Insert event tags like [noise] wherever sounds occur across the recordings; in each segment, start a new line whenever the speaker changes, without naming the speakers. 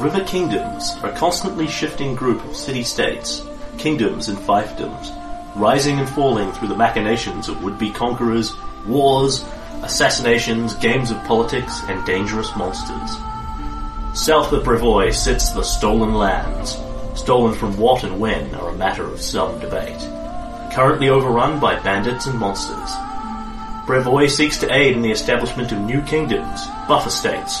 river kingdoms are a constantly shifting group of city-states, kingdoms and fiefdoms, rising and falling through the machinations of would-be conquerors, wars, assassinations, games of politics, and dangerous monsters. South of Brevoy sits the Stolen Lands. Stolen from what and when are a matter of some debate. Currently overrun by bandits and monsters. Brevoy seeks to aid in the establishment of new kingdoms, buffer states,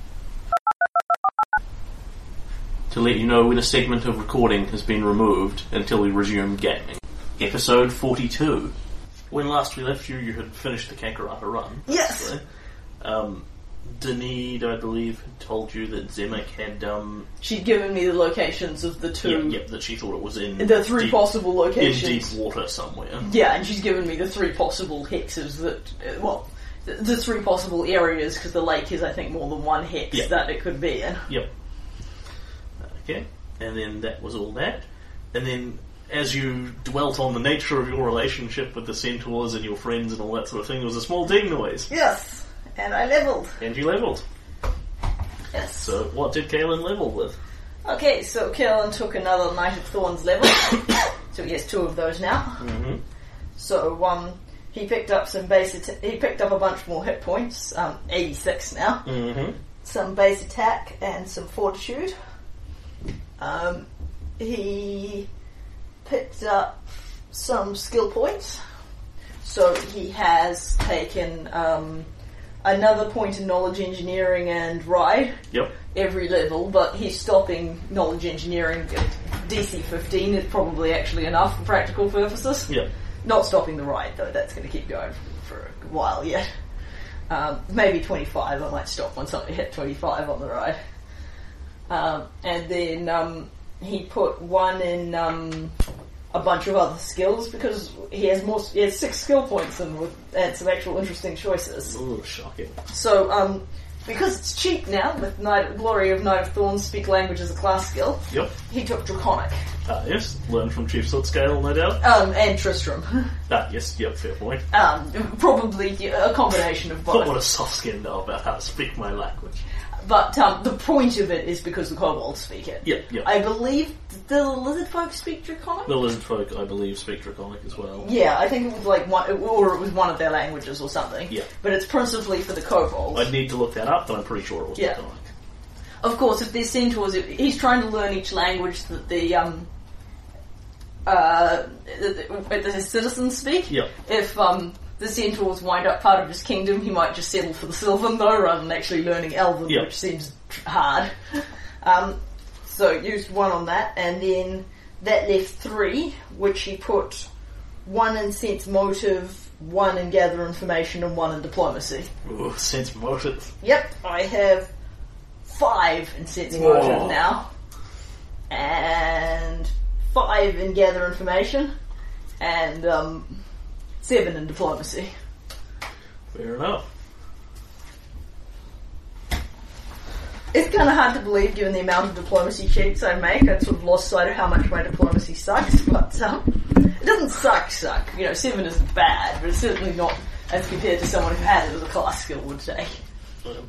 to let you know when a segment of recording has been removed until we resume gaming. Episode 42. When last we left you, you had finished the Kankarata run.
Yes.
Um, Denise, I believe, had told you that Zemek had, um,
She'd given me the locations of the
yeah,
two,
yeah, that she thought it was in
the three
deep,
possible
in
locations.
deep water somewhere.
Yeah, and she's given me the three possible hexes that, uh, well, the, the three possible areas because the lake is, I think, more than one hex
Yeah.
that it could be in.
Yep. Okay, and then that was all that. And then, as you dwelt on the nature of your relationship with the centaurs and your friends and all that sort of thing, there was a small ding noise,
Yes, and I leveled.
and you leveled.
Yes.
So, what did Kalen level with?
Okay, so Kellen took another Knight of Thorns level, [coughs] so he has two of those now.
Mm-hmm.
So um, he picked up some base. At- he picked up a bunch more hit points. Um, eighty six now.
Mm-hmm.
some base attack and some fortitude. Um, he picked up some skill points, so he has taken um, another point in knowledge engineering and ride
Yep.
every level, but he's stopping knowledge engineering at DC 15 is probably actually enough for practical purposes.
Yep.
Not stopping the ride though, that's going to keep going for a while yet. Um, maybe 25, I might stop once I hit 25 on the ride. Um, and then um, he put one in um, a bunch of other skills because he has more. He has six skill points and, with, and some actual interesting choices.
Ooh, shocking.
So, um, because it's cheap now, with Knight, Glory of Knight of Thorns, Speak Language as a class skill,
Yep.
he took Draconic.
Ah, yes. Learned from Chief Soot Scale, no doubt.
Um, and Tristram. [laughs]
Ah, yes. Yep, fair point.
um, probably a combination of
But what
both.
a soft skin know about how to speak my language.
But um, the point of it is because the kobolds speak it.
Yeah, yeah.
I believe the lizard folk speak Draconic?
The lizard folk, I believe, speak Draconic as well.
Yeah, I think it was like one, or it was one of their languages or something.
Yeah.
But it's principally for the kobolds.
I'd need to look that up, but I'm pretty sure it was
Yeah.
Draconic.
of course, if they're centaurs, if- he's trying to learn each language that the um, uh, that that his citizens speak.
Yeah.
If um, the centaurs wind up part of his kingdom, he might just settle for the Sylvan [laughs] though, rather than actually learning Elven,
Yeah.
which seems tr- hard. Um, so used one on that, and then that left three, which he put one in sense motive, one in gather information, and one in diplomacy.
Ooh, sense motive.
Yep, I have five in sense
Whoa.
motive now, and five in gather information, and um, seven in diplomacy.
Fair enough.
It's kind of hard to believe, given the amount of diplomacy sheets I make. I've sort of lost sight of how much my diplomacy sucks, but um, it doesn't suck, suck. You know, seven isn't bad, but it's certainly not as compared to someone who had it as a class skill would take.
Um,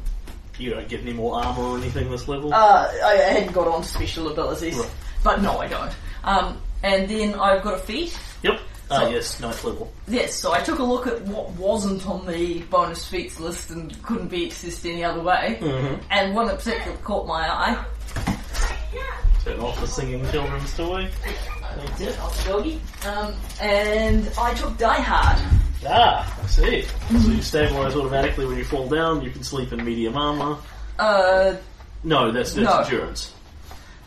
you don't get any more armor or anything this level?
Uh, I I hadn't got on to special abilities,
Right.
but no, I don't. Um, and then I've got a feat.
yep. Ah,
so-
yes, ninth level.
Yes, so I took a look at what wasn't on the bonus feats list and couldn't
Hmm.
be accessed any other way,
Mm-hmm.
and one in particular caught my eye.
Turn off the singing children's toy.
That's it, off the doggy. Um, and I took Die Hard.
Ah, I see. So you stabilize automatically when you fall down. You can sleep in medium armor.
Uh,
No, that's that's
No.
endurance.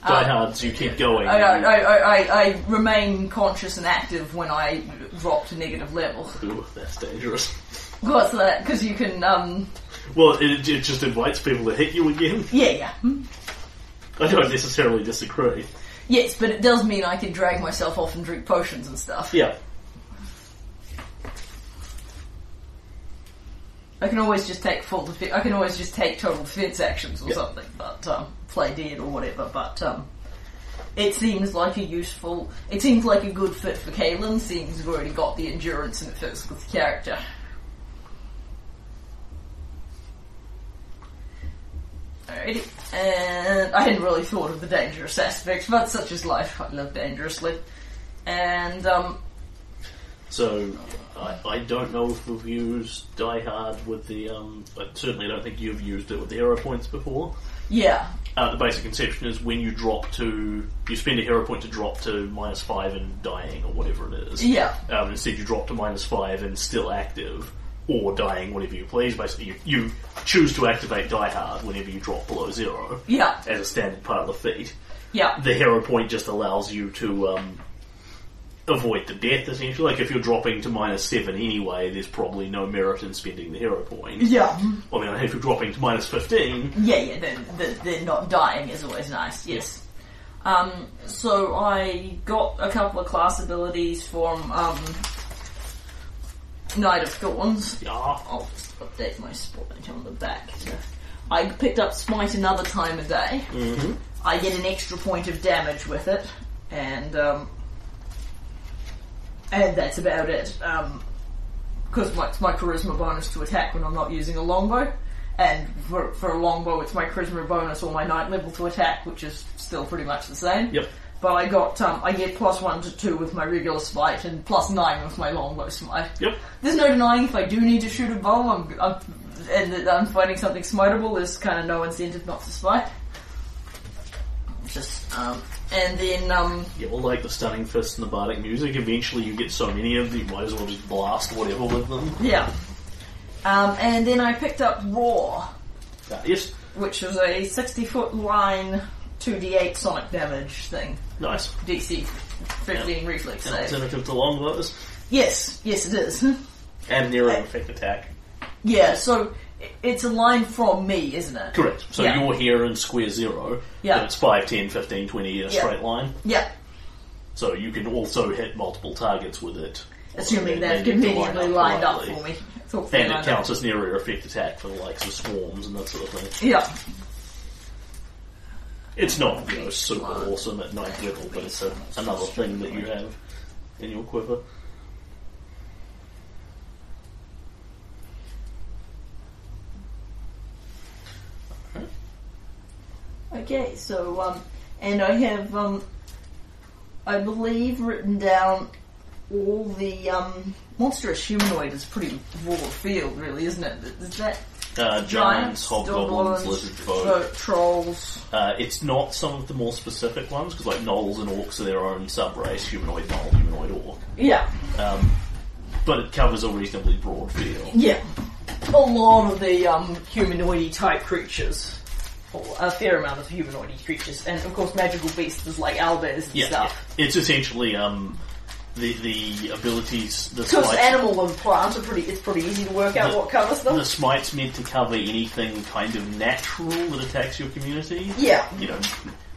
Die
Um,
Hard, so you keep going.
I, I, I, I, I remain conscious and active when I drop to negative level. [laughs]
Ooh, that's dangerous.
What's that? Because you can, um,
Well, it, it just invites people to hit you again.
yeah, yeah. Hmm.
I don't necessarily disagree.
Yes, but it does mean I can drag myself off and drink potions and stuff.
Yeah.
I can always just take full defense. I can always just take total defense actions or
Yeah.
something, but um, play dead or whatever. But um, it seems like a useful. It seems like a good fit for Kalen. Seems we've already got the endurance and it fits with the character. Alrighty, and I hadn't really thought of the dangerous aspect, but such is life. I live dangerously, and um,
So I, I don't know if we've used Die Hard with the. Um, I certainly don't think you've used it with the hero points before.
yeah,
Uh, the basic conception is when you drop to, you spend a hero point to drop to minus five and dying or whatever it is.
yeah,
Um, instead, you drop to minus five and still active, or dying whenever you please. Basically, you, you choose to activate Die Hard whenever you drop below zero
yeah,
as a standard part of the feat.
yeah,
The hero point just allows you to um, avoid the death, essentially. Like, if you're dropping to minus seven anyway, there's probably no merit in spending the hero point.
yeah.
I mean, if you're dropping to minus 15,
Yeah, yeah, then the, the not dying is always nice, yes. Um, so I got a couple of class abilities from um, Knight of Thorns.
yeah,
I'll just update my spotlight on the back. I picked up Smite another time a day.
hmm
I get an extra point of damage with it, and um, and that's about it. Because my, it's my charisma bonus to attack when I'm not using a longbow, and for, for a longbow it's my charisma bonus or my knight level to attack, which is still pretty much the same.
Yep.
But I got um, I get plus one to two with my regular smite and plus nine with my longbow smite.
Yep.
There's no denying if I do need to shoot a bow, I'm, I'm and that I'm finding something smiteable. There's kind of no incentive not to smite. Just um, and then um,
Yeah, well, like the stunning fist and the bardic music, eventually you get so many of them, you might as well just blast whatever with them.
yeah, um, and then I picked up Roar,
Uh, yes,
which was a 60 foot line, 2d8 sonic damage thing,
nice.
DC 15 reflex
An
save.
alternative to longbows.
Yes, yes, it is. [laughs]
And near
Uh,
an effect attack.
yeah, so i- it's a line from me, isn't it?
Correct. So
Yeah.
you're here in square zero.
Yeah.
And it's 5, 10, 15, 20 in a
Yeah.
straight line.
Yeah,
So you can also hit multiple targets with it.
assuming
And
they've
you have to line
conveniently lined up
politely.
for me. Thought they
And it
lined up.
counts as near air effect attack for the likes of swarms and that sort of thing.
Yeah.
It's not you know, super awesome at ninth level, but it's a, another thing that you have in your quiver.
Okay, so um, and I have um, I believe written down all the um, monstrous humanoid is pretty raw field, really, isn't it? Is that
Uh, giants, hobgoblins,
hobgoblins,
lizard folk.
folk, trolls?
Uh, it's not some of the more specific ones because like gnolls and orcs are their own subrace, humanoid gnoll, humanoid orc.
Yeah,
Um, but it covers a reasonably broad field.
yeah. A lot of the um, humanoidy type creatures, or a fair amount of humanoidy creatures, and of course magical beasts like owlbears and
Yeah,
stuff.
yeah. it's essentially um, the the abilities. The
Because
smites,
animal and plant are pretty, it's pretty easy to work out
The-
what covers them.
the smites meant to cover anything kind of natural that attacks your community.
yeah.
You know,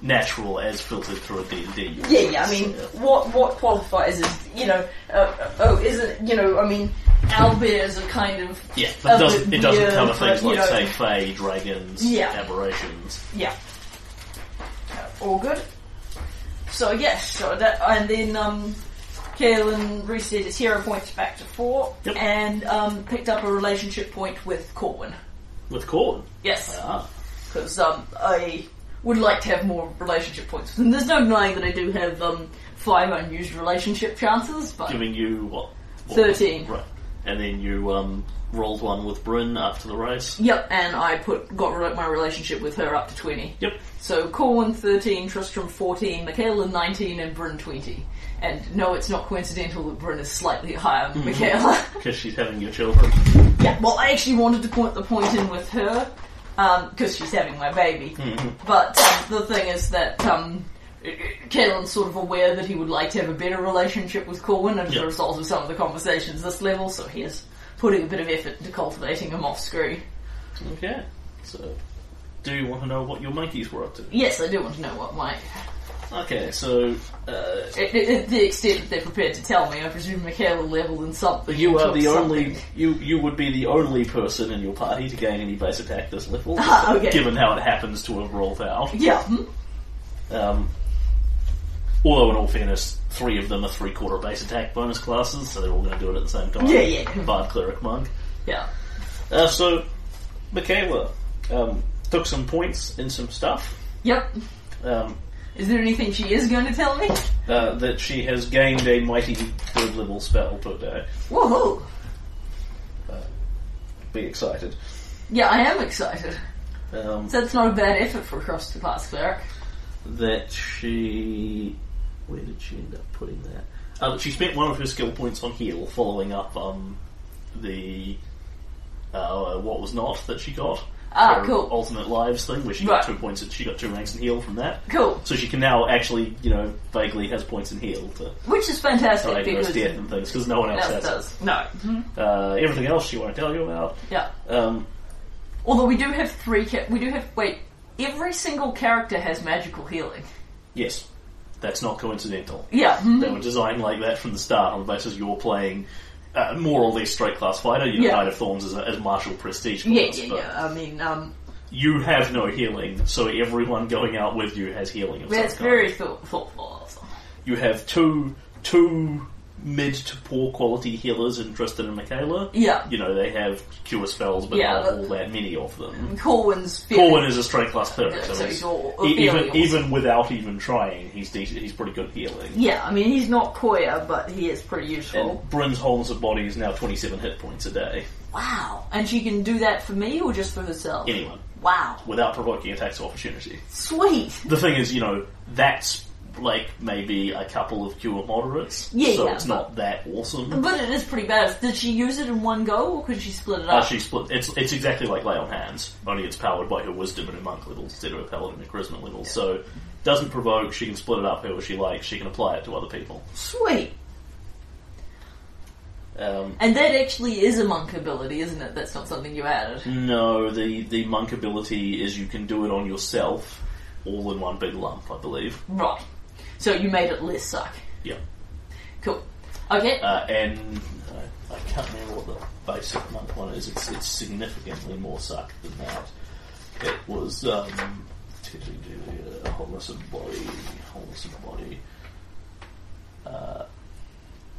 natural as filtered through a D and D.
Yeah, yeah. I mean, what what qualifies as you know? Uh, uh, oh, isn't you know? I mean, owlbears are kind of
Yeah, but it
a
doesn't, it doesn't
weird,
cover things
um, but, you
like,
know,
say, Fey, dragons,
Yeah.
aberrations.
yeah. Uh, all good. So yes, so that and then um, Kalen reset his hero points back to four
Yep.
and um, picked up a relationship point with Corwin.
With Corn.
Yes,
Ah.
because um, I would like to have more relationship points. [laughs] And there's no denying that I do have um, five unused relationship chances, but
giving you what? what-
Thirteen.
Right. and then you um, rolled one with Bryn after the race.
Yep, and I put got re- my relationship with her up to twenty.
Yep.
So Corwin thirteen, Tristram fourteen, Michaela nineteen, and Bryn twenty. And no, it's not coincidental that Bryn is slightly higher than Michaela. [laughs]
Because she's having your children.
yeah, well, I actually wanted to point the point in with her because she's having my baby. But um, the thing is that um, Caelan's sort of aware that he would like to have a better relationship with Corwin as
Yeah.
a result of some of the conversations this level, so he is putting a bit of effort into cultivating him off screen.
Okay. So, do you want to know what your monkeys were up to?
Yes, I do want to know what my
Okay, so uh,
it, it, it- the extent that they're prepared to tell me. I presume Michaela leveled in something.
you are
took
the only
something.
you you would be the only person in your party to gain any base attack this level,
Ah, okay.
given how it happens to have rolled out.
Yeah. hmm.
Um, although, in all fairness, three of them are three quarter base attack bonus classes, so they're all going to do it at the same time.
Yeah, yeah.
Bard, cleric, monk.
Yeah.
Uh, so, Michaela um, took some points in some stuff
Yep.
um,
Is there anything she is going to tell me?
uh, that she has gained a mighty third level spell per day.
Woohoo!
Be excited.
Yeah, I am excited.
Um,
So that's not a bad effort for a cross the class cleric.
that she. Where did she end up putting that? Uh, she spent one of her skill points on heal, following up um, the uh, what was not that she got.
Ah,
Her
cool.
Alternate lives thing, where she
Right.
got two points. And she got two ranks in heal from that.
Cool.
So she can now actually, you know, vaguely has points in heal to
Which is fantastic
diagnose
because
death and things because no one else
else
has. it.
does. No. Mhm.
Uh, everything else she won't tell you about.
Yeah.
Um,
Although we do have three ca- we do have wait, every single character has magical healing.
yes, that's not coincidental.
Yeah. mhm.
They were designed like that from the start on the basis you're playing uh, more or less straight class fighter. You know,
Yeah.
Knight of Thorns as, a, as martial prestige class,
Yeah, yeah,
but
yeah. I mean, um,
you have no healing, so everyone going out with you has healing. Of
that's
some kind.
very thought- thoughtful. also.
You have two two mid to poor quality healers in Tristan and Michaela.
Yeah.
you know they have cure spells, but
Yeah,
not
but-
all that many of them.
Corwin's fairly-
Corwin is a straight class cleric, so,
So
he's-
he's all-
e- even
healing also.
even without even trying, he's decent, he's pretty good healing.
Yeah, I mean he's not Koya, but he is pretty useful.
And Bryn's wholeness of body is now twenty seven hit points a day.
Wow. And she can do that for me or just for herself?
Anyone.
Wow.
without provoking attacks of opportunity.
Sweet.
The thing is, you know, that's like maybe a couple of cure moderates,
Yeah,
so
yeah,
it's not that awesome.
But it is pretty badass. Did she use it in one go or could she split it
Uh,
up?
she split. It's it's exactly like lay on hands, only it's powered by her wisdom and her monk level instead of her paladin and charisma level. So doesn't provoke. She can split it up however she likes. She can apply it to other people.
Sweet.
Um,
And that actually is a monk ability, isn't it? That's not something you added.
no, the the monk ability is you can do it on yourself, all in one big lump, I believe.
Right. So you made it less suck.
Yeah.
Cool. Okay.
uh, and I, I can't remember what the basic month one is. It's, it's significantly more suck than that. It was um, wholeness of body, wholeness of body. Uh,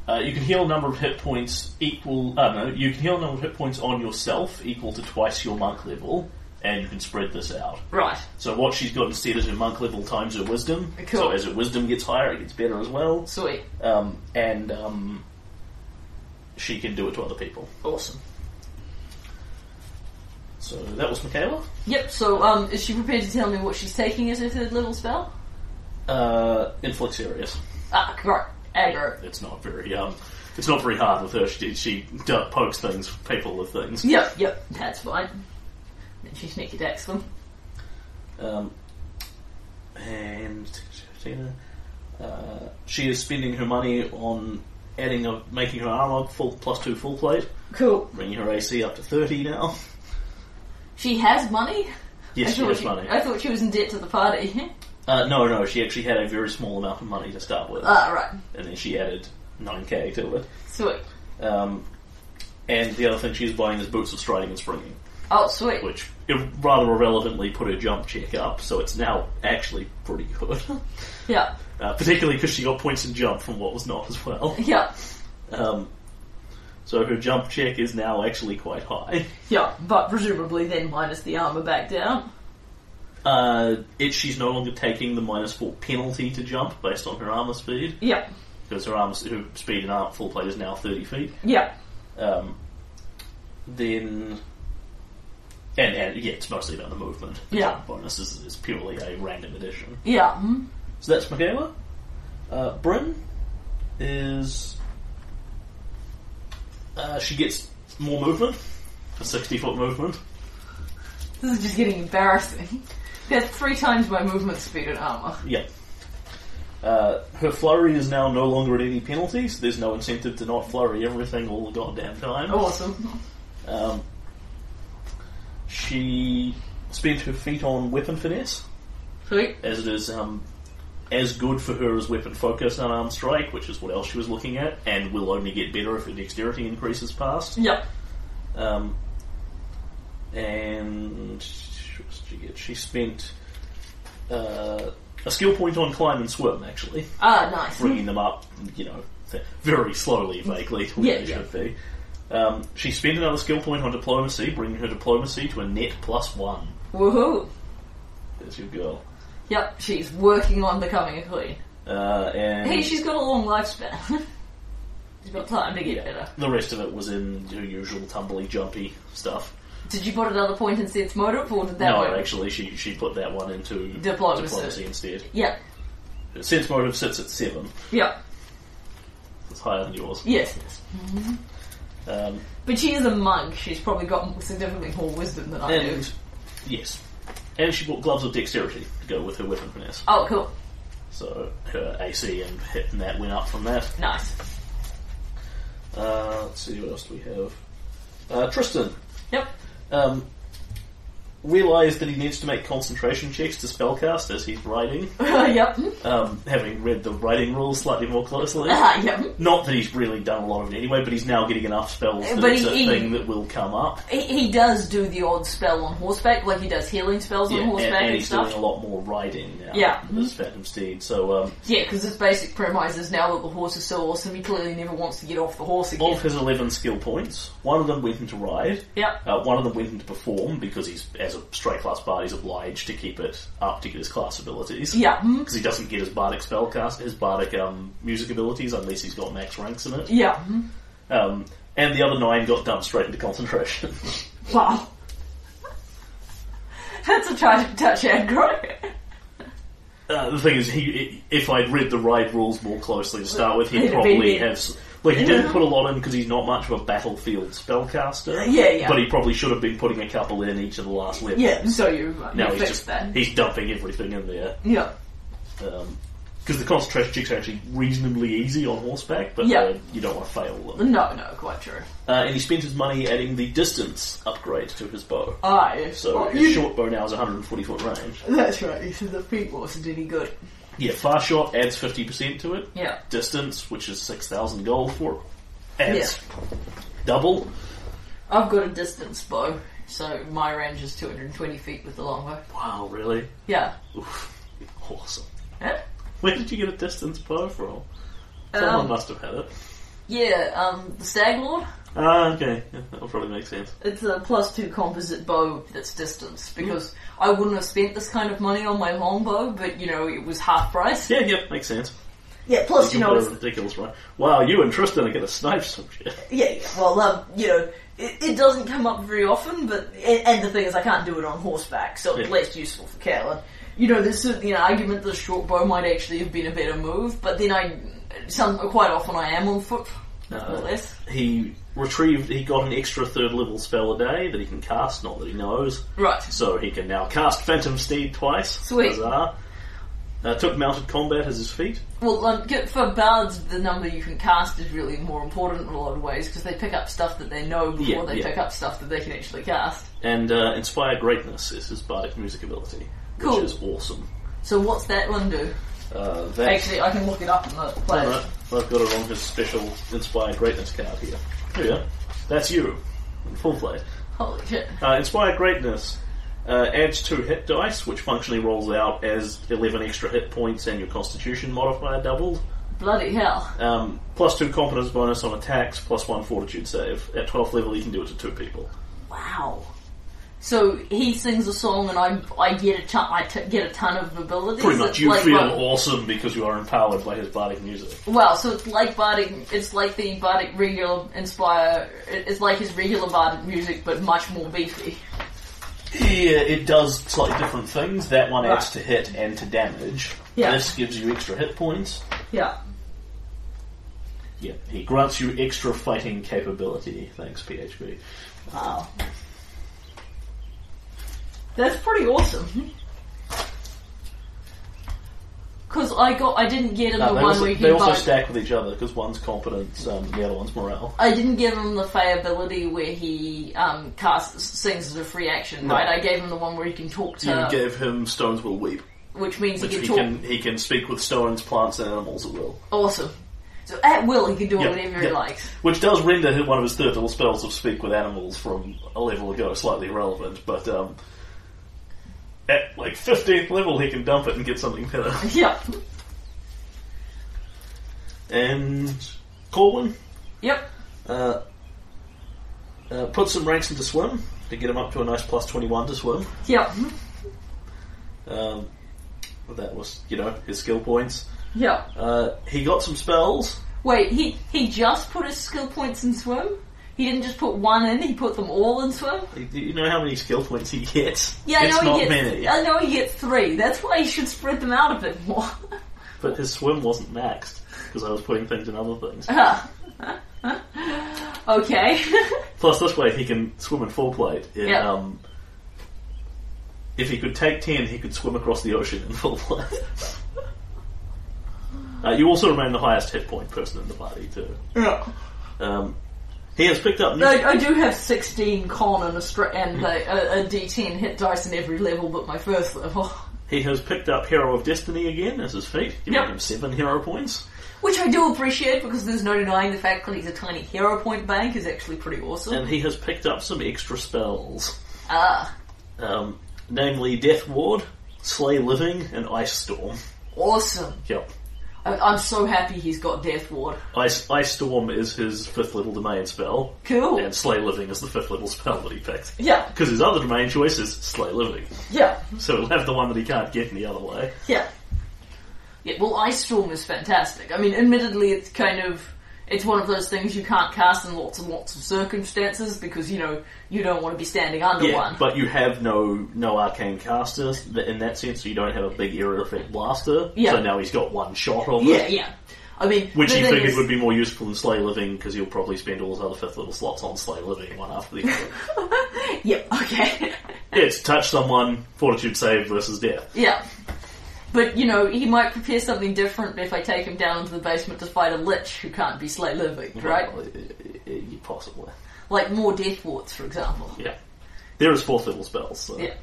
uh, you can heal a number of hit points equal. Uh, no, you can heal a number of hit points on yourself equal to twice your monk level, and you can spread this out.
right.
So what she's got instead is her monk level times her wisdom.
Cool.
So as her wisdom gets higher, it gets better as well
Sweet.
um, and um, she can do it to other people.
Awesome.
So that was Michaela.
Yep, so um, is she prepared to tell me what she's taking as her third level spell?
Uh, inflict serious.
Ah, right. Aggro.
It's not very um, it's not very hard with her. She she d- pokes things, people with things.
Yep, yep, that's fine. Then she sneak attacks them.
Um, and uh, she is spending her money on adding a making her armor full plus two full plate,
Cool.
bringing her AC up to thirty now.
She has money? I
Yes, she
thought
has money.
I thought she was in debt to the party. [laughs]
Uh, no, no, she actually had a very small amount of money to start with,
ah, right.
and then she added nine k to it.
Sweet.
Um, and the other thing she's buying is boots of striding and springing,
Oh, sweet.
which ir- rather irrelevantly put her jump check up, so it's now actually pretty good. [laughs]
Yeah,
Uh, particularly because she got points in jump from what was not as well. [laughs]
yeah,
Um, so her jump check is now actually quite high. [laughs]
yeah. But presumably then minus the armor back down.
Uh, it, she's no longer taking the minus four penalty to jump based on her armor speed,
Yeah,
because her armor her speed and armor full plate is now 30 feet.
yeah.
Um, then, and, and yeah, it's mostly about the movement. The
Yeah.
jump bonus is, is purely a random addition.
Yeah. hmm.
So that's Michaela. Uh, Bryn is. Uh, she gets more movement, a 60 foot movement.
This is just getting embarrassing. [laughs] That's three times my movement speed and armor.
Yeah. Uh, her flurry is now no longer at any penalty, so there's no incentive to not flurry everything all the goddamn time.
Oh. Awesome.
Um, she spent her feet on weapon finesse,
Sweet.
as it is um, as good for her as weapon focus and arm strike, which is what else she was looking at, and will only get better if her dexterity increases past.
Yep.
Um, and what did she get? She spent uh, a skill point on climb and swim, actually,
Ah, nice.
bringing them up, you know, th- very slowly, vaguely, [laughs] to where
Yeah,
they
yeah.
should be. Um, she spent another skill point on diplomacy, bringing her diplomacy to a net plus one.
Woohoo.
There's your girl.
Yep, she's working on becoming a queen.
Uh, and
Hey, she's got a long lifespan. [laughs] she's got time to get better.
the rest of it was in her usual tumbly, jumpy stuff.
Did you put another point in sense motive, or did that
no,
work?
actually, she she put that one into
Diplomacy.
diplomacy instead.
Yep.
Her sense motive sits at seven.
Yep.
It's higher than yours.
Yes. yes.
Um,
But she is a monk. She's probably got significantly more wisdom than I do.
and yes, and she bought gloves of dexterity to go with her weapon finesse.
Oh, cool.
So her AC and hit and that went up from that.
Nice.
Uh, let's see what else do we have. Uh, Tristan
Yep. [laughs]
um, realised that he needs to make concentration checks to spellcast as he's writing,
yep. [laughs]
um, having read the writing rules slightly more closely.
Ah, yep.
Not that he's really done a lot of it anyway, but he's now getting enough spells that
But
it's a
he-
thing that will come up.
He, he does do the odd spell on horseback, like he does healing spells
Yeah,
on
and,
horseback
and
and,
he's
stuff.
doing a lot more riding now.
Yeah. Mm-hmm.
with his Phantom Steed. So um,
Yeah, because his basic premise is now that the horse is so awesome, he clearly never wants to get off the horse again.
of his 11 skill points, one of them went into ride,
Yep.
uh, one of them went into perform because he's, as a straight class bard, he's obliged to keep it up to get his class abilities.
Yeah. mhm.
Because he doesn't get his bardic spellcast, his bardic um, music abilities unless he's got max ranks in it.
Yeah. mhm.
Um, and the other nine got dumped straight into concentration.
Wow. [laughs] That's a try to touch aggro.
uh, the thing is, he, if I'd read the ride rules more closely to start with, he'd
It'd
probably
be-
have. s- Like, he didn't put a lot in because he's not much of a battlefield spellcaster.
Yeah, yeah.
But he probably should have been putting a couple in each of the last levels.
yeah, [laughs] so you, uh, you
Now he's
fixed
just
that.
he's dumping everything in there
yeah.
because the concentration checks are actually reasonably easy on horseback, but
Yeah.
uh, you don't want to fail them.
No, no, quite true.
Uh, and he spent his money adding the distance upgrade to his bow,
Ah, yes.
so
Well,
his
you-
short bow now is 140 foot range.
That's right, he said the feet wasn't any good.
Yeah, far shot adds 50 percent to it.
Yeah.
Distance, which is 6,000 gold for, it, adds double.
I've got a distance bow, so my range is 220 feet with the longbow.
Wow, really?
Yeah.
Oof, awesome.
Eh?
Where did you get a distance bow from? Someone
Um,
must have had it.
Yeah, um, the Stag Lord.
Ah, okay, [laughs] yeah, that'll probably make sense.
It's a plus two composite bow that's distance because I wouldn't have spent this kind of money on my longbow, but you know it was half price.
Yeah, yeah, makes sense.
Yeah, plus
You know, it's ridiculous, right? Wow, you and Tristan are going to snipe some shit.
yeah, yeah, well, um, you know, it, it doesn't come up very often, but and, and the thing is, I can't do it on horseback, so it's
Yeah.
less useful for Caitlin. You know, there's certainly an argument that a short bow might actually have been a better move, but then I, some quite often I am on foot, nonetheless.
He retrieved, he got an extra third level spell a day that he can cast, not that he knows.
Right.
So he can now cast Phantom Steed twice.
Sweet.
Huzzah. Uh, took mounted combat as his feat.
Well, um, get- for bards, the number you can cast is really more important in a lot of ways because they pick up stuff that they know before
Yeah,
they
yeah.
pick up stuff that they can actually cast.
And uh, Inspire Greatness is his bardic music ability,
Cool.
which is awesome.
So what's that one do?
Uh, that,
Actually, I can look it up in the place.
Alright, I've got it on his special Inspire Greatness card here. Here we are. That's you. in Full plate.
Holy shit!
Uh, Inspire Greatness uh, adds two hit dice, which functionally rolls out as 11 extra hit points and your constitution modifier doubled.
Bloody hell!
Um, plus two competence bonus on attacks, plus one fortitude save. At 12th level, you can do it to two people.
Wow. So he sings a song, and I I get a ton, I t- get a ton of abilities.
Pretty
It's
much, you
like
feel
my-
awesome because you are empowered by his bardic music.
Well, so it's like bardic. It's like the bardic regular inspire. It's like his regular bardic music, but much more beefy.
Yeah, it does slightly different things. That one adds
Right.
to hit and to damage.
Yeah.
This gives you extra hit points.
Yeah.
Yeah, he grants you extra fighting capability. Thanks, PHB.
Wow. That's pretty
Hmm.
awesome. Because I got, I didn't get him
Uh,
the
they
one
also,
where
they
he
also
bought,
stack with each other because one's competence, um, the other one's morale.
I didn't give him the Fey ability where he um, casts sings as a free action,
No.
right? I gave him the one where he can talk to,
You gave him stones will weep,
which means
which
he can
he
talk.
can he can speak with stones, plants, and animals at will.
Awesome. So at will, he can do
Yep,
whatever he
yep.
likes. [laughs]
Which does render his- one of his third level spells of Speak with Animals from a level ago slightly irrelevant, but um, at like 15th level he can dump it and get something better.
Yep.
And Corwin
Yep.
uh, uh, put some ranks into Swim to get him up to a nice plus 21 to Swim.
Yep.
Um, that was, you know, his skill points.
Yep.
Uh, he got some spells.
Wait, he he just put his skill points in swim. He didn't just put one in; he put them all in swim.
You- You know how many skill points he gets?
Yeah,
it's
I know
not
he gets.
many.
I know he gets three. That's why he should spread them out a bit more. [laughs]
But his swim wasn't maxed because I was putting things in other things.
okay. [laughs]
Plus, this way he can swim in full plate. In,
Yeah.
um, if he could take 10, he could swim across the ocean in full
[laughs]
plate. uh, you also remain the highest hit point person in the party, too.
I,
Um, he has picked up new.
I do have sixteen con and a stra- and a, a, a d10 hit dice in every level, but my first level, [laughs]
He has picked up Hero of Destiny again as his feat, giving
Yep.
him seven hero points.
which I do appreciate because there's no denying the fact that he's a tiny hero point bank is actually pretty awesome.
And he has picked up some extra spells,
Ah,
um, namely Death Ward, Slay Living, and Ice Storm.
awesome!
Yep.
I, I'm so happy he's got Death Ward.
Ice, Ice Storm is his fifth level domain spell,
Cool.
and Slay Living is the fifth level spell that he picked.
Yeah,
Because his other domain choice is Slay Living,
yeah,
so he'll have the one that he can't get any other way.
yeah. Yeah, well, Ice Storm is fantastic. I mean, admittedly, it's kind of. It's one of those things you can't cast in lots and lots of circumstances because, you know, you don't want to be standing under
Yeah,
one.
but you have no no arcane casters th- in that sense, so you don't have a big area effect blaster.
Yeah.
So now he's got one shot on
yeah,
it,
yeah. I mean,
which
the
he
thing
figured
is-
would be more useful than Slay Living because he'll probably spend all his other fifth level slots on Slay Living one after the
[laughs]
other.
Yeah, [laughs] okay.
yeah, it's touch someone, Fortitude save versus death.
yeah. But, you know, he might prepare something different if I take him down into the basement to fight a lich who can't be slay
Mm-hmm.
living, right?
Well, i- i- i- uh, possibly.
Like more death wards, for example.
Yeah. There is fourth level spells. So.
Yeah.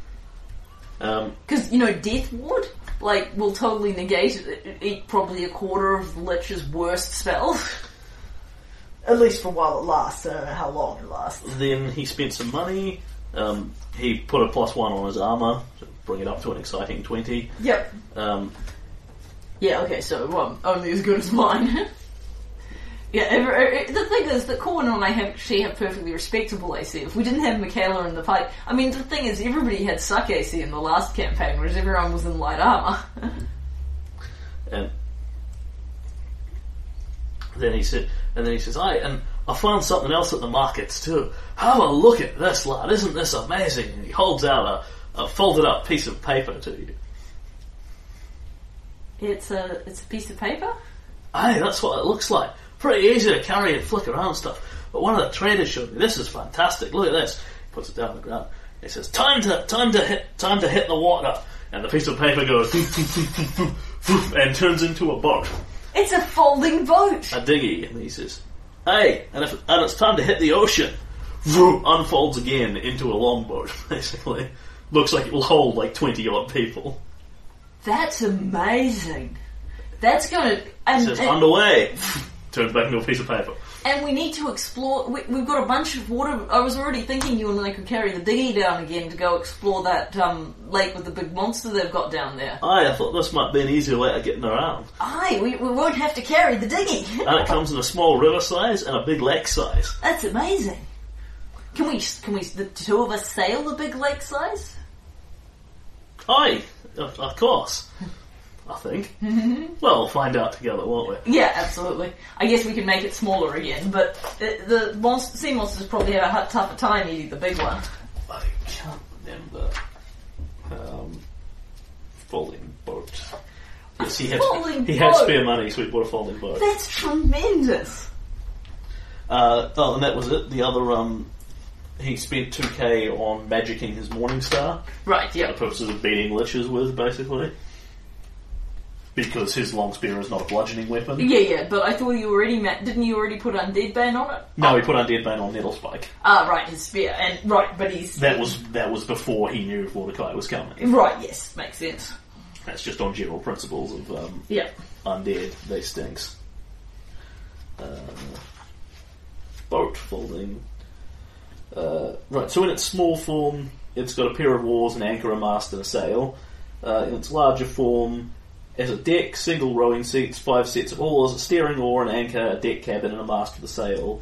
Um,
Because, you know, Death Ward, like, will totally negate e- e- probably a quarter of Lich's worst spells. At least for a while it lasts. I don't know how long it lasts.
then he spent some money. Um, he put a plus one on his armor, to bring it up to an exciting twenty.
Yep.
Um,
Yeah, okay, so um, only as good as mine. [laughs] yeah, ever, er, the thing is that Corwin and I have, actually have perfectly respectable AC. If we didn't have Michaela in the fight, I mean, the thing is, everybody had suck AC in the last campaign, whereas everyone was in light armor. [laughs]
and then he said, and then he says, "I and I found something else at the markets too. Have a look at this, lad! Isn't this amazing?" And he holds out a, a folded up piece of paper to you.
it's a it's a piece of paper.
Aye, that's what it looks like. Pretty easy to carry and flick around stuff. But one of the traders showed me this is fantastic. Look at this. He puts it down on the ground. He says, "Time to, time to hit, time to hit the water." And the piece of paper goes "Thoof, thoof, thoof, thoof, thoof," and turns into a boat,
It's a folding boat.
a dinghy. And he says, "Hey, and if and it's time to hit the ocean." Vroom, unfolds again into a longboat. [laughs] Basically, looks like it will hold like twenty odd people.
That's amazing. That's gonna and, [laughs]
Says,
and,
"Underway." [laughs] Turns back into a piece of paper.
and we need to explore. We, we've got a bunch of water. I was already thinking you and I could carry the dinghy down again to go explore that um, lake with the big monster they've got down there.
Aye, I thought this might be an easier way of getting around.
Aye, we, we won't have to carry [laughs] the dinghy.
And it comes in a small river size and a big lake size.
That's amazing. Can we? Can we? The two of us sail the big lake size?
Aye, of, of course. I
[laughs]
think. well, we'll find out together, won't we?
Yeah, absolutely. I guess we can make it smaller again, but the, the monst- sea monsters probably have a hu- tougher time eating the big one.
I can't remember. Um, falling boat. Yes, he had,
Falling
he had
boat.
spare money, so he bought a falling boat.
That's tremendous.
Uh, oh, and that was it. The other, um, he spent 2k on magicking his Morning Star
Right.
for the
Yeah.
purposes of beating liches with, basically. Because his long spear is not a bludgeoning weapon.
Yeah, yeah. But I thought you already met. Didn't you already put undead ban on it?
No, he put Undead Bane on Nettle Spike.
Ah, right. His spear and right, but he's
That was that was before he knew Mordecai was coming.
right. Yes, makes sense.
That's just on general principles of um,
Yeah.
undead. They stinks. Uh, boat folding. Uh, right, so in its small form, it's got a pair of oars, an anchor, a mast, and a sail. Uh, in its larger form, as a deck, single rowing seats, five sets of oars, a steering oar, an anchor, a deck cabin, and a mast with a sail.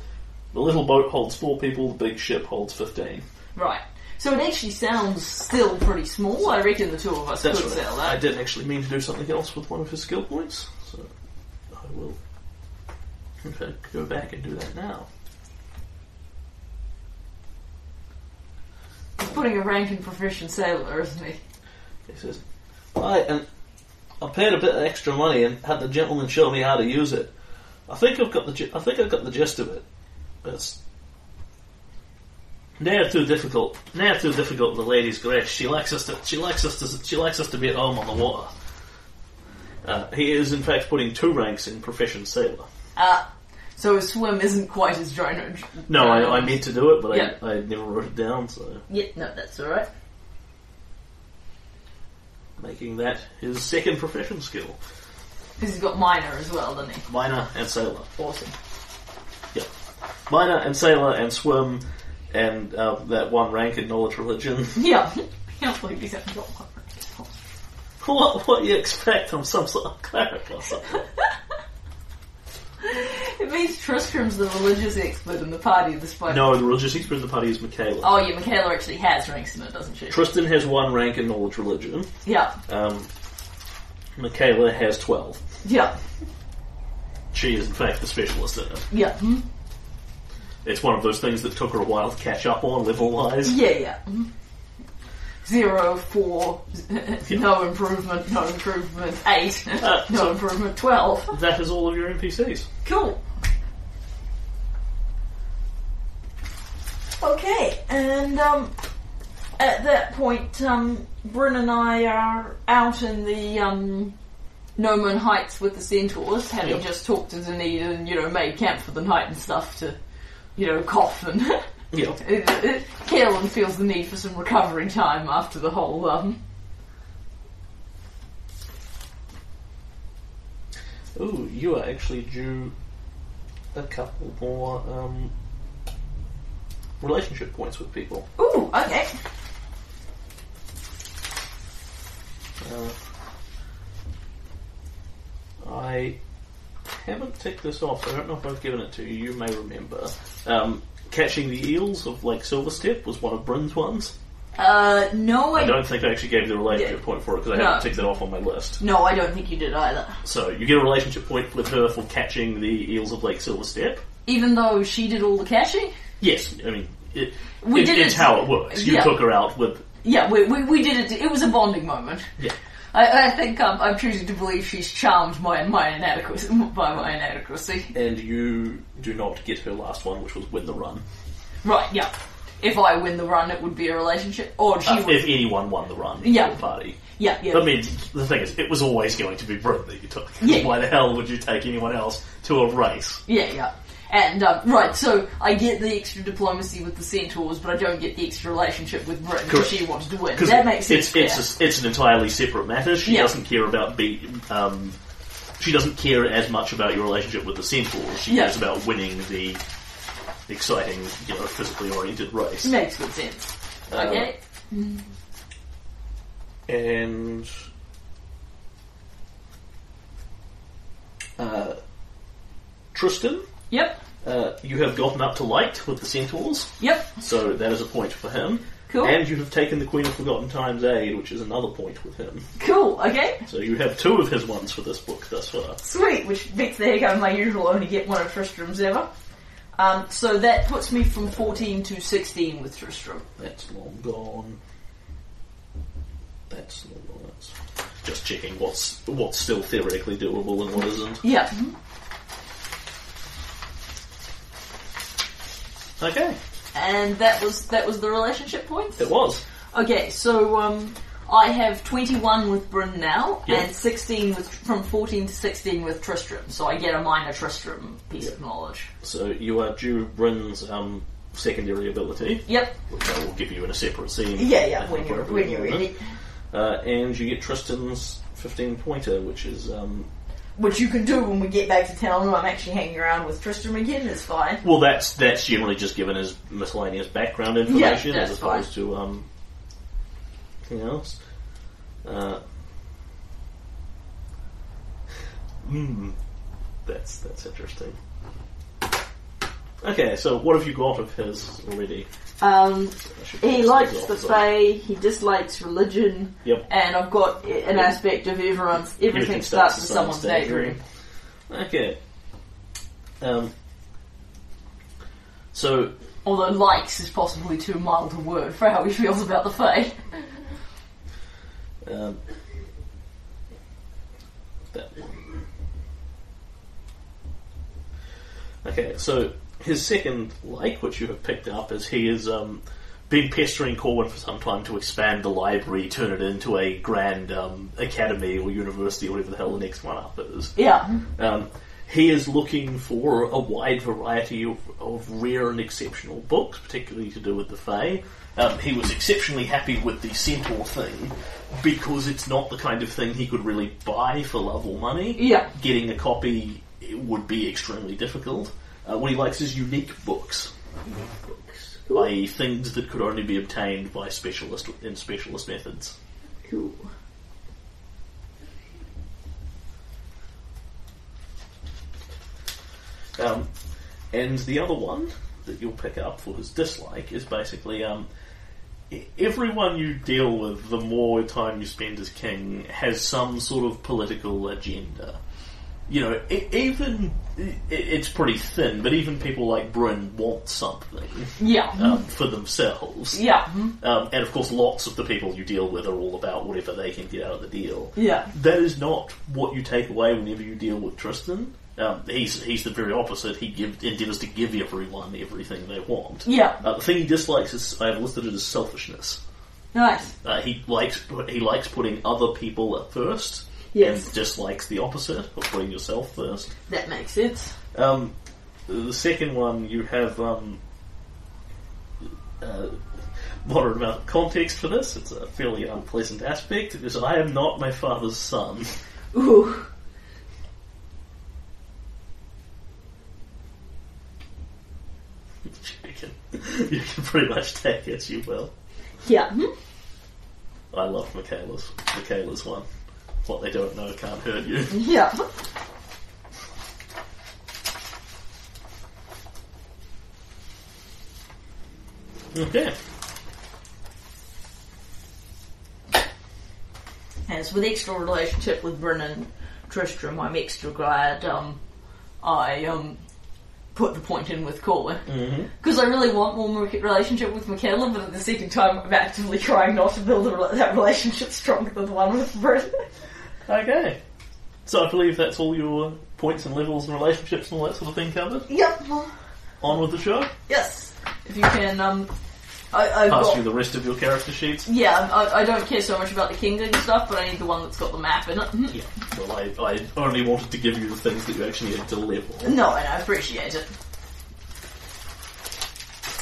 The little boat holds four people, the big ship holds fifteen.
Right. So it actually sounds still pretty small. I reckon the two of us
That's
could
right.
sail
I
that.
did actually mean to do something else with one of his skill points, so I will in fact go back and do that now.
He's putting a rank in proficient sailor, isn't he?
He says, "Right, and I paid a bit of extra money and had the gentleman show me how to use it. I think I've got the gi- I think I've got the gist of it. It's near too difficult. Near too difficult. The lady's grace. She likes us to. She likes us to. She likes us to be at home on the water." Uh, he is in fact putting two ranks in proficient sailor.
Uh, so a swim isn't quite as drone.
No, I, I meant to do it, but
Yeah.
I, I never wrote it down, so
Yeah, no, that's alright.
making that his second profession skill.
Because he's got minor as well, doesn't he?
Miner and sailor.
Awesome.
Yeah. Miner and sailor and swim and uh, that one rank in knowledge religion. [laughs]
Yeah. [laughs] Can't believe he's only got one.
what what you expect from some sort of cleric or something?
It means Tristram's the religious expert in the party despite.
no, the religious expert of the party is Michaela.
Oh yeah, Michaela actually has ranks in it, doesn't she?
Tristan has one rank in knowledge religion.
yeah.
Um, Michaela has twelve.
Yeah.
She is in fact the specialist in it.
Yeah. Hmm.
It's one of those things that took her a while to catch up on level wise.
Yeah, yeah. Mhm. Zero, four, [laughs] no improvement, no improvement, eight, [laughs]
Uh,
no
so-
improvement, twelve.
That is all of your NPCs.
Cool. Okay, and um, at that point, um, Bryn and I are out in the um, Noman Heights with the centaurs, having
Yep.
just talked to Zanita and you know made camp for the night and stuff to, you know, cough and [laughs]
Yeah.
Carolyn feels the need for some recovery time after the whole um,
Ooh, you are actually due a couple more um, relationship points with people.
Ooh, okay.
Uh, I haven't ticked this off. I don't know if I've given it to you. You may remember. Um, catching the eels of Lake Silverstep was one of Bryn's ones.
Uh, no, I,
I don't think I actually gave the relationship
Yeah.
point for it because I
No.
haven't ticked that off on my list.
no, I don't think you did either.
So you get a relationship point with her for catching the eels of Lake Silverstep.
Even though she did all the catching.
Yes, I mean it,
We
it-
did
it's
it-
how it works. You
yeah.
took her out with
Yeah, we, we, we did it. It was a bonding moment.
yeah.
I, I think um, I'm choosing to believe she's charmed by my inadequacy. By my inadequacy.
and you do not get her last one, which was win the run.
Right. Yeah. If I win the run, it would be a relationship, or she
Uh,
would.
if anyone won the run,
Yeah.
for the party.
Yeah. Yeah.
I mean, the thing is, it was always going to be Brit that you took.
Yeah.
Why the hell would you take anyone else to a race?
yeah. Yeah. And um, right, so I get the extra diplomacy with the centaurs, but I don't get the extra relationship with Brit because
Correct.
she wanted to win.
'Cause
That makes sense.
It's it's, a- it's an entirely separate matter. She
Yeah.
doesn't care about be. Um, she doesn't care as much about your relationship with the centaur. She
Yeah.
cares about winning the exciting, you know, physically oriented race.
yeah. makes good sense.
Uh,
Okay.
and uh, Tristan
Yep.
Uh, you have gotten up to light with the centaurs,
Yep.
so that is a point for him.
Cool.
And you have taken the Queen of Forgotten Time's aid, which is another point with him.
Cool. Okay.
So you have two of his ones for this book thus far.
Sweet, which beats the heck out of my usual only get one of Tristram's ever. Um, so that puts me from 14 to 16 with Tristram.
That's long gone. That's long gone. That's- Just checking what's what's still theoretically doable and what isn't.
Yeah.
Okay,
And that was that was the relationship points.
it was.
Okay, so um, I have 21 with Bryn now,
Yeah.
and 16 with from 14 to 16 with Tristram. So I get a minor Tristram piece of knowledge.
So you are due Bryn's um, secondary ability,
Yep.
which I will give you in a separate scene.
Yeah, yeah.
at
When
the
you're
appropriate
when you're
moment.
ready,
Uh, and you get Tristan's 15 pointer, which is. Um,
which you can do when we get back to town. and I'm actually hanging around with Tristram again. It's fine.
well, that's that's generally just given as miscellaneous background information
Yeah,
as
that's
opposed to um, anything else. Uh, mm, that's that's interesting. Okay, so what have you got of his already?
Um,
I should
He
just
likes
off
the
as well.
fae, he dislikes religion,
Yep.
and I've got i- an aspect of everyone's everything,
Everything starts
starts with
with someone's
someone's daydream.
Okay. Um, so
Although likes is possibly too mild a word for how he feels about the fae.
Um, that one. Okay, so his second like, which you have picked up, is he has um, been pestering Corwin for some time to expand the library, turn it into a grand um, academy or university or whatever the hell the next one up is.
Yeah.
Um, he is looking for a wide variety of, of rare and exceptional books, particularly to do with the Fae. Um, he was exceptionally happy with the Centaur thing because it's not the kind of thing he could really buy for love or money.
Yeah.
Getting a copy would be extremely difficult. Uh, what he likes is unique books, i.e., things that could only be obtained by specialist in specialist methods.
Cool.
Um, and the other one that you'll pick up for his dislike is basically um, e- everyone you deal with, the more time you spend as king, has some sort of political agenda. You know, e- even i- it's pretty thin, but even people like Bryn want something [laughs]
Yeah.
um, for themselves.
yeah.
Um, and of course, lots of the people you deal with are all about whatever they can get out of the deal
Yeah.
that is not what you take away whenever you deal with Tristan. Um, he's he's the very opposite. He give, endeavors to give everyone everything they want.
Yeah.
Uh, the thing he dislikes is I have listed it as selfishness.
Nice.
Uh, he likes put- he likes putting other people at first,
Yes.
and dislikes the opposite of putting yourself first.
That makes sense.
Um, the second one you have um, uh, moderate amount of context for this. It's a fairly unpleasant aspect. It is I am not my father's son. [laughs]
Ooh.
you can, you can pretty much take it, you will.
Yeah.
I love Michaela's. Michaela's one. What they don't know can't hurt you.
Yeah.
Okay.
As with extra relationship with Bryn and Tristram, I'm extra glad um, I um, put the point in with Corwin.
Mm-hmm.
Because I really want more market relationship with Michaela, but at the second time I'm actively trying not to build a, rela- that relationship stronger than the one with Britain.
Okay. So I believe that's all your points and levels and relationships and all that sort of thing covered.
yep.
On with the show.
Yes. If you can, um, I, I've
Pass
got.
you the rest of your character sheets.
yeah, I, I don't care so much about the kingdom stuff, but I need the one that's got the map in it.
Yeah. Well, I, I only wanted to give you the things that you actually had to level.
No, and I appreciate it.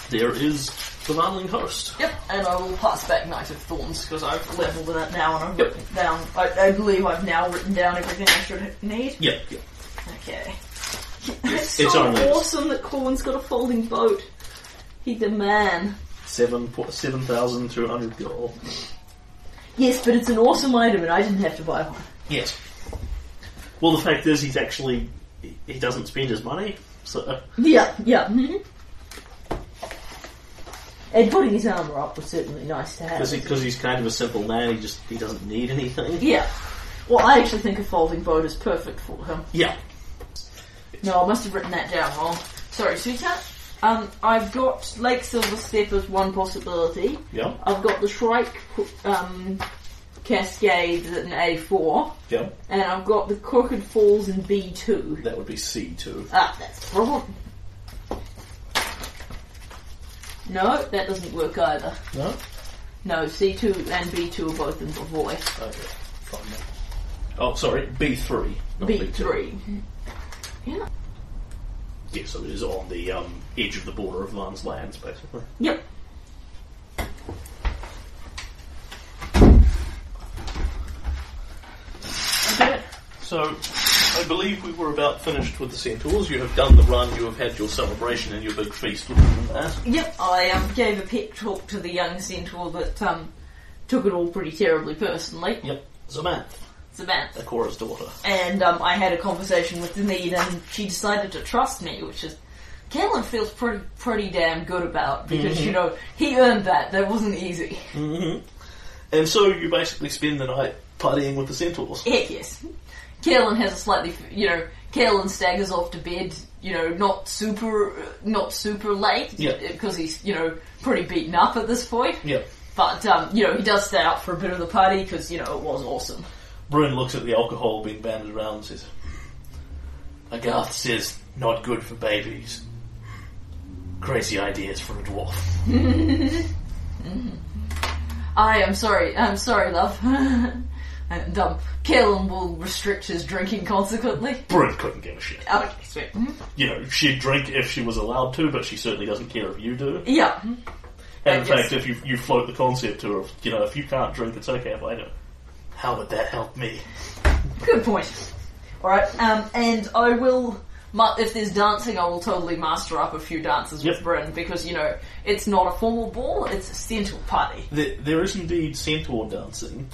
There is the Marling Host.
Yep, and I will pass back Knight of Thorns because I've leveled with it now and I've
Yep.
written down. I, I believe I've now written down everything I should need.
Yeah. yeah.
Okay.
It's,
It's,
it's
so
only
awesome that Corwin's got a folding boat. He's the man.
seven po- 7,200 gold.
Yes, but it's an awesome item and I didn't have to buy one.
Yes. Well, the fact is, he's actually he doesn't spend his money. So,
Yeah, yeah. mhm. And putting his armour up was certainly nice to have.
because he's kind of a simple man, he just he doesn't need anything.
Yeah. Well, I actually think a folding boat is perfect for him.
Yeah.
No, I must have written that down wrong. Sorry, sweetheart. Um, I've got Lake Silver Step as one possibility.
Yeah.
I've got the Shrike um, Cascades in A4.
Yeah.
And I've got the Crooked Falls in B2.
That would be C two.
Ah, that's the problem. No, that doesn't work either.
No.
No, C2 and B2 are both in Bavoy.
Okay. Oh, Fine. then. Oh, sorry. Oh, B three.
B3. Yeah.
Yeah. So it is on the um, edge of the border of Lan's lands, basically.
Yep. Okay.
So, I believe we were about finished with the centaurs. You have done the run, you have had your celebration and your big feast with them and that.
Yep, I um, gave a pep talk to the young centaur that um, took it all pretty terribly personally,
Yep. Zamanth,
Samantha.
Akora's daughter.
And um, I had a conversation with Denise and she decided to trust me, which is. Caitlin feels pretty pretty damn good about because
Mm-hmm.
you know he earned that. That wasn't easy. [laughs]
And so you basically spend the night partying with the centaurs.
Heck yes. Carolyn has a slightly, you know, Carolyn staggers off to bed, you know, not super, not super late,
Yeah.
because he's, you know, pretty beaten up at this point.
Yep.
But, um, you know, he does stay up for a bit of the party because, you know, it was awesome.
Bryn looks at the alcohol being banded around and says, Agarth says, not good for babies. Crazy ideas for a dwarf.
I am sorry, I'm sorry, love. [laughs] and, um, Carolyn will restrict his drinking consequently. Mm-hmm.
Bryn couldn't give a shit.
Okay, sweet.
You know, she'd drink if she was allowed to, but she certainly doesn't care if you do.
Yeah.
And in
I guess-
fact, if you, you float the concept to her, of, you know, if you can't drink, it's okay if I do. How would that help me?
Good point. All right, um, and I will. ma- If there's dancing, I will totally master up a few dances
Yep.
with Bryn because you know it's not a formal ball; it's a central party.
There, there is indeed centaur dancing.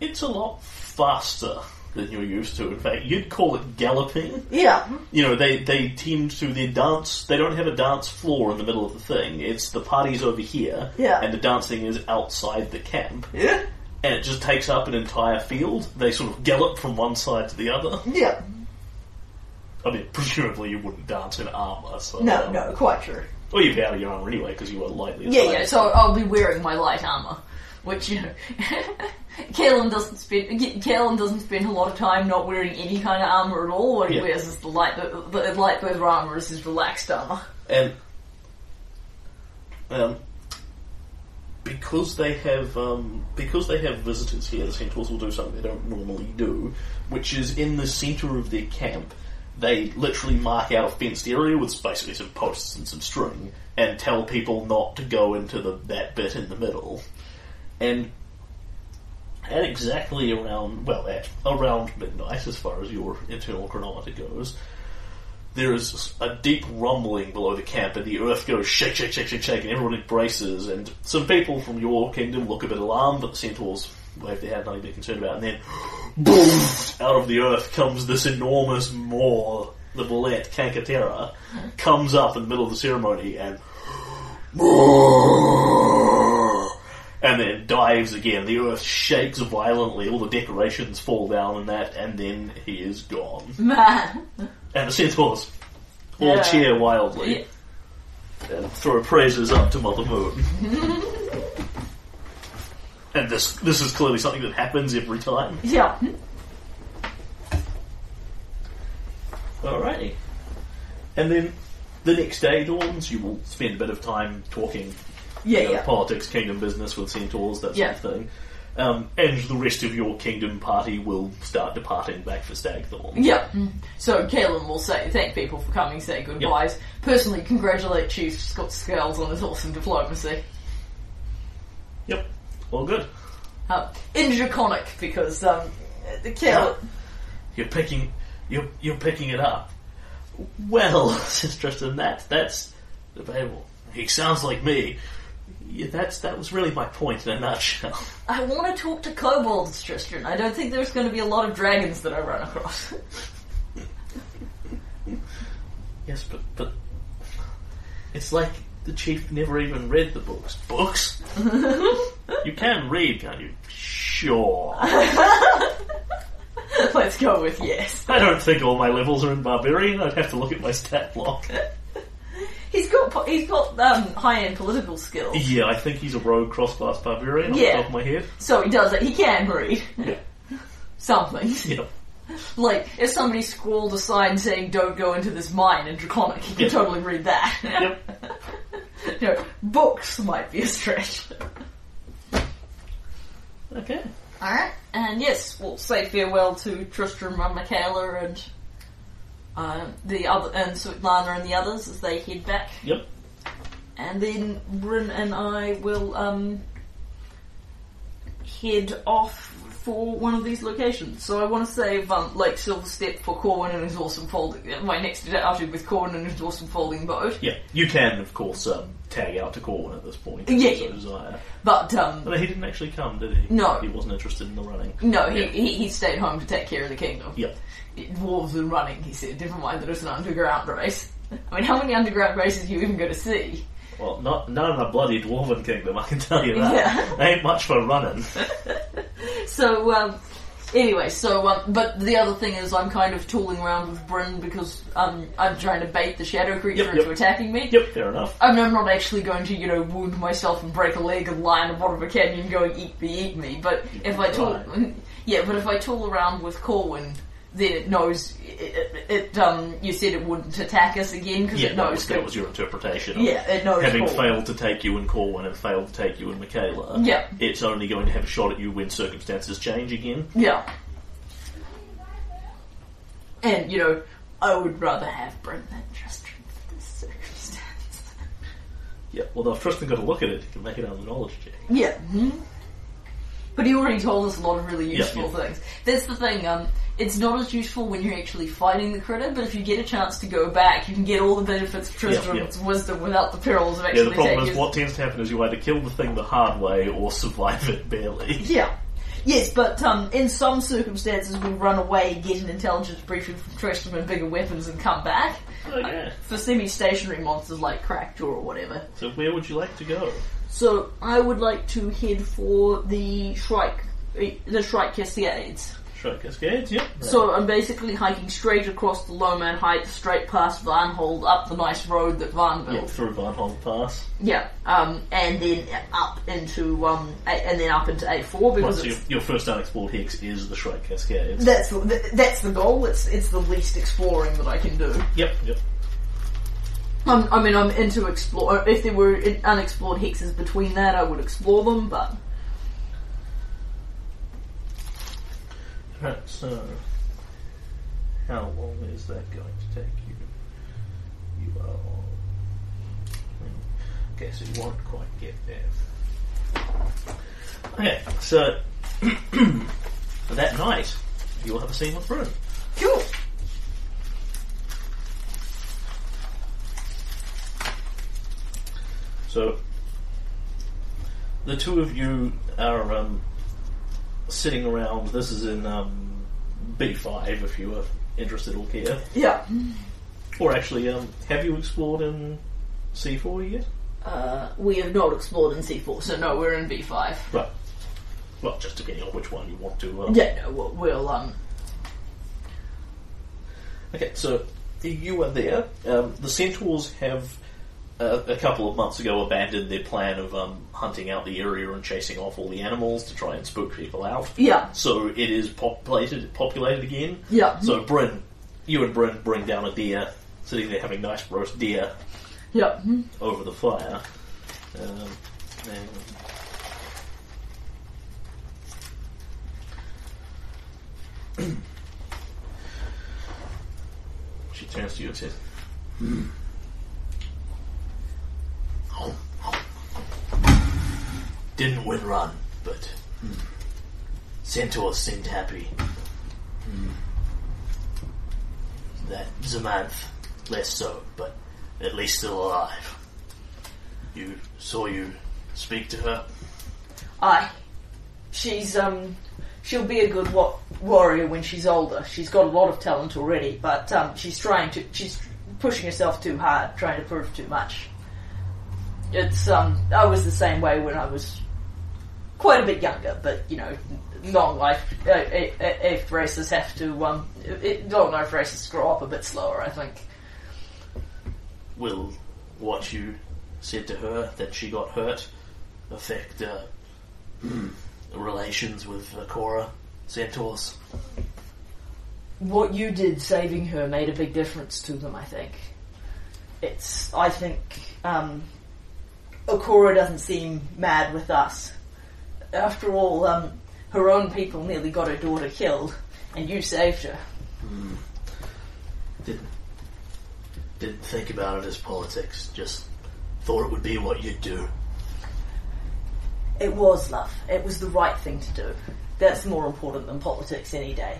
It's a lot faster than you're used to. In fact, you'd call it galloping.
Yeah,
You know, they, they tend to their dance. They don't have a dance floor in the middle of the thing. It's the party's over here,
Yeah.
and the dancing is outside the camp.
yeah,
And it just takes up an entire field. They sort of gallop from one side to the other. [laughs]
yeah.
I mean, presumably you wouldn't dance in armour, so.
No, no, quite true.
Well, you'd be out of your armour anyway, because you are lightly
Yeah,
attired.
yeah. So I'll be wearing my light armor, which you know, [laughs] Kaelin doesn't spend. Kaelin doesn't spend a lot of time not wearing any kind of armor at all. What he
Yeah.
wears is the light. The, the light weather armor is his relaxed armor.
And um, because they have um, because they have visitors here, the centaurs will do something they don't normally do, which is in the center of their camp. They literally mark out a fenced area with basically some posts and some string, and tell people not to go into the that bit in the middle. And at exactly around well, at around midnight, as far as your internal chronometer goes, there is a deep rumbling below the camp, and the earth goes shake, shake, shake, shake, shake, and everyone embraces. And some people from your kingdom look a bit alarmed, but the centaurs wave their hand, nothing to be concerned about. And then, boom! Out of the earth comes this enormous maw, the bullet Kankatera, comes up in the middle of the ceremony and. And then dives again. The earth shakes violently. All the decorations fall down, and that, and then he is gone
Man,
and the centaurs all
Yeah.
cheer wildly and throw praises up to Mother
[laughs]
Moon. and this this is clearly something that happens every time.
yeah. Hmm?
Alrighty. And then the next day dawns. You will spend a bit of time talking
Yeah,
you know,
yeah.
politics, kingdom business with centaurs, that sort
Yeah.
of thing. Um, and the rest of your kingdom party will start departing back for Stagthorn.
Yep. So Caelan will say thank people for coming, say goodbyes. Personally, congratulate Chief Scott Scales on his awesome diplomacy.
Yep, all good.
Uh, in Draconic, because um, the
Yeah.
Caelan.
You're picking, you're you're picking it up. Well, [laughs] says Tristan, that that's debatable. He sounds like me. Yeah, that's that was really my point in a nutshell. [laughs]
I want to talk to kobolds, Tristan. I don't think there's going to be a lot of dragons that I run across.
Yeah, Yes, but but it's like the chief never even read the books. [laughs] Books? you can read, can't you? Sure.
[laughs] Let's go with yes.
I don't think all my levels are in barbarian. I'd have to look at my stat [laughs] block.
He's got po- he's got um, high end political skills,
Yeah, I think he's a rogue cross-class barbarian off the
Yeah.
top of my head.
so he does it. He can read
Yeah.
[laughs] something.
Yeah.
Like if somebody scrawled a sign saying "Don't go into this mine" in Draconic, he can
Yep.
totally read that. you know, books might be a stretch.
Okay.
All right, and yes, we'll say farewell to Tristram and Michaela and uh, the other and Svetlana and the others as they head back,
Yep.
and then Bryn and I will um, head off for one of these locations. So I want to save um, like Silver Step for Corwin and his awesome folding. uh, My next outing with Corwin and his awesome folding boat,
Yeah. You can, of course, um, tag out to Corwin at this point.
Yeah,
if so
yeah.
desire.
but um,
But he didn't actually come, did he?
No. Mm.
He wasn't interested in the running.
no, he,
Yeah.
he he stayed home to take care of the kingdom.
Yeah.
dwarves are running, he said. Never mind that it's an underground race. I mean, how many underground races are you even going to see?
Well, not not in a bloody dwarven kingdom, I can tell you that. [laughs]
Yeah.
Ain't much for
[laughs]
running.
So, um, anyway, so, um, but the other thing is I'm kind of tooling around with Bryn because um, I'm trying to bait the shadow creature
Yep,
into
yep.
attacking me.
Yep, fair enough.
I mean, I'm not actually going to, you know, wound myself and break a leg and lie in the bottom of a canyon going, eat me, eat me. But if I tool,
Right.
[laughs] yeah, but if I tool around with Corwin, then it knows, it, it, it um, you said it wouldn't attack us again because
Yeah,
it
that
knows
was, that was your interpretation. Of
Yeah, uh, it knows
having
Corwin.
failed to take you in Corwin and failed to take you in Michaela.
Yeah.
It's only going to have a shot at you when circumstances change again.
Yeah. And, you know, I would rather have Brent than Tristram for
[laughs]
this circumstance.
Yeah. Although if Tristan got a look at it, he can make it another knowledge check.
yeah. mhm. But he already told us a lot of really
Yeah,
useful
yeah.
things. That's the thing, um, it's not as useful when you're actually fighting the critter, but if you get a chance to go back, you can get all the benefits of Tristram's wisdom without the perils of
Yeah,
actually
the problem
taking
is
his-
what tends to happen is you either kill the thing the hard way or [laughs] survive it barely.
Yeah. Yes, but um, in some circumstances we run away, get an intelligence briefing from Tristram and bigger weapons and come back. Uh,
Oh, yeah.
for semi-stationary monsters like Crackjaw or whatever.
So where would you like to go?
So I would like to head for the Shrike, eh, the Shrike Cascades.
Shrike Cascades, yep.
So I'm basically hiking straight across the Lowman Heights, straight past Varnhold, up the nice road that Varn
yeah,
built.
through Varnhold Pass.
Yeah, um, and then up into um, a, and then up into A4
Well,
because
so your,
it's,
your first unexplored hex is the Shrike Cascades.
that's the, th- that's the goal. It's it's the least exploring that I can do.
yep, yep.
I'm, I mean, I'm into explore. If there were in- unexplored hexes between that, I would explore them, but.
Right, so how long is that going to take you? You are hmm, okay, so you won't quite get there. Okay, so [clears throat] that night you'll have a scene with Bryn.
Cool.
So the two of you are um, sitting around. This is in um, B5 if you are interested or care.
Yeah.
Or actually, um, have you explored in C4 yet?
Uh, we have not explored in C4, so no, we're in B5.
Right. Well, just depending on which one you want to. Um,
Yeah, no, we'll, we'll um,
Okay, so you are there. Um, the Centaurs have uh, a couple of months ago abandoned their plan of um, hunting out the area and chasing off all the animals to try and spook people out.
yeah,
So it is populated, populated again.
yeah,
So Bryn, you and Bryn bring down a deer, sitting there having nice roast deer
yeah. mhm.
over the fire. Um, and she turns to you and says, "Hmm. Didn't win run, but hmm, centaurs seemed happy. Hmm. That Zamanth, less so, but at least still alive. You saw you speak to her.
Aye. She's, um, she'll be a good wa- warrior when she's older. She's got a lot of talent already, but, um, she's trying to, she's pushing yourself too hard, trying to prove too much. It's um, I was the same way when I was quite a bit younger, but you know, long life uh, i- i- if racers have to um, it, long life racers grow up a bit slower. I think.
Will what you said to her that she got hurt affect uh, [clears throat] relations with uh, Cora Santos?
what you did saving her made a big difference to them, I think. It's, I think, um, Okura doesn't seem mad with us. After all, um, her own people nearly got her daughter killed, and you saved her.
Didn't didn't think about it as politics. Just thought it would be what you'd do.
It was love. It was the right thing to do. That's more important than politics any day.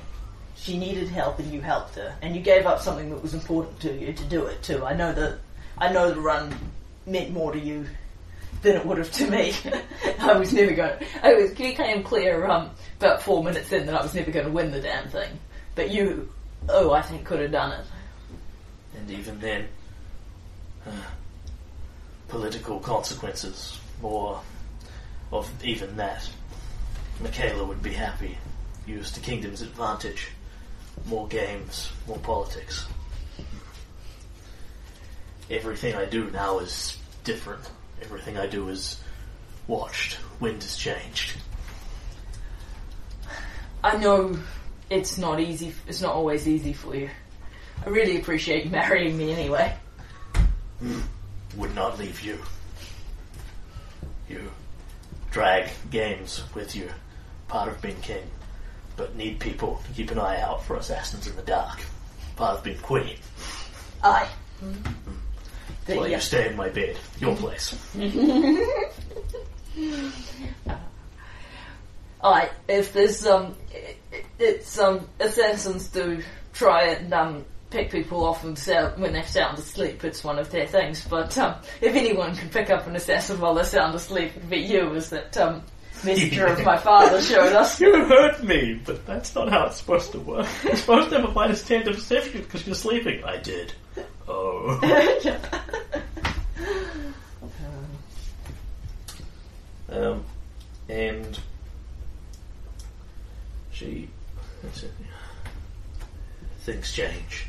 She needed help and you helped her. And you gave up something that was important to you to do it too. I know that I know the run meant more to you than it would have to me. [laughs] I was never going to I was became clear um about four minutes in that I was never gonna win the damn thing. But you oh I think could have done it.
And even then, uh, political consequences or of even that. Michaela would be happy. Use the kingdom's advantage. More games, more politics. Everything I do now is different. Everything I do is watched. Wind has changed.
I know it's not easy. It's not always easy for you. I really appreciate you marrying me anyway.
would not leave you. You drag games with you, part of being king, but need people to keep an eye out for assassins in the dark, part of being queen.
Aye. The,
While
yeah,
you stay in my bed, your place.
aye. If there's um, i- i- it's um, assassins do try and um pick people off and sound, when they're sound asleep. It's one of their things. But um, if anyone can pick up an assassin while they're sound asleep, it'd be you. Is that um, messenger of my father
[laughs]
showed us?
You hurt me, but that's not how it's supposed to work. You're supposed to have a minus 10 to perception because you're sleeping.
I did. Oh. Um, and she that's it. things change.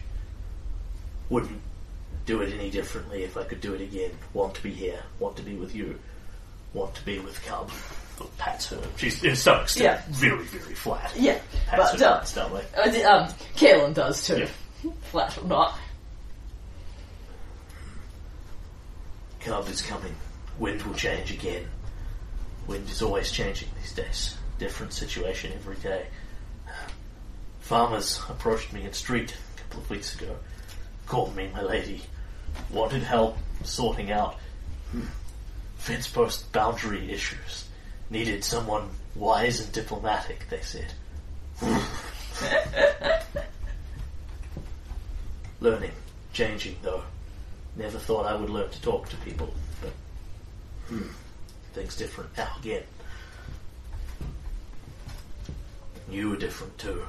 Wouldn't do it any differently if I could do it again. Want to be here. Want to be with you. Want to be with Cub. Look, Pat's her. She's in some extent
Yeah.
very, very flat.
yeah,
Pat's
but
her
um,
nuts that way.
uh, the- um, Kaelin does too.
Yeah.
Flat or not.
Cub is coming. Wind will change again. Wind is always changing these days. Different situation every day. Farmers approached me in street a couple of weeks ago. Called me my lady. Wanted help sorting out hmm, fence post boundary issues. Needed someone wise and diplomatic, they said. Learning, changing though. Never thought I would learn to talk to people, but hmm, things different now again. You were different too.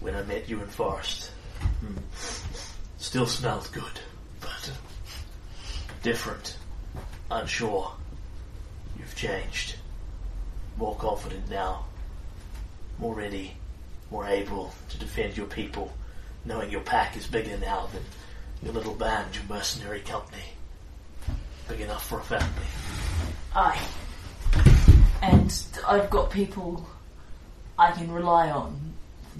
When I met you in Forest, hmm, still smelled good, but different, unsure. You've changed. More confident now. More ready, more able to defend your people, knowing your pack is bigger now than your little band, your mercenary company. Big enough for a family.
I. And I've got people I can rely on.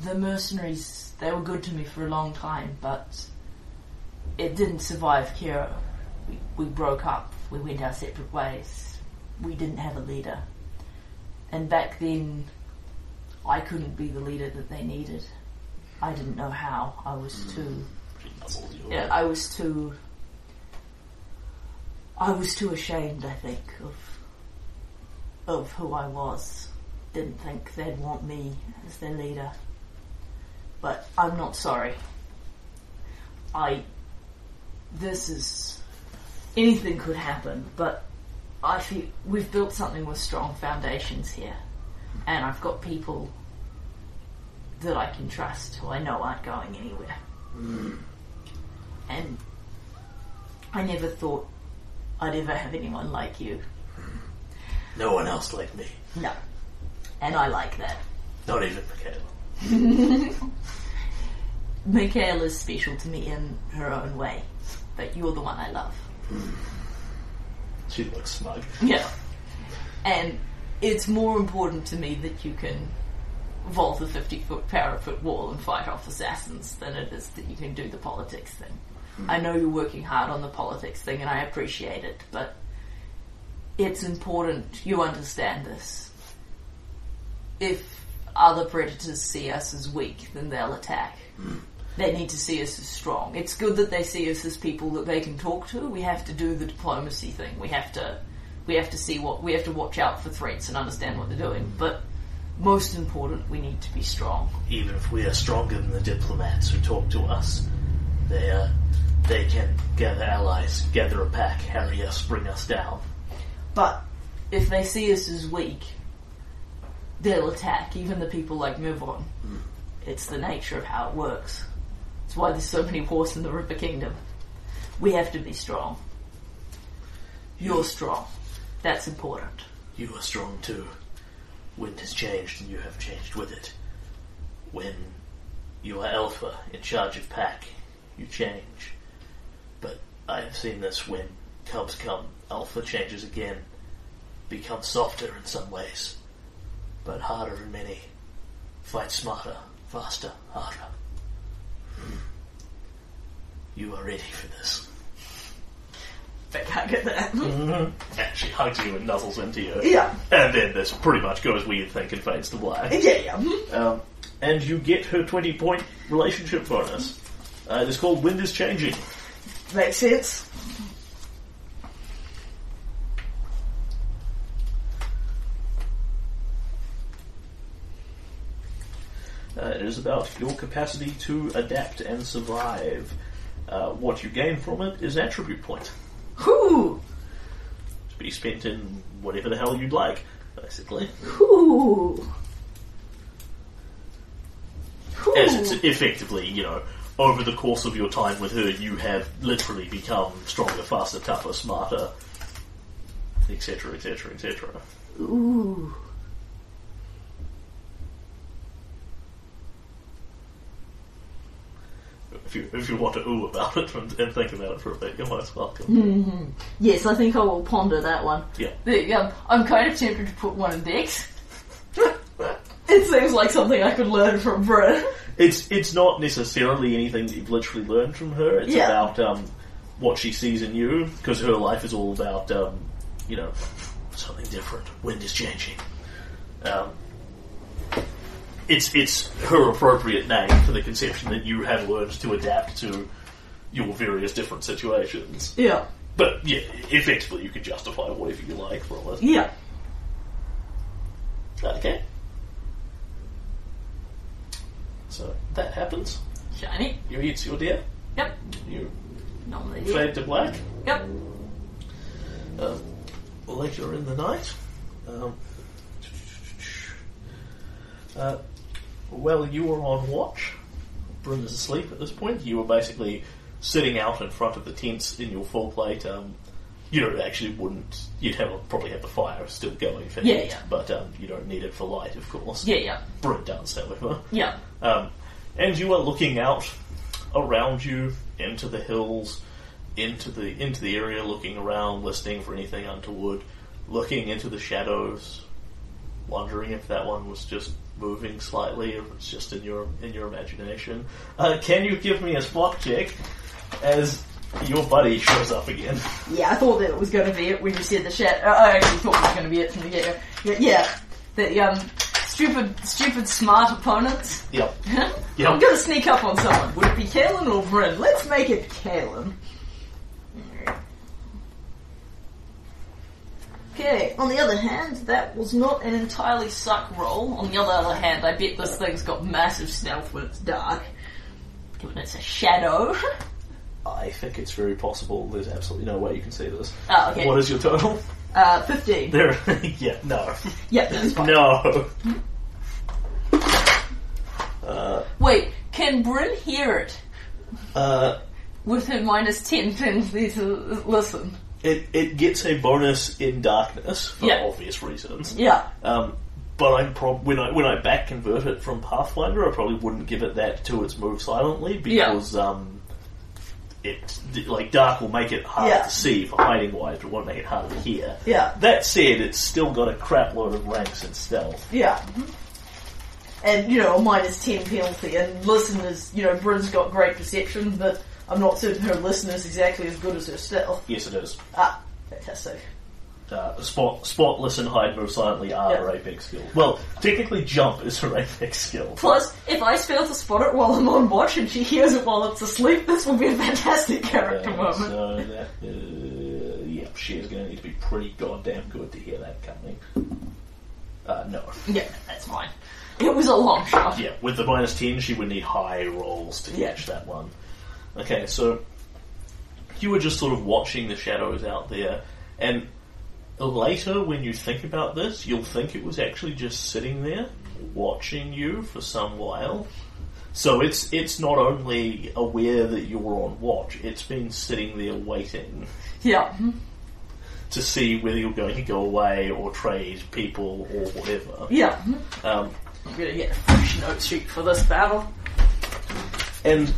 The mercenaries, they were good to me for a long time, but it didn't survive Kira. We, we broke up, we went our separate ways, we didn't have a leader. And back then, I couldn't be the leader that they needed. I didn't know how. I was too. Yeah, I was too. I was too ashamed, I think, of of who I was. Didn't think they'd want me as their leader. But I'm not sorry. I. This is. Anything could happen, but I feel we've built something with strong foundations here, and I've got people that I can trust who I know aren't going anywhere. and I never thought I'd ever have anyone like you.
No one else like me.
No. And I like that.
Not even Michaela.
Michaela is special to me in her own way, but you're the one I love.
She looks smug.
Yeah. And it's more important to me that you can vault a 50 foot parapet wall and fight off assassins than it is that you can do the politics thing. I know you're working hard on the politics thing and I appreciate it, but it's important you understand this. If other predators see us as weak, then they'll attack. They need to see us as strong. It's good that they see us as people that they can talk to. We have to do the diplomacy thing. We have to, we have to see what we have to watch out for threats and understand what they're doing. But most important, we need to be strong.
Even if we are stronger than the diplomats who talk to us, they uh, they can gather allies, gather a pack, harry us, bring us down.
But if they see us as weak, they'll attack. Even the people like Mivon. It's the nature of how it works. It's why there's so many wars in the Ripper Kingdom. We have to be strong. You're strong. That's important.
You are strong too. Wind has changed, and you have changed with it. When you are Alpha in charge of pack, you change. But I have seen this when Cubs come, Alpha changes again, becomes softer in some ways, but harder in many. Fight smarter, faster, harder. You are ready for this.
They can't get that.
And she hugs you and nuzzles into you.
yeah.
And then this pretty much goes where you think and fades to black.
Yeah, yeah.
Um, and you get her 20 point relationship bonus. Uh, it's called Wind is Changing.
Makes sense.
Uh, it is about your capacity to adapt and survive. Uh, what you gain from it is attribute point
Whoo!
to be spent in whatever the hell you'd like, basically.
Whoo!
As it's effectively, you know, over the course of your time with her, you have literally become stronger, faster, tougher, smarter, etc., etc., etc.
Ooh.
If you if you want to ooh about it and, and think about it for a bit, you're most welcome.
Yes, I think I will ponder that one.
Yeah.
The- um, I'm kind of tempted to put one in Dex. [laughs] it seems like something I could learn from Brit.
It's it's not necessarily anything that you've literally learned from her. It's
Yeah.
about um, what she sees in you because her life is all about um, you know something different. Wind is changing. Um, it's it's her appropriate name for the conception that you have learned to adapt to your various different situations.
Yeah.
But yeah, effectively you can justify whatever you like from it.
Yeah.
Okay. So that happens.
Shiny.
You eat your deer.
Yep.
You
Normally.
fade to black.
Yep.
Um, later in the night. Um, uh, well, you were on watch. Bryn is asleep at this point. You were basically sitting out in front of the tents in your full plate. Um, you don't actually wouldn't. You'd have probably have the fire still going for
Yeah,
heat,
yeah.
but um, you don't need it for light, of course.
Yeah, yeah.
Bryn does, however.
Yeah.
Um, and you are looking out around you into the hills, into the into the area, looking around, listening for anything untoward, looking into the shadows, wondering if that one was just moving slightly, or if it's just in your in your imagination. Uh, can you give me a spot check as your buddy shows up again? [laughs]
Yeah, I thought that it was going to be it when you said the shat. I actually thought it was going to be it from the get go. Yeah. The, um, stupid, stupid, smart opponents. [laughs]
yep.
I'm gonna sneak up on someone. Would it be Kalen or Bryn? Let's make it Kalen. Okay, on the other hand, that was not an entirely suck roll. On the other hand, I bet this thing's got massive stealth when it's dark. Given it's a shadow. [laughs]
I think it's very possible. There's absolutely no way you can see this.
Oh, okay.
What is your total? [laughs]
Uh, 15.
There. [laughs] yeah.
[laughs]
No.
Yeah, that is fine.
No.
Wait, can Bryn hear it?
Uh,
with her minus ten [laughs] pins, there's a listen.
It, it gets a bonus in darkness for
Yeah.
obvious reasons.
Yeah.
Um, but I prob- when I when I back convert it from Pathfinder, I probably wouldn't give it that to its move silently because um, it like dark will make it hard
Yeah.
to see for hiding wise, but won't make it hard to hear.
Yeah.
That said, it's still got a crap load of ranks in stealth.
Yeah. And, you know, a minus 10 penalty. And listeners, you know, Bryn's got great perception, but I'm not certain her listener's exactly as good as her still.
Yes, it is.
Ah, fantastic.
Uh, spot, spotless and hide move silently are
Yeah.
her apex skill. Well, technically, jump is her apex skill.
Plus, if I fail to spot it while I'm on watch and she hears it while it's asleep, this will be a fantastic character
Uh,
moment.
so that, uh, yep, she is going to need to be pretty goddamn good to hear that coming. Uh, no.
Yeah, that's fine. It was a long shot.
Yeah, with the minus 10, she would need high rolls to
Yeah.
catch that one. Okay, so you were just sort of watching the shadows out there, and later when you think about this, you'll think it was actually just sitting there watching you for some while. So it's it's not only aware that you were on watch, it's been sitting there waiting
Yeah. mhm.
to see whether you're going to go away or trade people or whatever.
Yeah. mhm.
Um,
I'm gonna get a fresh note sheet for this battle.
and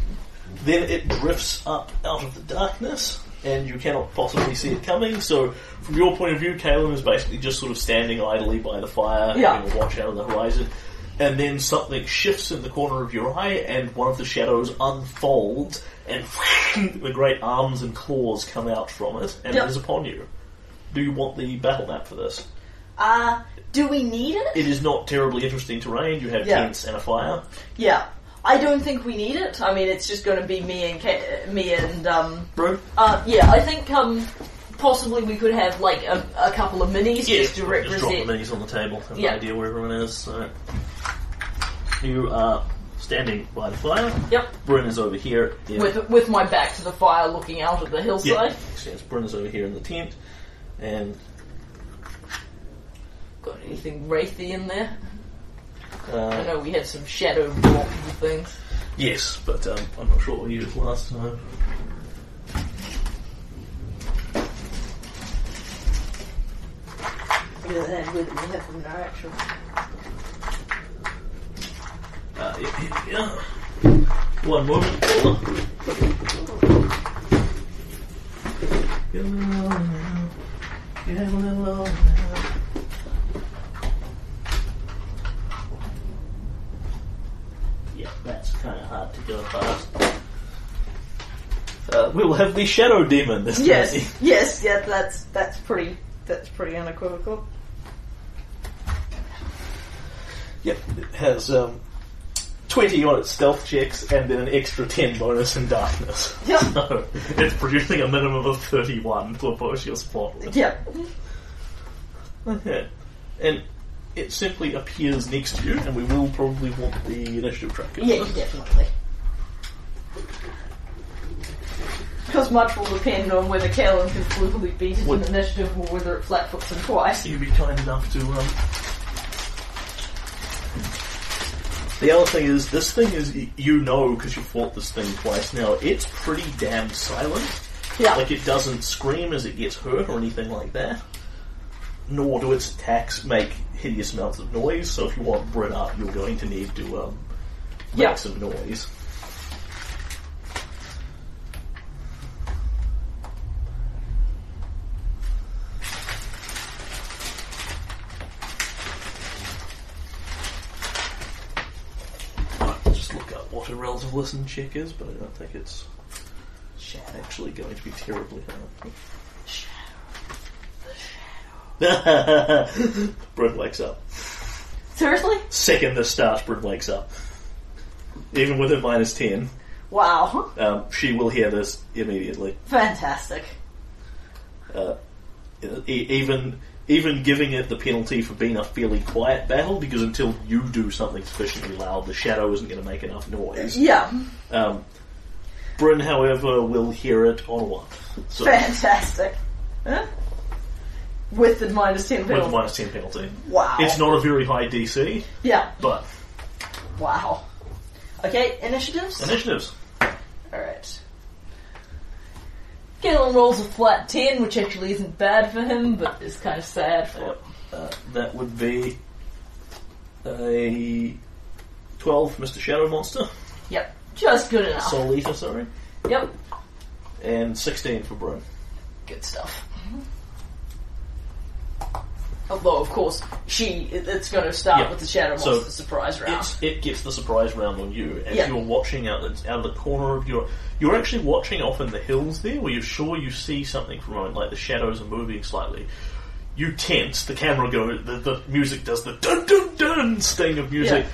then it drifts up out of the darkness, and you cannot possibly see it coming. So, from your point of view, Kalen is basically just sort of standing idly by the fire,
Yeah.
having a watch out of the horizon. And then something shifts in the corner of your eye, and one of the shadows unfolds, and [laughs] the great arms and claws come out from it, and
Yeah.
it is upon you. Do you want the battle map for this?
Uh, do we need it?
It is not terribly interesting terrain. You have
Yeah.
tents and a fire.
Yeah. I don't think we need it. I mean, it's just gonna be me and Ka- me and, um,
Bro,
Uh, yeah, I think um, possibly we could have like a, a couple of minis just to
just drop the
represent.
minis on the table. Have
Yeah.
no idea where everyone is. So. You are standing by the fire.
Yep,
Bryn is over here. in-
with with my back to the fire, looking out at the hillside.
yeah. Yes, Bryn is over here in the tent, and
Got anything wraithy in there? I
uh,
know we have some shadow walking things.
yes, but um, I'm not sure what we used last time.
Yeah, that would we have from our actual.
Uh, yeah, yeah, yeah. One moment. Hold on. Get a little lower now. Get a little lower now. Yeah, that's kind of hard to go past. Uh, we'll have the shadow demon this time.
Yes, yes, yeah. That's that's pretty. That's pretty unequivocal.
[laughs] Yep, it has um, 20 on its stealth checks and then an extra 10 bonus in darkness.
Yep.
So [laughs] it's producing a minimum of 31 to oppose your spot. with.
Yeah,
Okay. And it simply appears next to you, and we will probably want the initiative tracker.
yeah, definitely. Because much will depend on whether Kalen can brutally beat it in
Would-
initiative or whether it flatfoots him twice.
You'd be kind enough to. Um... The other thing is, this thing is, y- you know, because you fought this thing twice now, it's pretty damn silent.
Yeah.
Like it doesn't scream as it gets hurt or anything like that. Nor do its attacks make hideous amounts of noise. So if you want Brit up, you're going to need to um, make
Yeah.
some noise. I'll just look up what a relative listen check is, but I don't think it's
Shadow.
actually going to be terribly hard.
Shadow.
[laughs] Bryn wakes up.
Seriously?
Second this starts, Bryn wakes up. Even with a minus 10,
Wow.
um, she will hear this immediately.
Fantastic.
E- even even giving it the penalty for being a fairly quiet battle, because until you do something sufficiently loud, the shadow isn't going to make enough noise.
Yeah.
Um, Bryn, however, will hear it on a one. So, with
Fantastic. Huh? With the minus 10
a
penalty.
minus 10 penalty.
Wow.
It's not a very high DC,
Yeah.
but
Wow. Okay, initiatives?
initiatives.
Alright. Galen rolls a flat 10, which actually isn't bad for him, but is kind of sad for.
Yep.
Uh,
That would be a 12 Mr. Shadow Monster.
Yep. Just good enough.
Soul Ether, sorry.
yep.
And 16 for Bro.
Good stuff.
Mm-hmm.
Although, of course, she it- it's going to start
Yeah.
with the Shadow
So,
Monster surprise round.
It's, it gets the surprise round on you as
Yeah.
you're watching out the, out of the corner of your. You're actually watching off in the hills there, where you're sure you see something from around, like the shadows are moving slightly. You tense. The camera go. The, the music does the dun dun dun sting of music,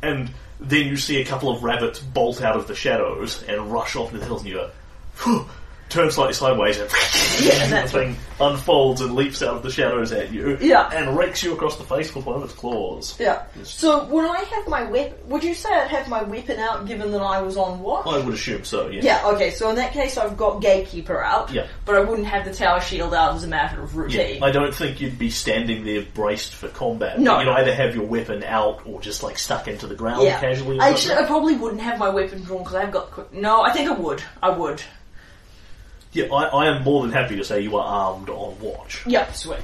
and then you see a couple of rabbits bolt out of the shadows and rush off into the hills, and you go, Phew, turn slightly sideways, and [laughs]
Yeah, that's
thing unfolds and leaps out of the shadows at you,
Yeah.
and rakes you across the face with one of its claws.
Yeah. So would I have my weapon? Would you say I'd have my weapon out given that I was on watch?
I would assume so. Yeah.
yeah. Okay. So in that case, I've got Gatekeeper out.
Yeah.
But I wouldn't have the Tower Shield out as a matter of routine.
Yeah, I don't think you'd be standing there braced for combat.
No.
You'd either have your weapon out or just like stuck into the ground
Yeah.
casually. Or
I Actually,
something.
I probably wouldn't have my weapon drawn because I've got. Quick- no, I think I would. I would.
yeah, I, I am more than happy to say you are armed on watch.
Yep. Sweet.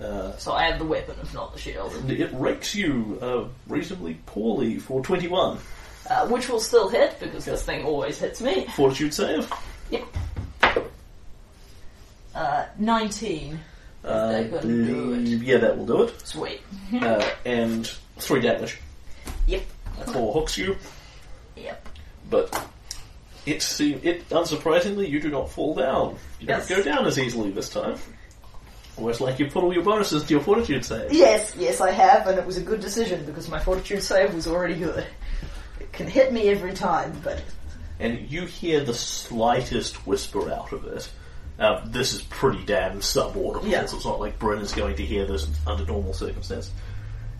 Uh,
So I have the weapon, if not the shield,
it rakes you uh, reasonably poorly for 21.
uh, which will still hit because this thing always hits me.
Fortitude save.
Yep. Uh, Nineteen.
Uh,
that gonna do it? Mm-hmm.
Yeah, that will do it.
Sweet.
Uh, and 3 damage.
Yep.
A claw hooks you,
Yep.
but it, seem, it unsurprisingly, you do not fall down. You
Yes.
don't go down as easily this time. Almost like you put all your bonuses to your fortitude save.
Yes, yes, I have, and it was a good decision because my fortitude save was already good. It can hit me every time, but
and you hear the slightest whisper out of it. Um, this is pretty damn subaudible,
Yeah.
so it's not like Bryn is going to hear this under normal circumstances.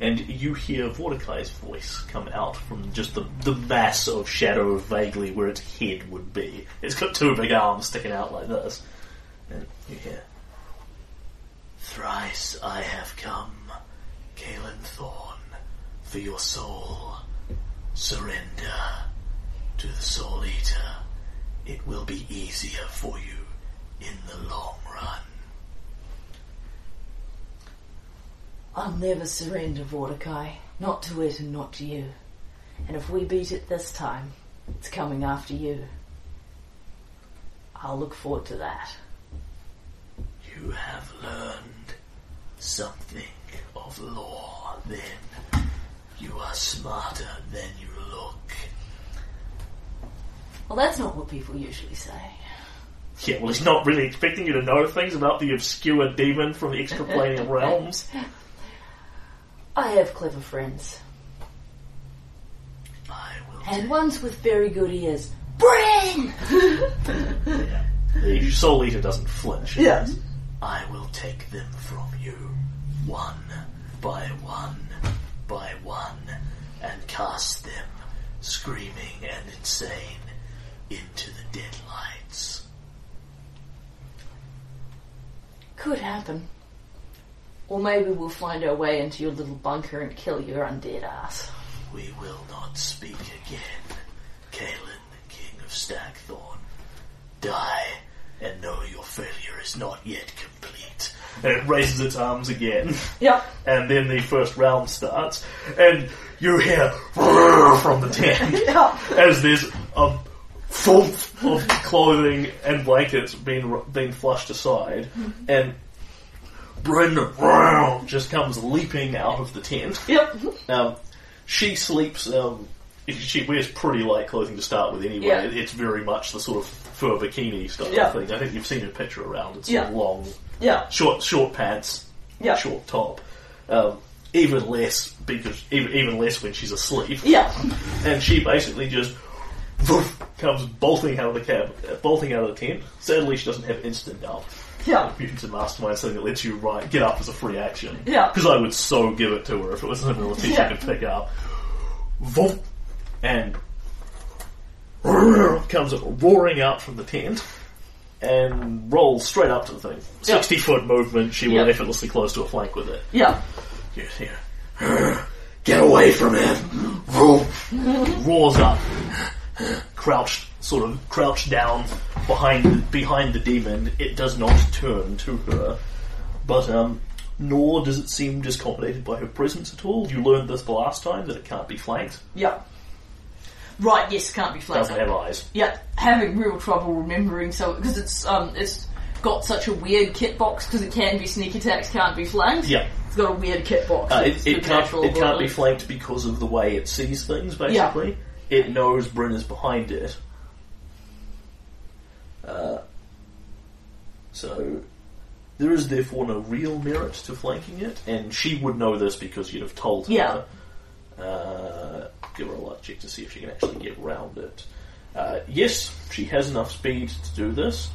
And you hear Vordecai's voice come out from just the, the mass of shadow vaguely where its head would be. It's got two big arms sticking out like this. And you hear, Thrice I have come, Galen Thorn, for your soul. Surrender to the Soul Eater, it will be easier for you in the long run.
I'll never surrender, Vordecai. Not to it and not to you. And if we beat it this time, it's coming after you. I'll look forward to that.
You have learned something of law, then. You are smarter than you look.
Well, that's not what people usually say.
Yeah, well, he's not really expecting you to know things about the obscure demon from the extraplanial realms.
I have clever friends,
I will.
and ones with very good ears. Brain!
The Soul Eater doesn't flinch.
Yes.
I will take them from you, one by one by one, and cast them, screaming and insane, into the deadlights.
Could happen. Or maybe we'll find our way into your little bunker and kill your undead ass.
We will not speak again. Caelan, King of Stagthorn, die and know your failure is not yet complete. And it raises its arms again.
Yep.
and then the first round starts, and you hear [laughs] from the
[laughs]
tent
Yeah.
as there's a thump of clothing and blankets being being flushed aside, and Brenda just comes leaping out of the tent.
Yep.
Um, she sleeps. Um, she wears pretty light clothing to start with, anyway.
Yeah.
It's very much the sort of fur bikini style
Yeah.
thing. I think you've seen her picture around. It's
Yeah.
long,
Yeah.
short, short pants,
Yeah.
short top. Um, even less because even, even less when she's asleep.
Yeah.
And she basically just comes bolting out of the cab, uh, bolting out of the tent. Sadly, she doesn't have instant up.
Yeah.
Mutants and Mastermind something that lets you right get up as a free action.
Yeah.
Because I would so give it to her if it was an ability
Yeah.
she could pick up. Vroom. and [laughs] comes roaring out from the tent and rolls straight up to the thing.
Yeah.
Sixty foot movement. She will
Yeah.
effortlessly close to a flank with it.
Yeah.
You hear, Get away from him! Vroom. Roars up, crouched, sort of crouched down behind behind the demon. It does not turn to her, but um, nor does it seem discombobulated by her presence at all. You learned this the last time that it can't be flanked.
Yeah. Right, yes, can't be flanked.
Doesn't have eyes.
Yeah, having real trouble remembering so because it's um it's got such a weird kit box because it can be sneak attacks, can't be flanked.
Yeah.
It's got a weird kit box.
Uh,
It's
it, it can't,
supernatural
it can't be
ability.
flanked because of the way it sees things, basically. It knows Bryn is behind it. Uh, so, there is therefore no real merit to flanking it, and she would know this because you'd have told
Yeah.
her. Uh, give her a luck check to see if she can actually get round it. Uh, yes, she has enough speed to do this,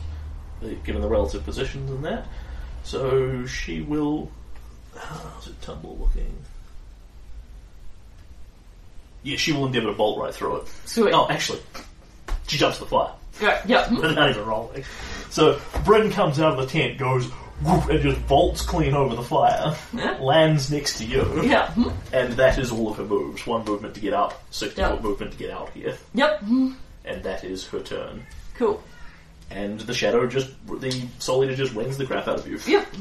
uh, given the relative positions and that. So she will. How's it tumble looking? Yeah, she will endeavour to bolt right through it.
Sweet.
Oh, actually, she jumps the fire [laughs]
Yeah, yeah. hmm.
without even rolling. So Bryn comes out of the tent, goes whoop, and just bolts clean over the fire, lands next to you,
Yeah. hmm.
and that is all of her moves. One movement to get up, sixty
Yeah.
foot movement to get out here,
Yep. hmm.
and that is her turn.
Cool.
And the shadow just, the soul eater just wins the crap out of you.
Yep.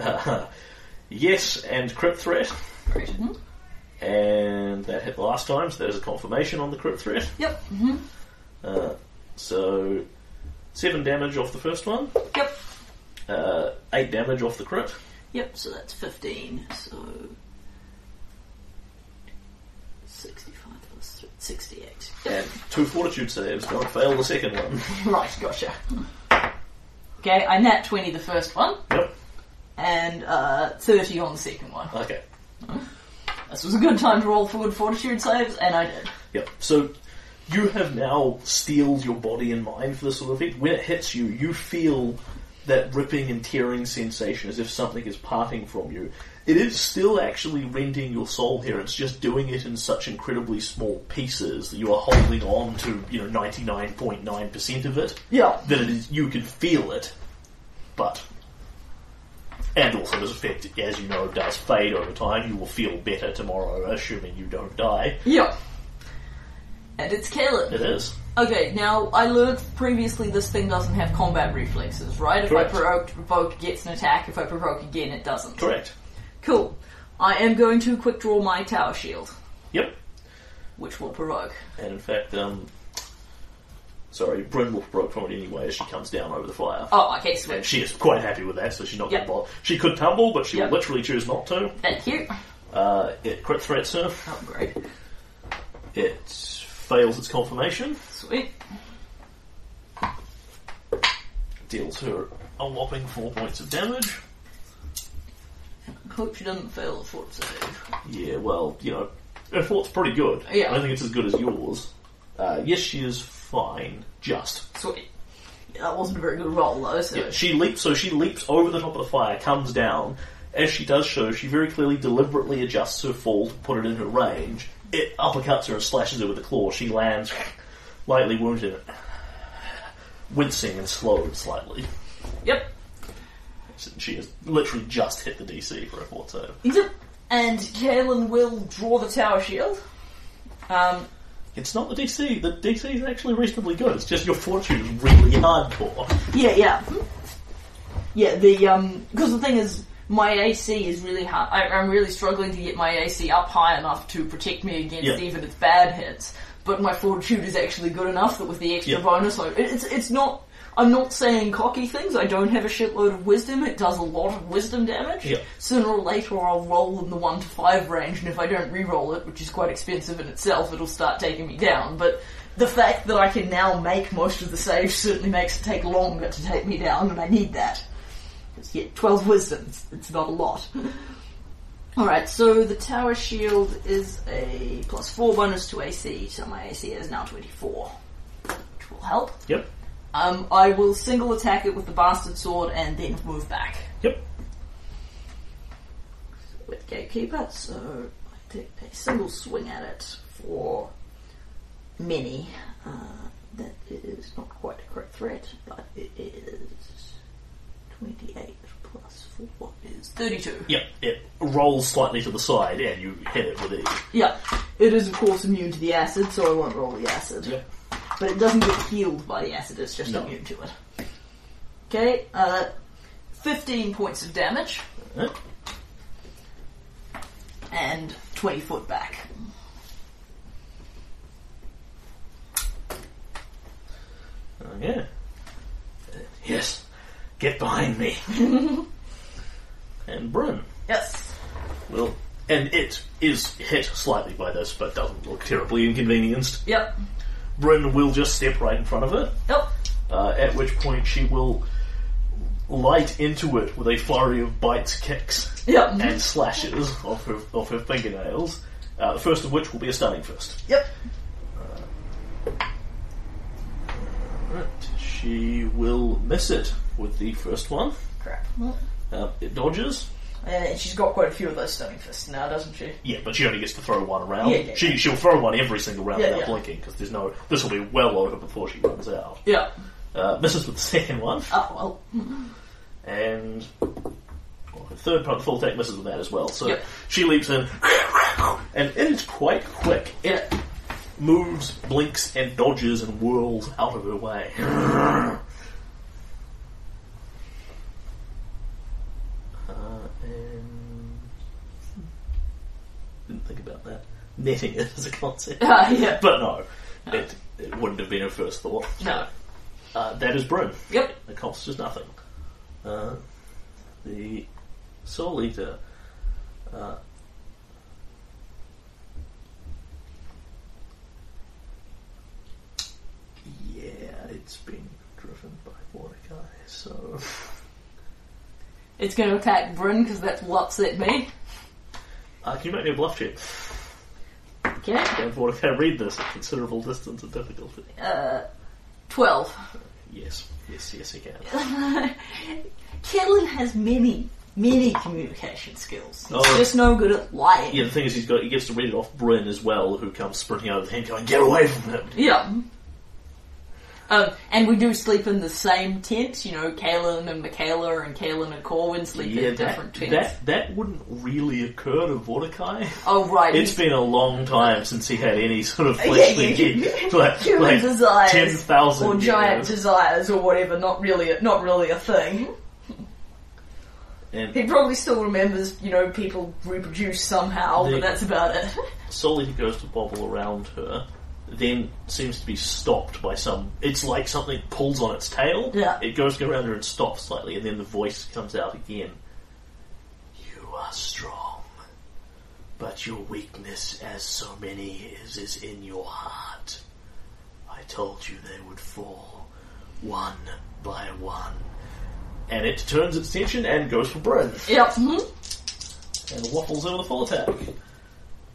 hmm.
yes, and crit threat.
Great. hmm.
And that hit the last time, so there's a confirmation on the crit threat.
Yep. hmm.
Uh, so, 7 damage off the first one,
Yep.
uh, 8 damage off the crit,
Yep. So that's fifteen. So sixty-five plus three, sixty-eight. Yep.
and 2 fortitude saves. Don't fail the second one.
[laughs]
[laughs]
Right. Gotcha. Okay, I nat twenty the first one
yep,
and uh, thirty on the second one.
okay.
This was a good time to roll for good fortitude saves, and I did.
Yep, so you have now steeled your body and mind for this sort of thing. When it hits you, you feel that ripping and tearing sensation as if something is parting from you. It is still actually rending your soul here. It's just doing it in such incredibly small pieces that you are holding on to, you know, ninety nine point nine percent of it.
Yeah.
That it is you can feel it, but and also this effect, as you know, does fade over time. You will feel better tomorrow, assuming you don't die.
Yeah. And it's Caleb.
It is.
Okay, now I learned previously this thing doesn't have combat reflexes, right? If
Correct.
I provoke, provoke, it gets an attack. If I provoke again, it doesn't.
Correct.
Cool. I am going to quick draw my tower shield,
Yep.
which will provoke.
And in fact, um, sorry, Bryn will broke from it anyway as she comes down over the fire.
Oh, okay,
And
switch.
she is quite happy with that, so she's not
Yep.
going to bother. She could tumble, but she
Yep.
will literally choose not to.
Thank you.
Uh, it crit threats her.
Oh, great.
It fails its confirmation.
Sweet.
Deals her a whopping four points of damage.
Hope she doesn't fail the fort save.
Yeah, well, you know, her thought's pretty good.
Yeah.
I don't think it's as good as yours. Uh, yes, she is fine. Just.
Sweet. Yeah, that wasn't a very good roll, though, so...
Yeah, she leaps, so she leaps over the top of the fire, comes down. As she does so, she very clearly deliberately adjusts her fall to put it in her range. It uppercuts her and slashes her with a claw. She lands lightly wounded, wincing and slowed slightly.
Yep.
She has literally just hit the DC for a fort save.
Yep. And Kaelin will draw the tower shield. Um,
It's not the DC. The DC is actually reasonably good. It's just your fortune is really hardcore.
yeah, yeah. Yeah, the, um, because the thing is, my AC is really hard. I, I'm really struggling to get my AC up high enough to protect me against
Yeah.
even its bad hits. But my fortitude is actually good enough that with the extra
Yeah.
bonus, I, it- it's, it's not, I'm not saying cocky things. I don't have a shitload of wisdom. It does a lot of wisdom damage.
Yeah.
Sooner or later, I'll roll in the 1 to 5 range, and if I don't re-roll it, which is quite expensive in itself, it'll start taking me down. But the fact that I can now make most of the saves certainly makes it take longer to take me down, and I need that. It's yet 12 wisdoms. It's not a lot. [laughs] Alright, so the tower shield is a plus 4 bonus to AC, so my AC is now 24. Which will help.
Yep.
Um, I will single attack it with the bastard sword and then move back
Yep.
with Gatekeeper, so I take a single swing at it for many. Uh, that is not quite a correct threat, but it is 28 plus 4 is 32.
Yep. It rolls slightly to the side, and you hit it with ease.
Yeah, It is, of course, immune to the acid, so I won't roll the acid.
Yeah.
But it doesn't get healed by the acid, it's just
No.
immune to it. Okay, uh, 15 points of damage
Huh?
and 20 foot back.
Oh, yeah. Yes. Get behind [laughs] me. and Bryn
Yes.
will. And it is hit slightly by this, but doesn't look terribly inconvenienced.
Yep.
Bryn will just step right in front of it,
Nope.
uh, at which point she will light into it with a flurry of bites, kicks,
Yep. Mm-hmm.
and slashes off her, off her fingernails. Uh, the first of which will be a stunning fist.
Yep.
Right. She will miss it with the first one.
Crap.
Uh, it dodges.
And she's got quite a few of those stunning fists now, doesn't she?
Yeah, but she only gets to throw one around.
Yeah, yeah,
she
yeah.
she'll throw one every single round
Yeah,
without
yeah.
blinking because there's no. This will be well over before she runs out.
Yep.
Uh, misses with the second one
Oh, well.
and well, the third part, the full attack misses with that as well. So
Yep.
she leaps in, and it is quite quick. It
Yeah. [laughs]
moves, blinks, and dodges and whirls out of her way. Uh, and didn't think about that. Netting it as a concept.
Ah, yeah.
[laughs] But no, it, it wouldn't have been her first thought.
No.
Uh, that is Bryn.
Yep.
The cost is nothing. Uh, the Soul Eater. Uh, yeah, it's been driven by Mordecai, so.
It's going to attack Bryn because that's will upset me.
Uh, can you make me a bluff check?
Okay.
Can Mordecai read this at considerable distance and difficulty?
Uh, 12.
Yes, yes, yes, he can.
Kellen has many, many communication skills. He's
Oh.
just no good at lying.
Yeah, the thing is, he's got he gets to read it off Bryn as well, who comes sprinting out of the hand, going, "Get away from him!"
Yeah. Um, and we do sleep in the same tent, you know, Kaelin and Michaela and Kaelin and Corwin sleep
Yeah,
in different
that,
tents.
that that wouldn't really occur to Mordecai.
oh, right.
It's
he's-
been a long time since he had any sort of fleshly
[laughs] yeah, yeah.
gig, [laughs] like,
Human
like
desires.
ten thousand
or giant
years.
desires or whatever, not really, not really a thing.
And
He probably still remembers, you know, people reproduce somehow,
The-
but that's about it.
slowly he goes to bobble around her, then seems to be stopped by some. It's like something pulls on its tail.
Yeah.
It goes around her and stops slightly, and then the voice comes out again. You are strong, but your weakness, as so many is, is in your heart. I told you they would fall, one by one. And it turns its attention and goes for Bryn,
[laughs] yep. mhm,
and waffles over the full attack.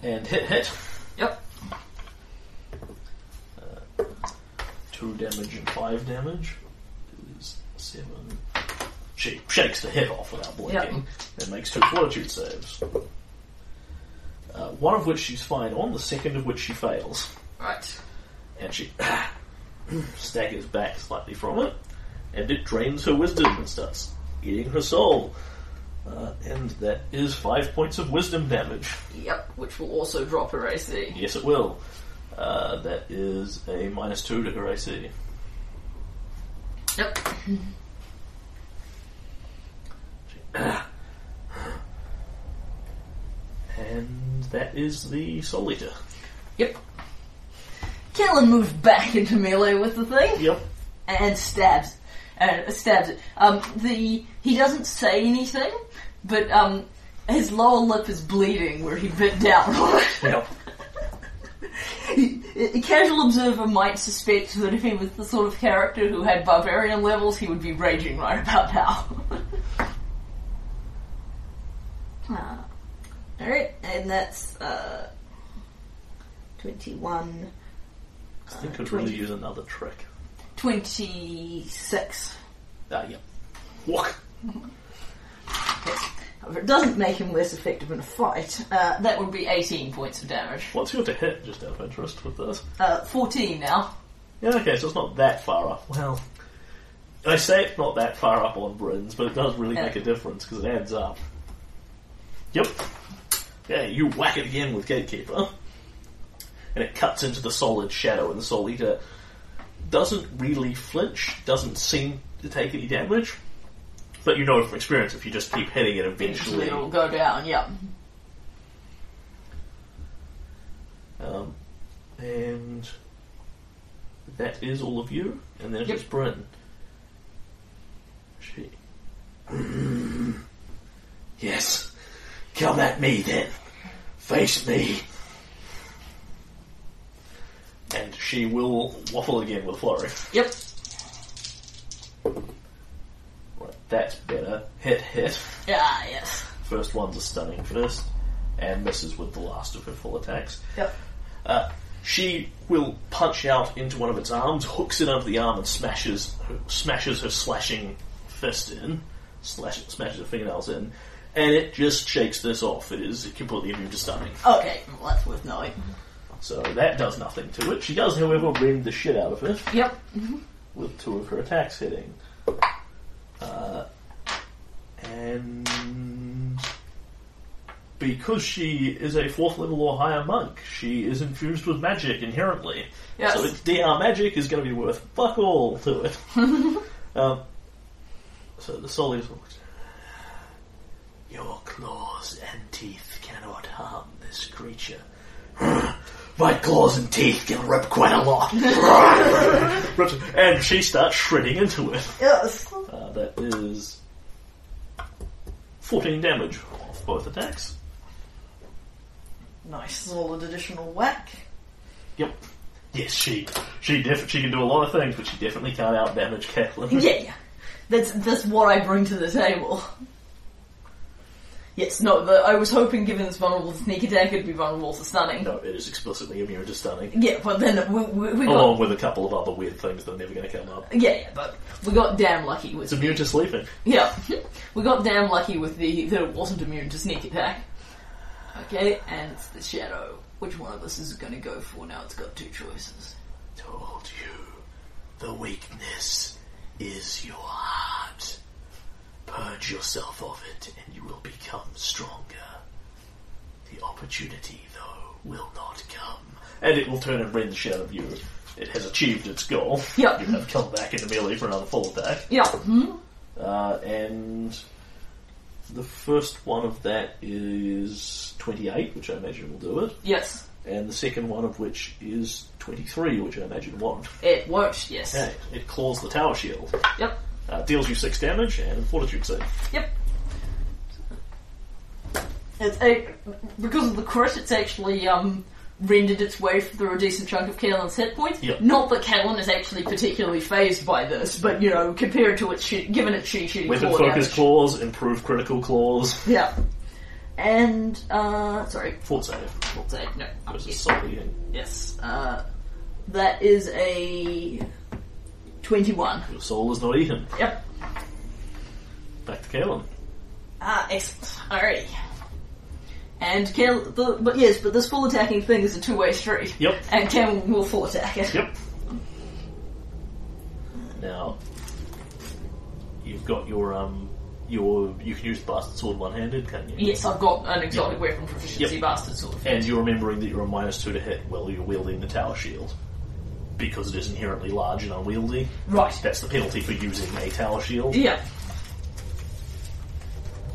And hit, hit.
Yep.
two damage and five damage is seven. She shakes the head off without blinking and makes two fortitude saves. Uh, one of which she's fine on, the second of which she fails.
Right.
And she [coughs] staggers back slightly from it, and it drains her wisdom and starts eating her soul. Uh, and that is five points of wisdom damage.
Yep. Which will also drop her AC.
Yes, it will. Uh, that is a minus two to her AC.
Yep.
And that is the Soul Eater.
Yep. Kellen moves back [laughs] into melee with the thing.
Yep.
and stabs and stabs it. Um, the he doesn't say anything, but um, his lower lip is bleeding where he bit down on it. [laughs]
Yep.
A casual observer might suspect that if he was the sort of character who had barbarian levels, he would be raging right about now. [laughs] Ah. Alright, and that's uh, 21,
They could really
Twenty.
use another trick.
26.
Ah, yep. Walk.
However, it doesn't make him less effective in a fight. Uh, that would be 18 points of damage.
What's your to hit, just out of interest, with this?
Uh, 14 now.
Yeah, okay, so it's not that far up. Well, I say it's not that far up on Brins, but it does really
Yeah.
make a difference because it adds up. Yep. Yeah, you whack it again with Gatekeeper. and it cuts into the solid shadow, and the Soul Eater doesn't really flinch, doesn't seem to take any damage. But you know from experience, if you just keep hitting it, eventually.
It'll go down, yeah.
Um, and that is all of you, and then
Yep.
it's Bryn. She. [clears throat] yes, come at me then. Face me. And she will waffle again with flurry.
Yep.
Right, that's better. Hit, hit.
Ah, yes.
First one's a stunning fist, and misses with the last of her full attacks.
Yep.
She will punch out into one of its arms, hooks it under the arm, and smashes smashes her slashing fist in, slash, smashes her fingernails in, and it just shakes this off. It is completely immune to stunning,
Okay, well, that's worth knowing.
so that does nothing to it. She does, however, rend the shit out of it
Yep.
with two of her attacks hitting, uh, and because she is a fourth level or higher monk, she is infused with magic inherently.
Yes.
So its DR magic is going to be worth fuck all to it. um, so the soul is. Your claws and teeth cannot harm this creature. [sighs] My claws and teeth can rip quite a lot. Rips- and she starts shredding into it.
Yes.
Uh, that is 14 damage off both attacks.
Nice solid additional whack.
Yep. Yes, she she def- she can do a lot of things, but she definitely can't out damage Catelyn.
Yeah, yeah. That's that's what I bring to the table. Yes, no, the, I was hoping given it's vulnerable to sneak attack, it'd be vulnerable to
[laughs]
stunning.
No, it is explicitly immune to stunning,
Yeah, but then we, we, we got.
along with a couple of other weird things that are never going to come up.
Yeah, yeah, but we got damn lucky with
It's immune to sleeping.
Yeah, we got damn lucky with the that it wasn't immune to sneak attack. Okay, and it's the shadow. Which one of us is it going to go for now? It's got two choices.
Told you, the weakness is your heart. Purge yourself of it, and you will become stronger. The opportunity, though, will not come. And it will turn and rend the shadow of you. It has achieved its goal.
Yep.
You have come back into melee for another full attack.
Yeah, hmm?
Uh, and the first one of that is 28, which I imagine will do it.
yes,
And the second one of which is 23, which I imagine won't.
it worked. Yes,
Okay, it claws the tower shield.
yep,
Uh, deals you 6 damage and fortitude save.
yep. It's a, because of the crit. It's actually um, rendered its way through a decent chunk of Kaelin's hit points.
Yep.
Not that Kaelin is actually particularly phased by this, but you know, compared to its she, given its she shooting
Weapon
claw
focus
damage.
claws, improve critical claws.
Yeah. And, uh, sorry,
Fort save.
we'll take, no, up
Versus
here.
soul eating.
yes, uh, that is a 21.
Your soul is not eaten.
Yep.
Back to Kalen.
Ah, excellent. Alrighty. And Kel, the, but yes, but this full attacking thing is a two-way street.
Yep.
And Kel will full attack it.
Yep. Now, you've got your, um, your, you can use Bastard Sword one-handed, can't you?
Yes, I've got an exotic weapon proficiency
Yep.
bastard sort of.
And you're remembering that you're a minus two to hit while you're wielding the tower shield. Because it is inherently large and unwieldy.
Right.
That's the penalty for using a tower shield.
Yeah.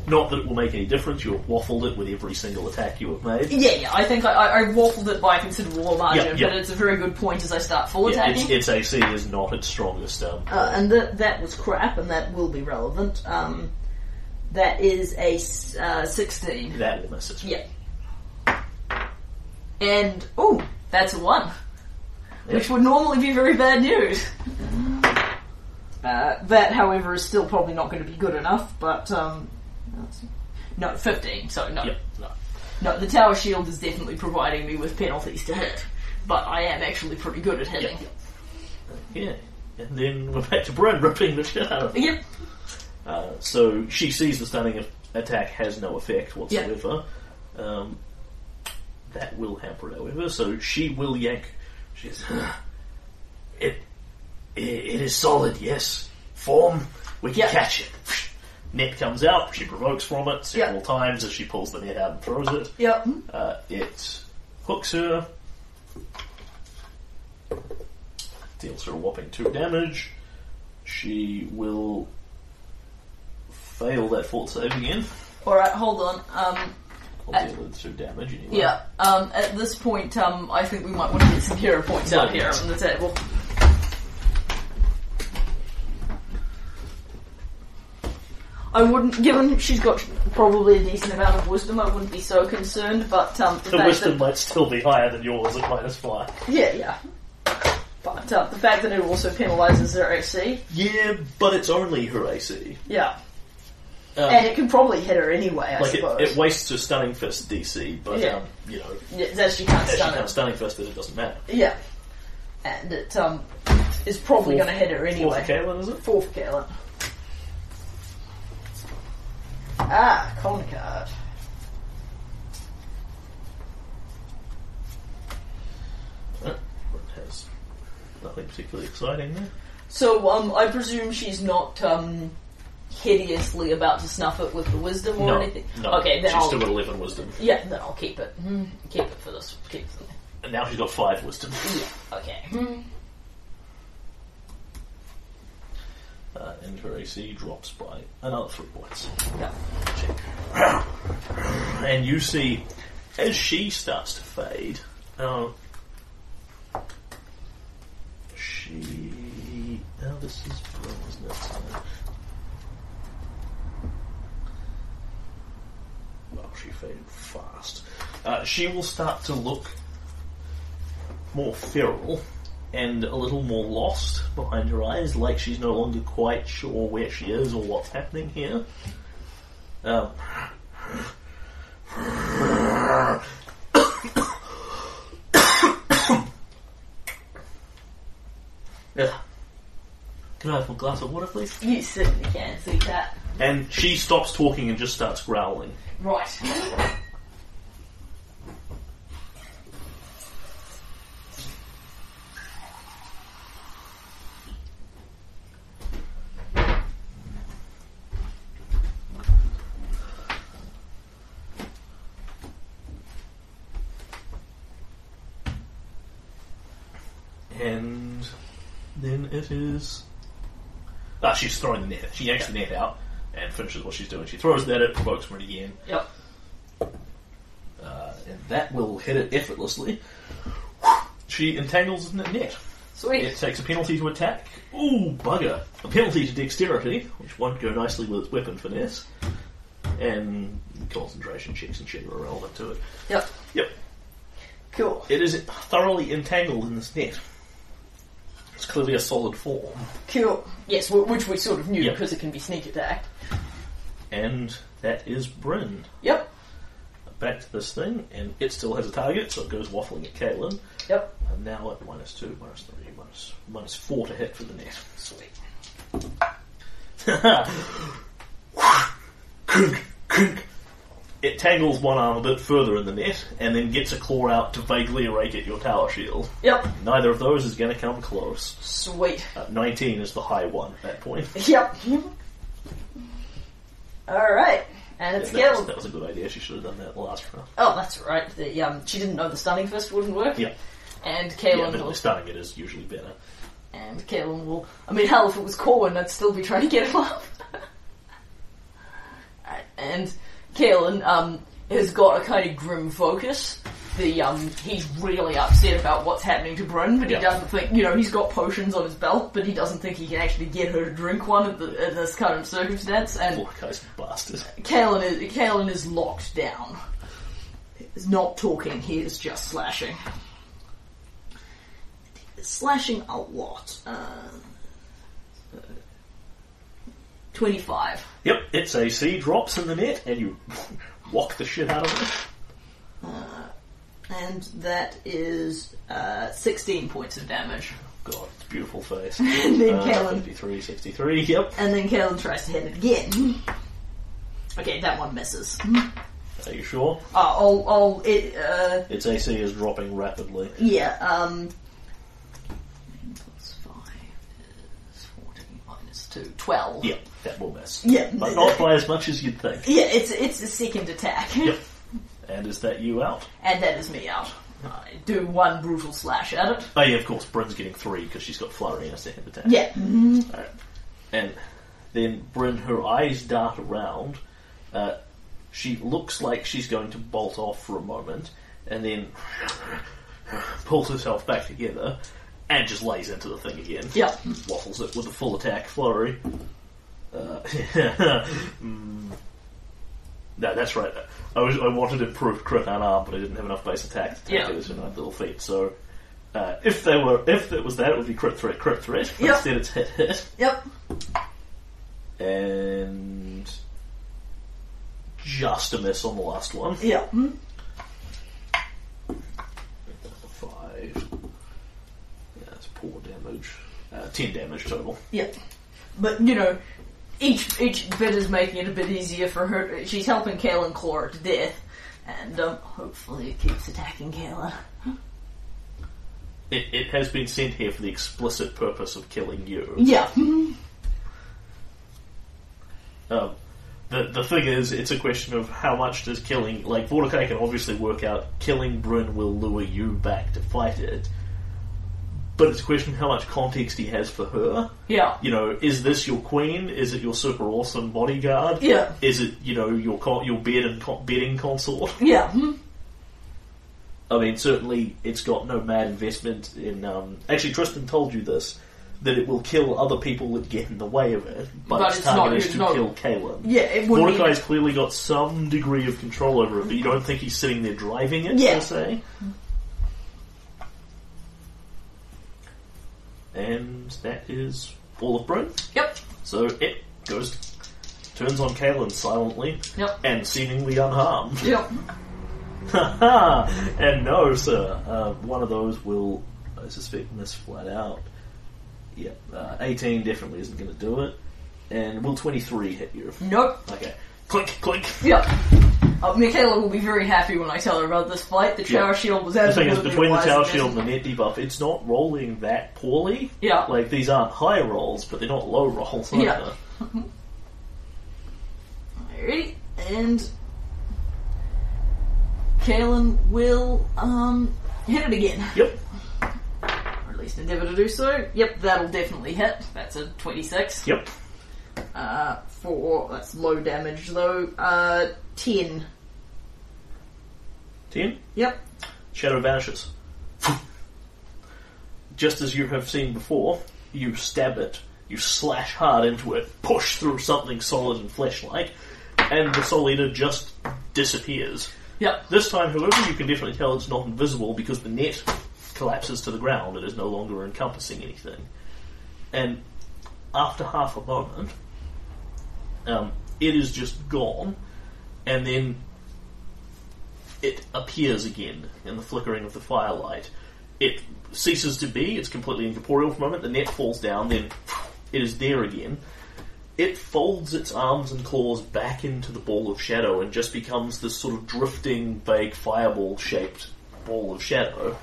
Not that it will make any difference, you have waffled it with every single attack you have made.
Yeah, yeah, I think I, I, I waffled it by a considerable margin,
Yep, yep.
but it's a very good point as I start full
Yeah,
attacking.
its, its AC is not its strongest. Um,
uh, and that that was crap, and that will be relevant. Um, that is a s- uh, sixteen.
that will miss it.
Yeah. And oh, that's a one, which would normally be very bad news. Uh, that, however, is still probably not going to be good enough. But um, no, fifteen. So no,
Yeah, no.
no, the tower shield is definitely providing me with penalties to hit. But I am actually pretty good at hitting.
Yeah. And then we're back to Bryn ripping the shit out of it.
Yep.
Uh, so she sees the stunning a- attack has no effect whatsoever. Um, that will hamper it, however, so she will yank. She says, "Huh. it, it, it is solid, yes. Form, we can
Yeah.
catch it. Net comes out, she provokes from it several
Yeah.
Uh, times as she pulls the net out and throws it.
Yep.
Uh, it hooks her, Deals her a whopping two damage. She will fail that fort save again.
Alright, hold on. Um,
Or deal with two damage anyway.
yeah, um, at this point, um, I think we might want to get some hero points out here on the table. I wouldn't, given she's got probably a decent amount of wisdom, I wouldn't be so concerned, but um,
The
fact
wisdom
that-
might still be higher than yours at minus five.
Yeah, yeah. But uh, the fact that it also penalises their AC,
Yeah, but it's only her AC.
yeah.
Um,
And it can probably hit her anyway, I
like it,
suppose.
it wastes her stunning fist DC, but
Yeah.
um, you know,
Yeah, that she can't
as she
stun
can't
it.
stunning fist, it, it doesn't matter.
Yeah. And it um, is probably
Fourth-
going to hit her anyway.
Fourth Kaelin, is it?
Four for Kaelin. Ah, con card.
Uh, it has nothing particularly exciting there.
So um, I presume she's not um, hideously about to snuff it with the wisdom or
No,
anything.
no.
okay, then
she's
I'll
still got eleven wisdom,
yeah, then I'll keep it. Hmm, Keep it for this. Keep it. For this.
and now she's got five wisdom.
Mm. Yeah. Okay. Hmm.
Uh, and her AC drops by another three points.
Yeah.
And you see, as she starts to fade, uh, she. Now this is blue, isn't it? Well, she faded fast. Uh, she will start to look more feral and a little more lost behind her eyes, like she's no longer quite sure where she is or what's happening here. Um, [coughs] yeah. Can I have a glass of water, please?
You certainly can see that.
And she stops talking and just starts growling.
Right.
And then it is. Ah, she's throwing the net. She yanks the net out and finishes what she's doing. She throws that, it provokes her again.
Yep.
Uh, and that will hit it effortlessly. She entangles in the net.
Sweet.
It takes a penalty to attack. Ooh, bugger. A penalty to dexterity, which won't go nicely with its weapon finesse. And concentration checks and shit are irrelevant to it.
Yep.
Yep.
Cool.
It is thoroughly entangled in this net. It's clearly a solid form.
Cool. Yes, wh- which we sort of knew
Yep.
because it can be sneak attacked.
And that is Bryn.
Yep.
Back to this thing, and it still has a target, so it goes waffling at Caitlin.
Yep.
And now at minus two, minus three, minus, minus four to hit for the net. Sweet. [laughs] Kunk, kunk. it tangles one arm a bit further in the net and then gets a claw out to vaguely rake at your tower shield.
Yep.
Neither of those is going to come close.
Sweet.
Uh, 19 is the high one at that point.
[laughs] Yep. All right. And it's
That was,
killed.
that was a good idea. She should have done that last round.
Oh, that's right. The um, she didn't know the stunning fist wouldn't work.
Yeah.
And
Yeah,
Kaelin
but
will.
starting it is usually better.
And Kaelin will. I mean, hell, if it was Corwin, I'd still be trying to get him up. [laughs] Alright, and Kaelin um, has got a kind of grim focus. The um, he's really upset about what's happening to Bryn, but
Yeah.
he doesn't think you know he's got potions on his belt, but he doesn't think he can actually get her to drink one in, the, in this kind of circumstance. And
Poor guy's bastard.
Kalen is Kalen is locked down. He's not talking. He is just slashing. Slashing a lot. Uh, Twenty-five.
Yep, its AC drops in the net and you [laughs] walk the shit out of it.
And that is uh, 16 points of damage.
God, it's a beautiful
[laughs]
face.
And then
Uh,
Kalen.
53, 63, yep.
And then Kalen tries to hit it again. Okay, that one misses. Uh,
Are you sure?
I'll, I'll, it, uh,
Its AC is dropping rapidly.
Yeah, um. Plus 5 is 14 minus 2. 12.
Yep, that will miss.
Yeah.
But not by as much as you'd think.
Yeah, it's it's the second attack.
Yep. And is that you out?
[laughs] And that is me out. I do one brutal slash at it.
Oh yeah, of course, Bryn's getting three because she's got flurry and a second attack.
Yeah.
Alright. And then Bryn, her eyes dart around. Uh, she looks like she's going to bolt off for a moment, and then [sighs] pulls herself back together and just lays into the thing again.
Yeah.
Waffles it with a full attack flurry. Uh, [laughs] mm. no, that's right. I was I wanted improved crit on arm, but I didn't have enough base attack to take
Yeah.
it as a nice little feat. So uh, if they were if it was that, it would be crit threat, crit threat. But
Yep.
Instead, it's hit hit
Yep.
and just a miss on the last one.
Yep.
Five. Yeah, that's poor damage. Uh, ten damage total.
Yep. But you know, each each bit is making it a bit easier for her. She's helping Kalen claw her to death, and um, hopefully it keeps attacking Kalen.
It, it has been sent here for the explicit purpose of killing you.
Yeah. Mm-hmm.
Um, the the thing is, it's a question of how much does killing like Mordecai can obviously work out. Killing Bryn will lure you back to fight it, but it's a question of how much context he has for her.
Yeah.
you know, is this your queen? Is it your super awesome bodyguard?
Yeah.
Is it you know your co- your bed and co- bedding consort?
Yeah. Mm-hmm.
I mean, certainly it's got no mad investment in. Um, actually, Tristan told you this that it will kill other people that get in the way of it, but,
But
its,
it's not-
target is
it's
to
not-
kill Caleb.
Yeah. It would be.
Mordecai's clearly got some degree of control over it, but you don't think he's sitting there driving it,
Yeah.
per se. And that is all of Bryn.
Yep.
So it goes, turns on Kalen silently
Yep.
and seemingly unharmed. [laughs]
Yep.
and no, sir, uh, one of those will, I suspect, miss flat out. Yep, uh, 18 definitely isn't going to do it. And will 23 hit you?
Nope.
Okay. Click, click.
Yep. Uh, Michaela will be very happy when I tell her about this fight. The tower
Yeah.
shield was
The thing
absolutely
is, between the
wise
tower
and
shield and the net debuff, it's not rolling that poorly.
Yeah.
Like, these aren't high rolls, but they're not low rolls either.
Yeah. Alrighty, and Kalen will um hit it again,
Yep.
or at least endeavour to do so. Yep, that'll definitely hit. That's a twenty-six.
Yep.
Uh, for that's low damage though. Uh, ten.
10.
Yep.
Shadow vanishes. [laughs] Just as you have seen before, you stab it, you slash hard into it, push through something solid and flesh like, and the Soul Eater just disappears.
Yep.
This time, however, you can definitely tell it's not invisible because the net collapses to the ground. It is no longer encompassing anything. And after half a moment, um, it is just gone, and then it appears again in the flickering of the firelight. It ceases to be, it's completely incorporeal for a moment, the net falls down, then it is there again. It folds its arms and claws back into the ball of shadow and just becomes this sort of drifting, vague fireball shaped ball of shadow.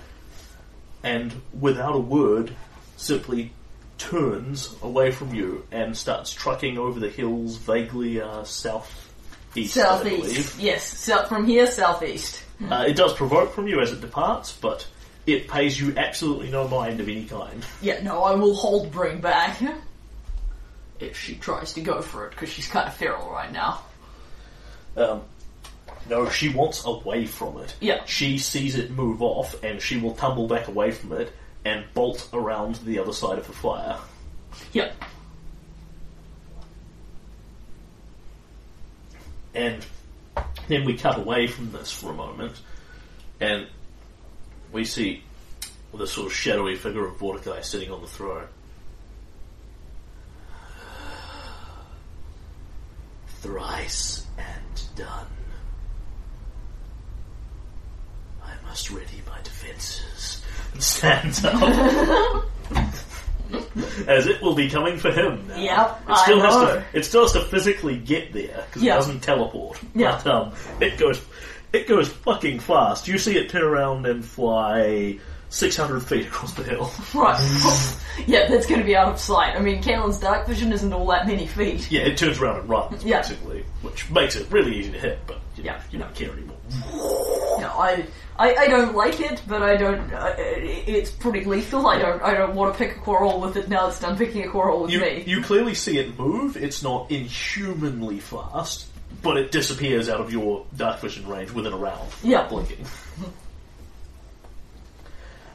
And without a word, simply turns away from you and starts trucking over the hills vaguely uh, south east.
Southeast. Yes. So from here, southeast.
Uh, it does provoke from you as it departs, but it pays you absolutely no mind of any kind.
Yeah. No, I will hold Bring back if she tries to go for it because she's kind of feral right now.
Um, no, she wants away from it.
Yeah.
She sees it move off, and she will tumble back away from it and bolt around the other side of the fire.
Yep.
And then we cut away from this for a moment, and we see the sort of shadowy figure of Mordecai sitting on the throne. Thrice and done. I must ready my defences and stand up. As it will be coming for him now.
Yep,
it still
I
has
know.
to it still has to physically get there because
Yeah.
it doesn't teleport.
Yeah.
But um, it goes, it goes fucking fast. You see it turn around and fly six hundred feet across the
[laughs]
hill.
Right. [laughs] yeah, that's going to be out of sight. I mean, Kalen's dark vision isn't all that many feet.
Yeah, it turns around and runs
Yeah.
basically, which makes it really easy to hit. But you know,
Yeah.
you don't care anymore.
No, I, I, I don't like it, but I don't. I, it's pretty lethal. I don't. I don't want to pick a quarrel with it now. It's done picking a quarrel with
You,
me.
you clearly see it move. It's not inhumanly fast, but it disappears out of your dark vision range within a round.
Yeah.
without blinking.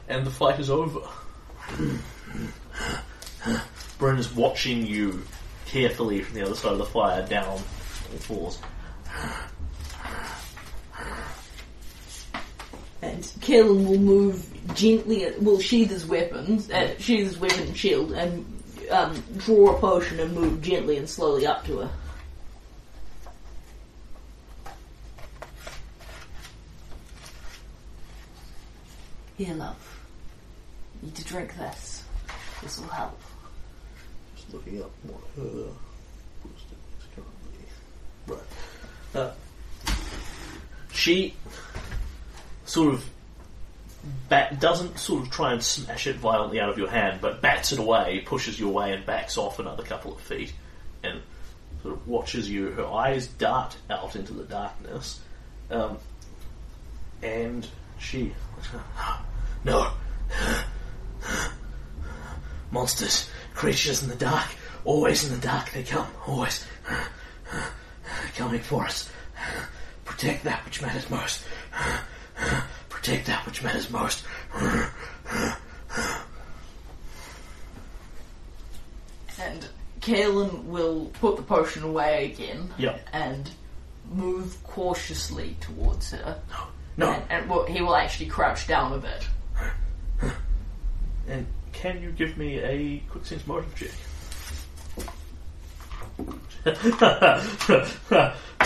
and the fight is over. Bryn is watching you carefully from the other side of the fire down all fours.
And Kaelin will move gently, will sheath his weapons, uh, sheath his weapon and shield, and um, draw a potion and move gently and slowly up to her. Here, love. You need to drink this. This will help.
Just looking up what her booster is currently. Right. Uh, she sort of bat doesn't sort of try and smash it violently out of your hand, but bats it away, pushes you away, and backs off another couple of feet, and sort of watches you. Her eyes dart out into the darkness, um, and she [gasps] no monsters, creatures in the dark. Always in the dark they come. Always coming for us. Protect that which matters most. Protect that which matters most.
And Kaelin will put the potion away again.
Yep.
And move cautiously towards her.
No.
And, and will, he will actually crouch down a bit.
And can you give me a quick sense motive check? [laughs]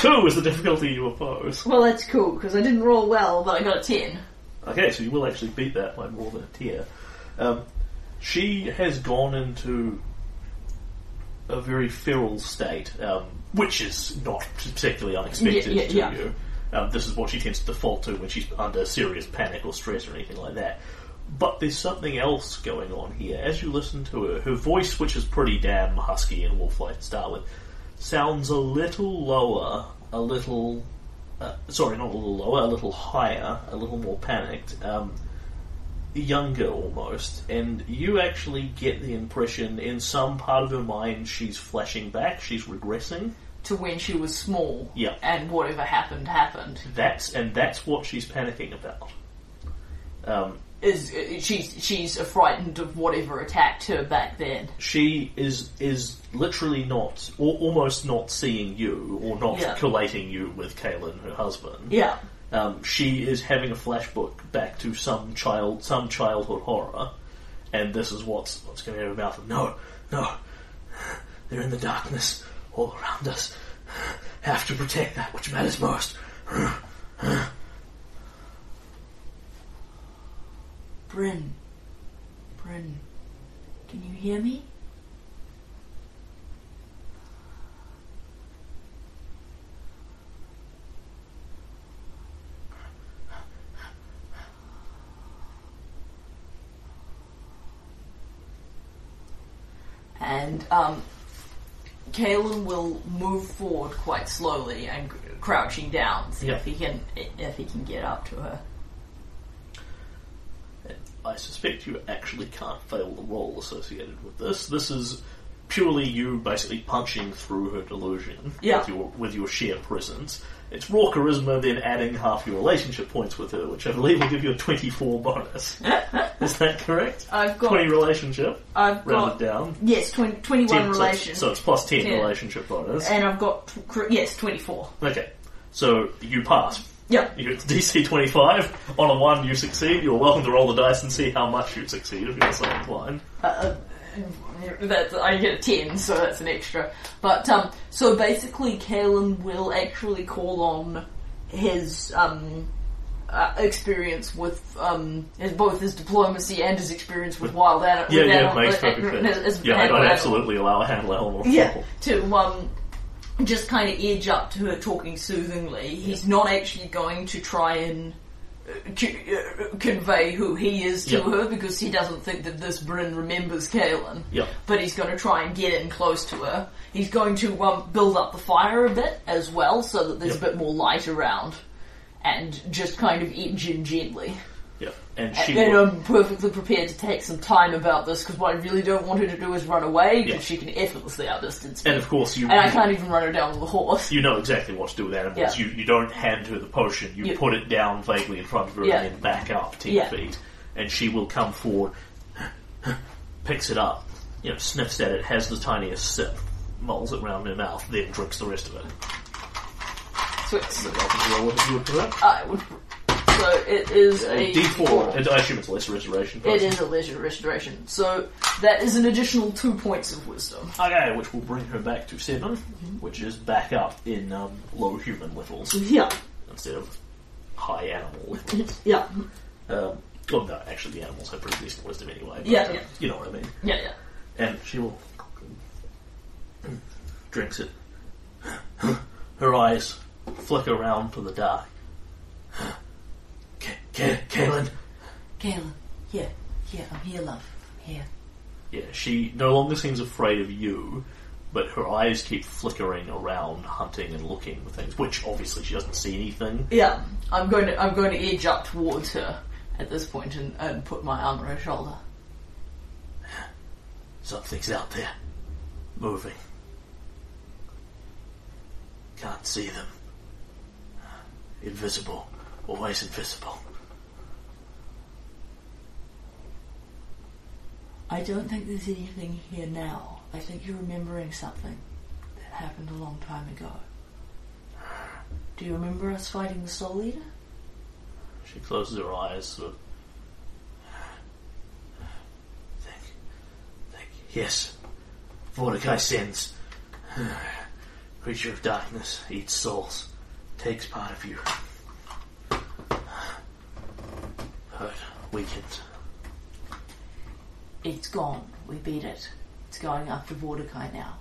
Two is the difficulty you oppose.
Well, that's cool because I didn't roll well, but I got a ten.
Okay, so you will actually beat that by more than a tier. Um, she has gone into a very feral state, um, which is not particularly unexpected
Yeah, yeah,
to
yeah.
you. Um, this is what she tends to default to when she's under serious panic or stress or anything like that. But there's something else going on here. As you listen to her, her voice, which is pretty damn husky and wolf-like to start with, sounds a little lower, a little uh, sorry, not a little lower, a little higher, a little more panicked, um, younger almost, and you actually get the impression in some part of her mind she's flashing back, she's regressing.
To when she was small.
Yeah.
And whatever happened happened.
That's and that's what she's panicking about. Um,
Is uh, she's she's frightened of whatever attacked her back then?
she is is literally not, or almost not seeing you, or not
Yeah.
collating you with Kaelin, her husband.
Yeah.
um, she is having a flashback back to some child, some childhood horror, and this is what's what's going out of her mouth. No, no, they're in the darkness all around us. Have to protect that which matters most.
Bryn. Bryn. Can you hear me? And um, Kalen will move forward quite slowly and cr- crouching down, see if
Yeah.
he can if he can get up to her.
I suspect you actually can't fail the role associated with this. This is purely you basically punching through her delusion
Yeah.
with your with your sheer presence. It's raw charisma, then adding half your relationship points with her, which I believe will give you a twenty-four
[laughs]
bonus. is that correct?
I've got
Twenty relationship,
I've got
rounded down.
Yes, 20, 21
10, so it's-
relation.
So it's plus ten,
Ten.
relationship bonus.
and I've got, tw- cr- yes, 24.
Okay, so you pass.
Yep.
You It's DC 25. On a 1, you succeed. You're welcome to roll the dice and see how much you succeed if you're so inclined.
Uh, uh, that's, I get a 10, so that's an extra. But, um, so basically, Kalen will actually call on his, um, uh, experience with, um, his, both his diplomacy and his experience with wild ani-
Yeah,
with
yeah,
animal-
it makes
uh,
perfect
uh,
sense.
as- as
yeah, I'd,
animal-
I'd absolutely allow a handle animal.
Yeah, to um, just kind of edge up to her talking soothingly. He's not actually going to try and uh, c- uh, convey who he is to
Yeah.
her because he doesn't think that this Bryn remembers Kaelin.
Yeah.
But he's going to try and get in close to her. He's going to um, build up the fire a bit as well so that there's
Yeah.
a bit more light around. and just kind of eat gin gently.
Yeah, and she
And then
would-
I'm perfectly prepared to take some time about this because what I really don't want her to do is run away because
Yeah.
she can effortlessly outdistance me.
and of course you
And I can't even run her down with a horse.
you know exactly what to do with animals.
Yeah.
You you don't hand her the potion. You
Yeah.
put it down vaguely in front of her
Yeah.
and then back up ten
Yeah.
feet, and she will come forward, picks it up, you know, sniffs at it, has the tiniest sip, mulls it round in her mouth, then drinks the rest of it.
So it's,
Roll what you would prefer.
I would. So it is a
D four. And I assume it's less restoration.
Uh, It is a leisure restoration. So that is an additional two points of wisdom.
Okay, which will bring her back to 7 which is back up in um, low human levels
Yeah,
instead of high animal levels.
yeah,
Um, well, no, actually, the animals have pretty decent wisdom anyway. but,
Yeah,
uh,
yeah.
You know what I mean.
yeah, yeah.
And she will drinks it. Her eyes flicker around to the dark. Ca- Ca- Caelan.
Galen, yeah, yeah, I'm here, love. I'm here.
Yeah, she no longer seems afraid of you, but her eyes keep flickering around, hunting and looking for things. Which obviously she doesn't see anything.
Yeah, I'm going to I'm going to edge up towards her at this point and, and put my arm on her shoulder.
Something's out there, moving. Can't see them. Invisible, always invisible.
I don't think there's anything here now. I think you're remembering something that happened a long time ago. Do you remember us fighting the Soul Eater?
She closes her eyes, sort of. Think, think. Yes, Mordecai sins. Creature of darkness eats souls, takes part of you. Hurt, weakened.
It's gone. We beat it. It's going after Vortikai now.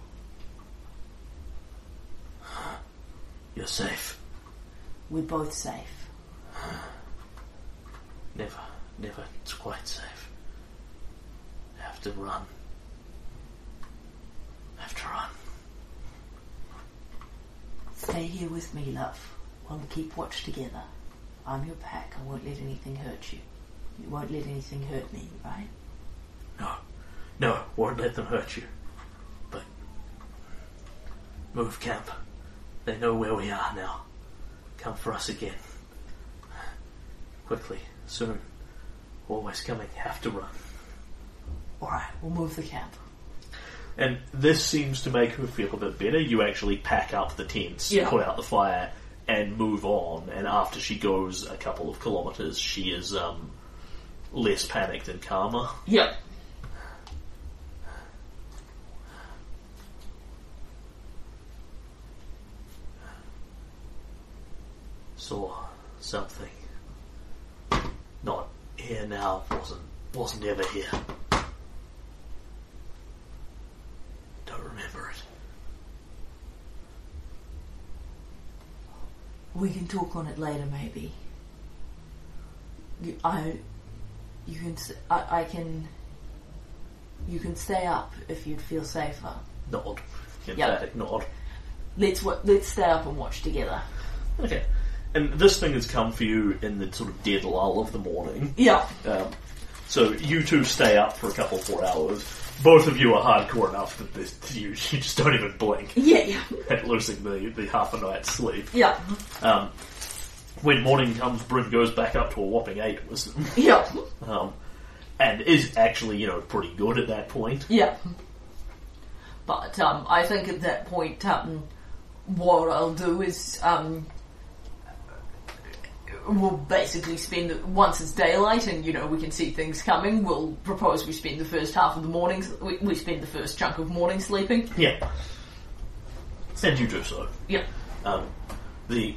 You're safe.
We're both safe.
Never, never, it's quite safe. Have to run. Have to run.
Stay here with me, love. We'll keep watch together. I'm your pack. I won't let anything hurt you. You won't let anything hurt me, right?
No, no, won't let them hurt you. But move camp. They know where we are now. Come for us again. Quickly, soon. Always coming, have to run.
Alright, we'll move the camp.
And this seems to make her feel a bit better. You actually pack up the tents,
Yeah.
put out the fire, and move on. And after she goes a couple of kilometres, she is um, less panicked and calmer.
Yep.
saw something. Not here now, wasn't wasn't ever here. Don't remember it.
We can talk on it later, maybe. You, I, you can, s- I, I can, you can stay up if you'd feel safer.
Nod.
Yeah.
Emphatic nod.
Let's wa- let's stay up and watch together.
Okay. And this thing has come for you in the sort of dead lull of the morning.
Yeah.
Um, so you two stay up for a couple more hours. Both of you are hardcore enough that this, you, you just don't even blink
Yeah, yeah,
at losing the, the half a night's sleep.
yeah,
Um, when morning comes, Bryn goes back up to a whopping eight wisdom.
yeah,
[laughs] um, and is actually you know pretty good at that point.
yeah. But um, I think at that point, um, what I'll do is um, we'll basically spend the- once it's daylight and you know we can see things coming. We'll propose we spend the first half of the morning. We, we spend the first chunk of morning sleeping.
Yeah, and you do so.
Yeah,
Um, the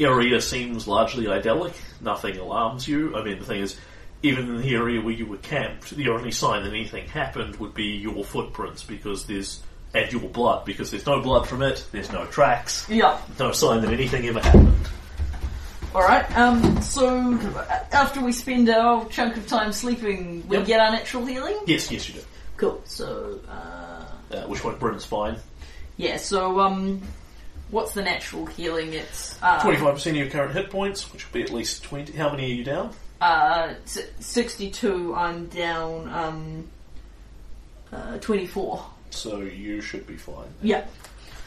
area seems largely idyllic. Nothing alarms you. I mean, the thing is, even in the area where you were camped, the only sign that anything happened would be your footprints because there's and your blood because there's no blood from it. There's no tracks.
yeah.
No sign that anything ever happened.
All right. Um. So uh, after we spend our chunk of time sleeping, we
Yep.
get our natural healing.
Yes, yes, you do.
Cool. So. Uh,
Uh, which one? Bryn's fine.
Yeah, so um, What's the natural healing? It's uh,
Twenty-five percent of your current hit points, which will be at least twenty. How many are you down?
Uh, s- 62. I'm down um, uh, 24.
So you should be fine
Yeah,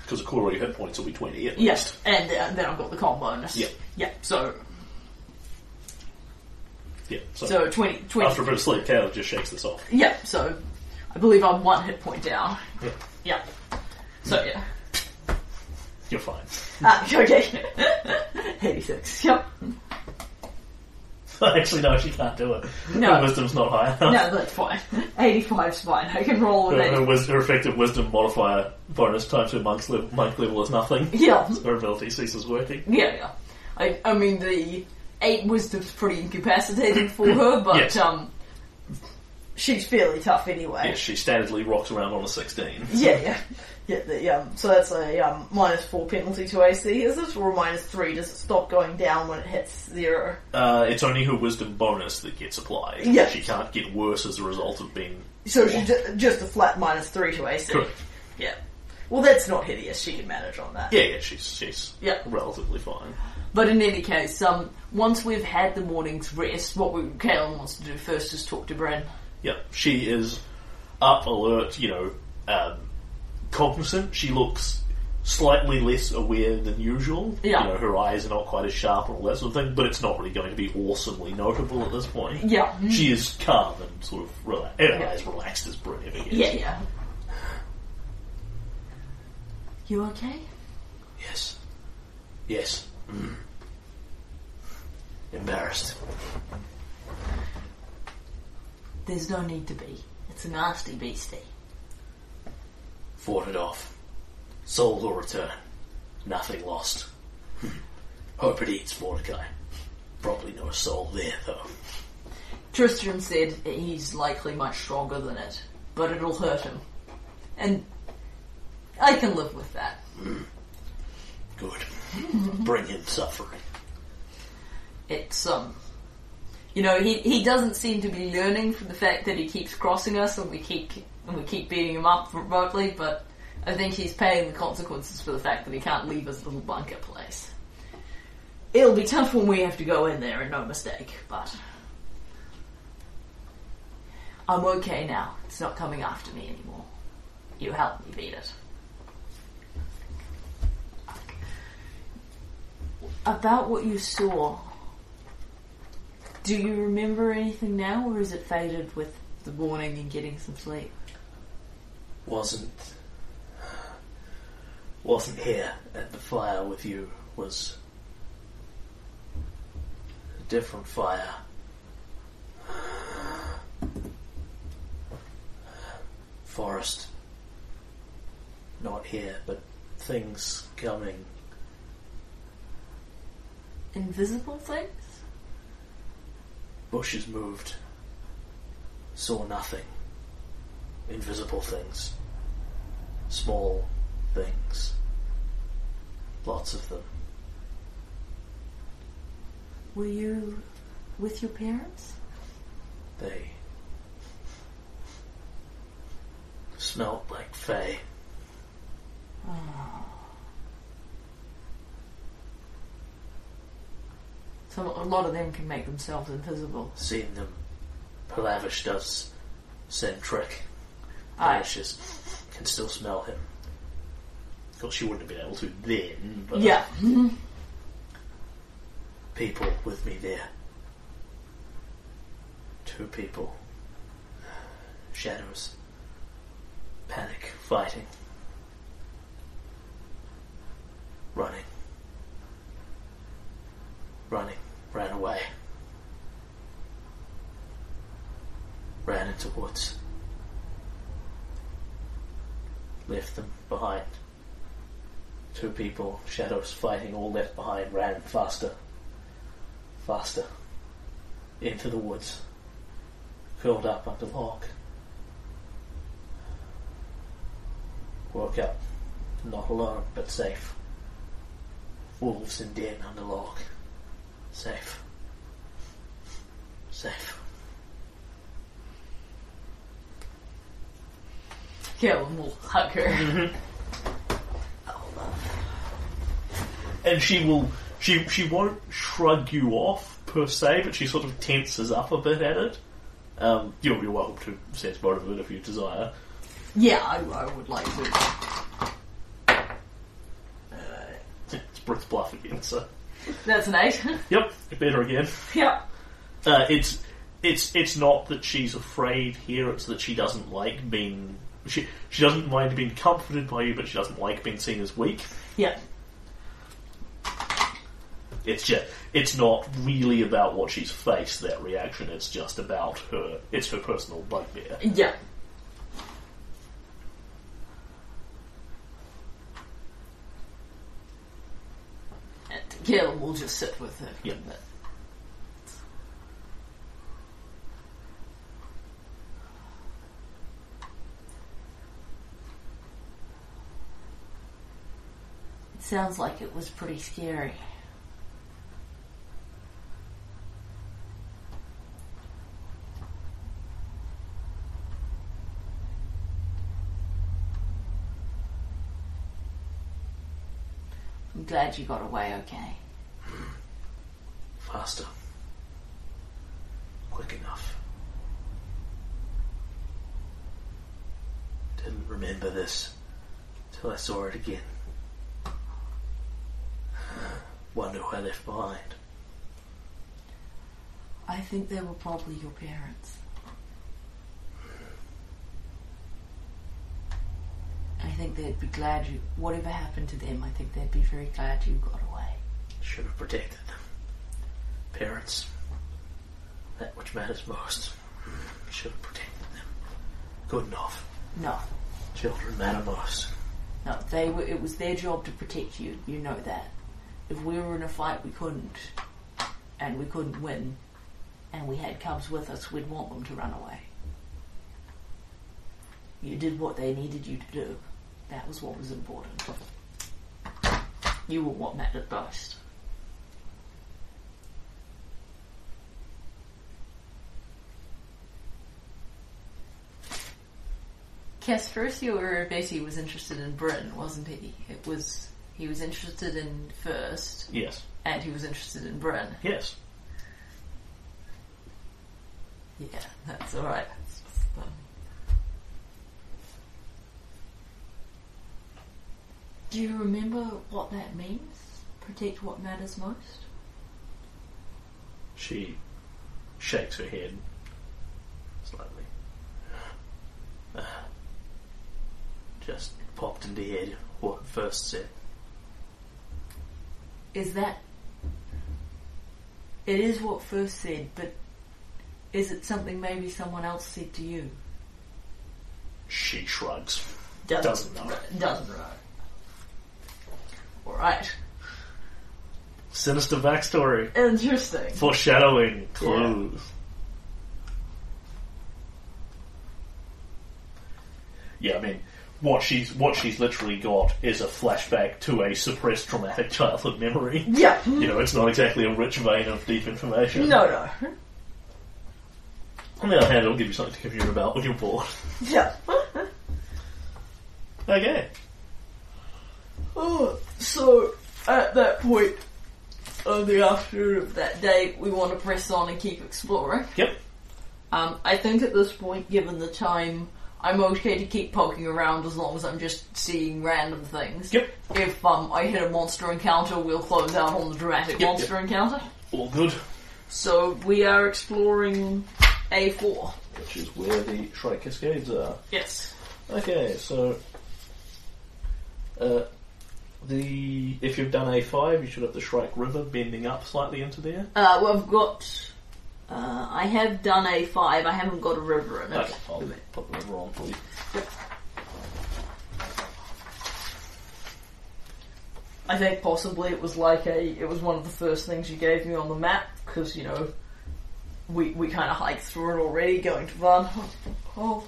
because a quarter of your hit points will be twenty at
yeah.
least.
And uh, then I've got the con bonus.
Yeah.
yeah. So
Yeah. So,
so 20, 20
after a bit of sleep, Cal just shakes this off.
Yeah. So I believe I'm one hit point down.
Yeah.
Yeah.
[laughs]
So yeah.
You're fine.
Uh, okay. 86. Yep.
[laughs] Actually, no, she can't do it.
No.
Her wisdom's not high enough.
No, that's fine. 85's fine. I can roll with
Her, her,
it.
wis- her effective wisdom modifier bonus times her monk's level, monk level is nothing.
Yeah.
Her ability ceases working.
Yeah, yeah. I, I mean, the eight wisdom's pretty incapacitated for her,
[laughs]
but
Yes.
um, she's fairly tough anyway.
Yeah, she standardly rocks around on a 16.
[laughs] Yeah, yeah. Yeah, the, um, so that's a um, minus four penalty to AC, is it? Or minus three? Does it stop going down when it hits zero?
Uh, it's only her wisdom bonus that gets applied.
Yeah.
She can't get worse as a result of being.
So she ju- just a flat minus three to AC.
Correct.
Yeah. Well, that's not hideous. She can manage on that.
Yeah, yeah, she's, she's
Yeah.
relatively fine.
But in any case, um, once we've had the morning's rest, what we, Caelan wants to do first is talk to Bren.
Yeah, she is up, alert, you know, um, cognizant. She looks slightly less aware than usual.
Yeah.
You know, her eyes are not quite as sharp and all that sort of thing, but it's not really going to be awesomely notable at this point.
Yeah.
She is calm and sort of relaxed,
Yeah.
as relaxed as Brit ever gets.
Yeah, yeah. You okay?
Yes. Yes. Mm. Embarrassed.
There's no need to be. It's a nasty beastie.
Fought it off. Soul will return. Nothing lost. [laughs] Hmm. Hope it eats Mordecai. Probably no soul there, though.
Tristram said he's likely much stronger than it, but it'll hurt him. And I can live with that.
Good. Bring him suffering.
It's, um, you know, he, he doesn't seem to be learning from the fact that he keeps crossing us and we keep, and we keep beating him up remotely, but I think he's paying the consequences for the fact that he can't leave his little bunker place. It'll be tough when we have to go in there, and no mistake, but. I'm okay now. It's not coming after me anymore. You helped me beat it. About what you saw, do you remember anything now, or is it faded with the morning and getting some sleep?
Wasn't. Wasn't here at the fire with you. Was. A different fire. Forest. Not here, but things coming.
Invisible things?
Bushes moved. Saw nothing. Invisible things. Small things. Lots of them.
Were you with your parents?
They smelt like Fey.
Some, a lot of them can make themselves invisible.
Seen them. Palavish does send trick.
I,
Palavish can still smell him.
Of course, she wouldn't have been able to then, but
[laughs] yeah.
People with me there. Two people. Shadows. Panic. Fighting. Running. Running. Ran away. Ran into woods. Left them behind. Two people, shadows fighting, all left behind, ran faster. Faster. Into the woods. Curled up under the lock. Woke up. Not alone, but safe. Wolves in den under lock. Safe. Safe.
Mm-hmm. Kill and we'll hug her. Oh, love.
and she will she she won't shrug you off per se, but she sort of tenses up a bit at it. Um, you're, you're welcome to sense motive it if you desire.
Yeah, I, I would like to.
It's Brit's bluff again, so
That's an eight. [laughs]
yep, better again.
yeah.
Uh, it's it's it's not that she's afraid here; it's that she doesn't like being she she doesn't mind being comforted by you, but she doesn't like being seen as weak.
Yeah.
It's just it's not really about what she's faced. That reaction, it's just about her. It's her personal bugbear.
Yeah. And Gil will just sit with her.
Yeah.
It sounds like it was pretty scary. I'm glad you got away okay.
Faster, quick enough. Didn't remember this till I saw it again. [sighs] Wonder who I left behind.
I think they were probably your parents. I think they'd be glad you, whatever happened to them, I think they'd be very glad you got away.
Should have protected them. Parents, that which matters most. Should have protected them. Good enough.
No,
Children matter most.
no, they were, it was their job to protect you, you know that. If we were in a fight, we couldn't, and we couldn't win, and we had cubs with us, we'd want them to run away. You did what they needed you to do. That was what was important. You were what mattered most. Caspercio Urabesi was interested in Britain, wasn't he? It was he was interested in first,
Yes.
and he was interested in Britain.
Yes.
Yeah, that's all right. It's just, um, Do you remember what that means? Protect what matters most.
She shakes her head slightly. [sighs] Uh, just popped into head what first said.
Is that? It is what first said, but is it something maybe someone else said to you?
She shrugs.
Doesn't,
Doesn't know.
Doesn't know. All right.
Sinister backstory.
Interesting.
Foreshadowing. Clues. Yeah, I mean, what she's what she's literally got is a flashback to a suppressed traumatic [laughs] childhood memory.
Yeah.
You know, it's not exactly a rich vein of deep information.
No, no.
On the other hand, it'll give you something to commute about when you're bored.
Yeah.
Okay.
Oh, so at that point on the afternoon of
That day, we want to press on and keep exploring.
Yep.
Um, I think at this point, given the time, I'm okay to keep poking around as long as I'm just seeing random things.
Yep.
If um, I hit a monster encounter, we'll close out on the dramatic
Yep,
monster encounter.
All good.
So we are exploring A4.
Which is where the Shrike Cascades are.
Yes.
Okay, so uh, the if you've done A five, you should have the Shrike River bending up slightly into there.
Uh, well, I've got. Uh, I have done A5. I haven't got a river in it.
Okay, I'll put the river on for you.
I think possibly it was like a it was one of the first things you gave me on the map because you know we we kind of hiked through it already going to Van Hove.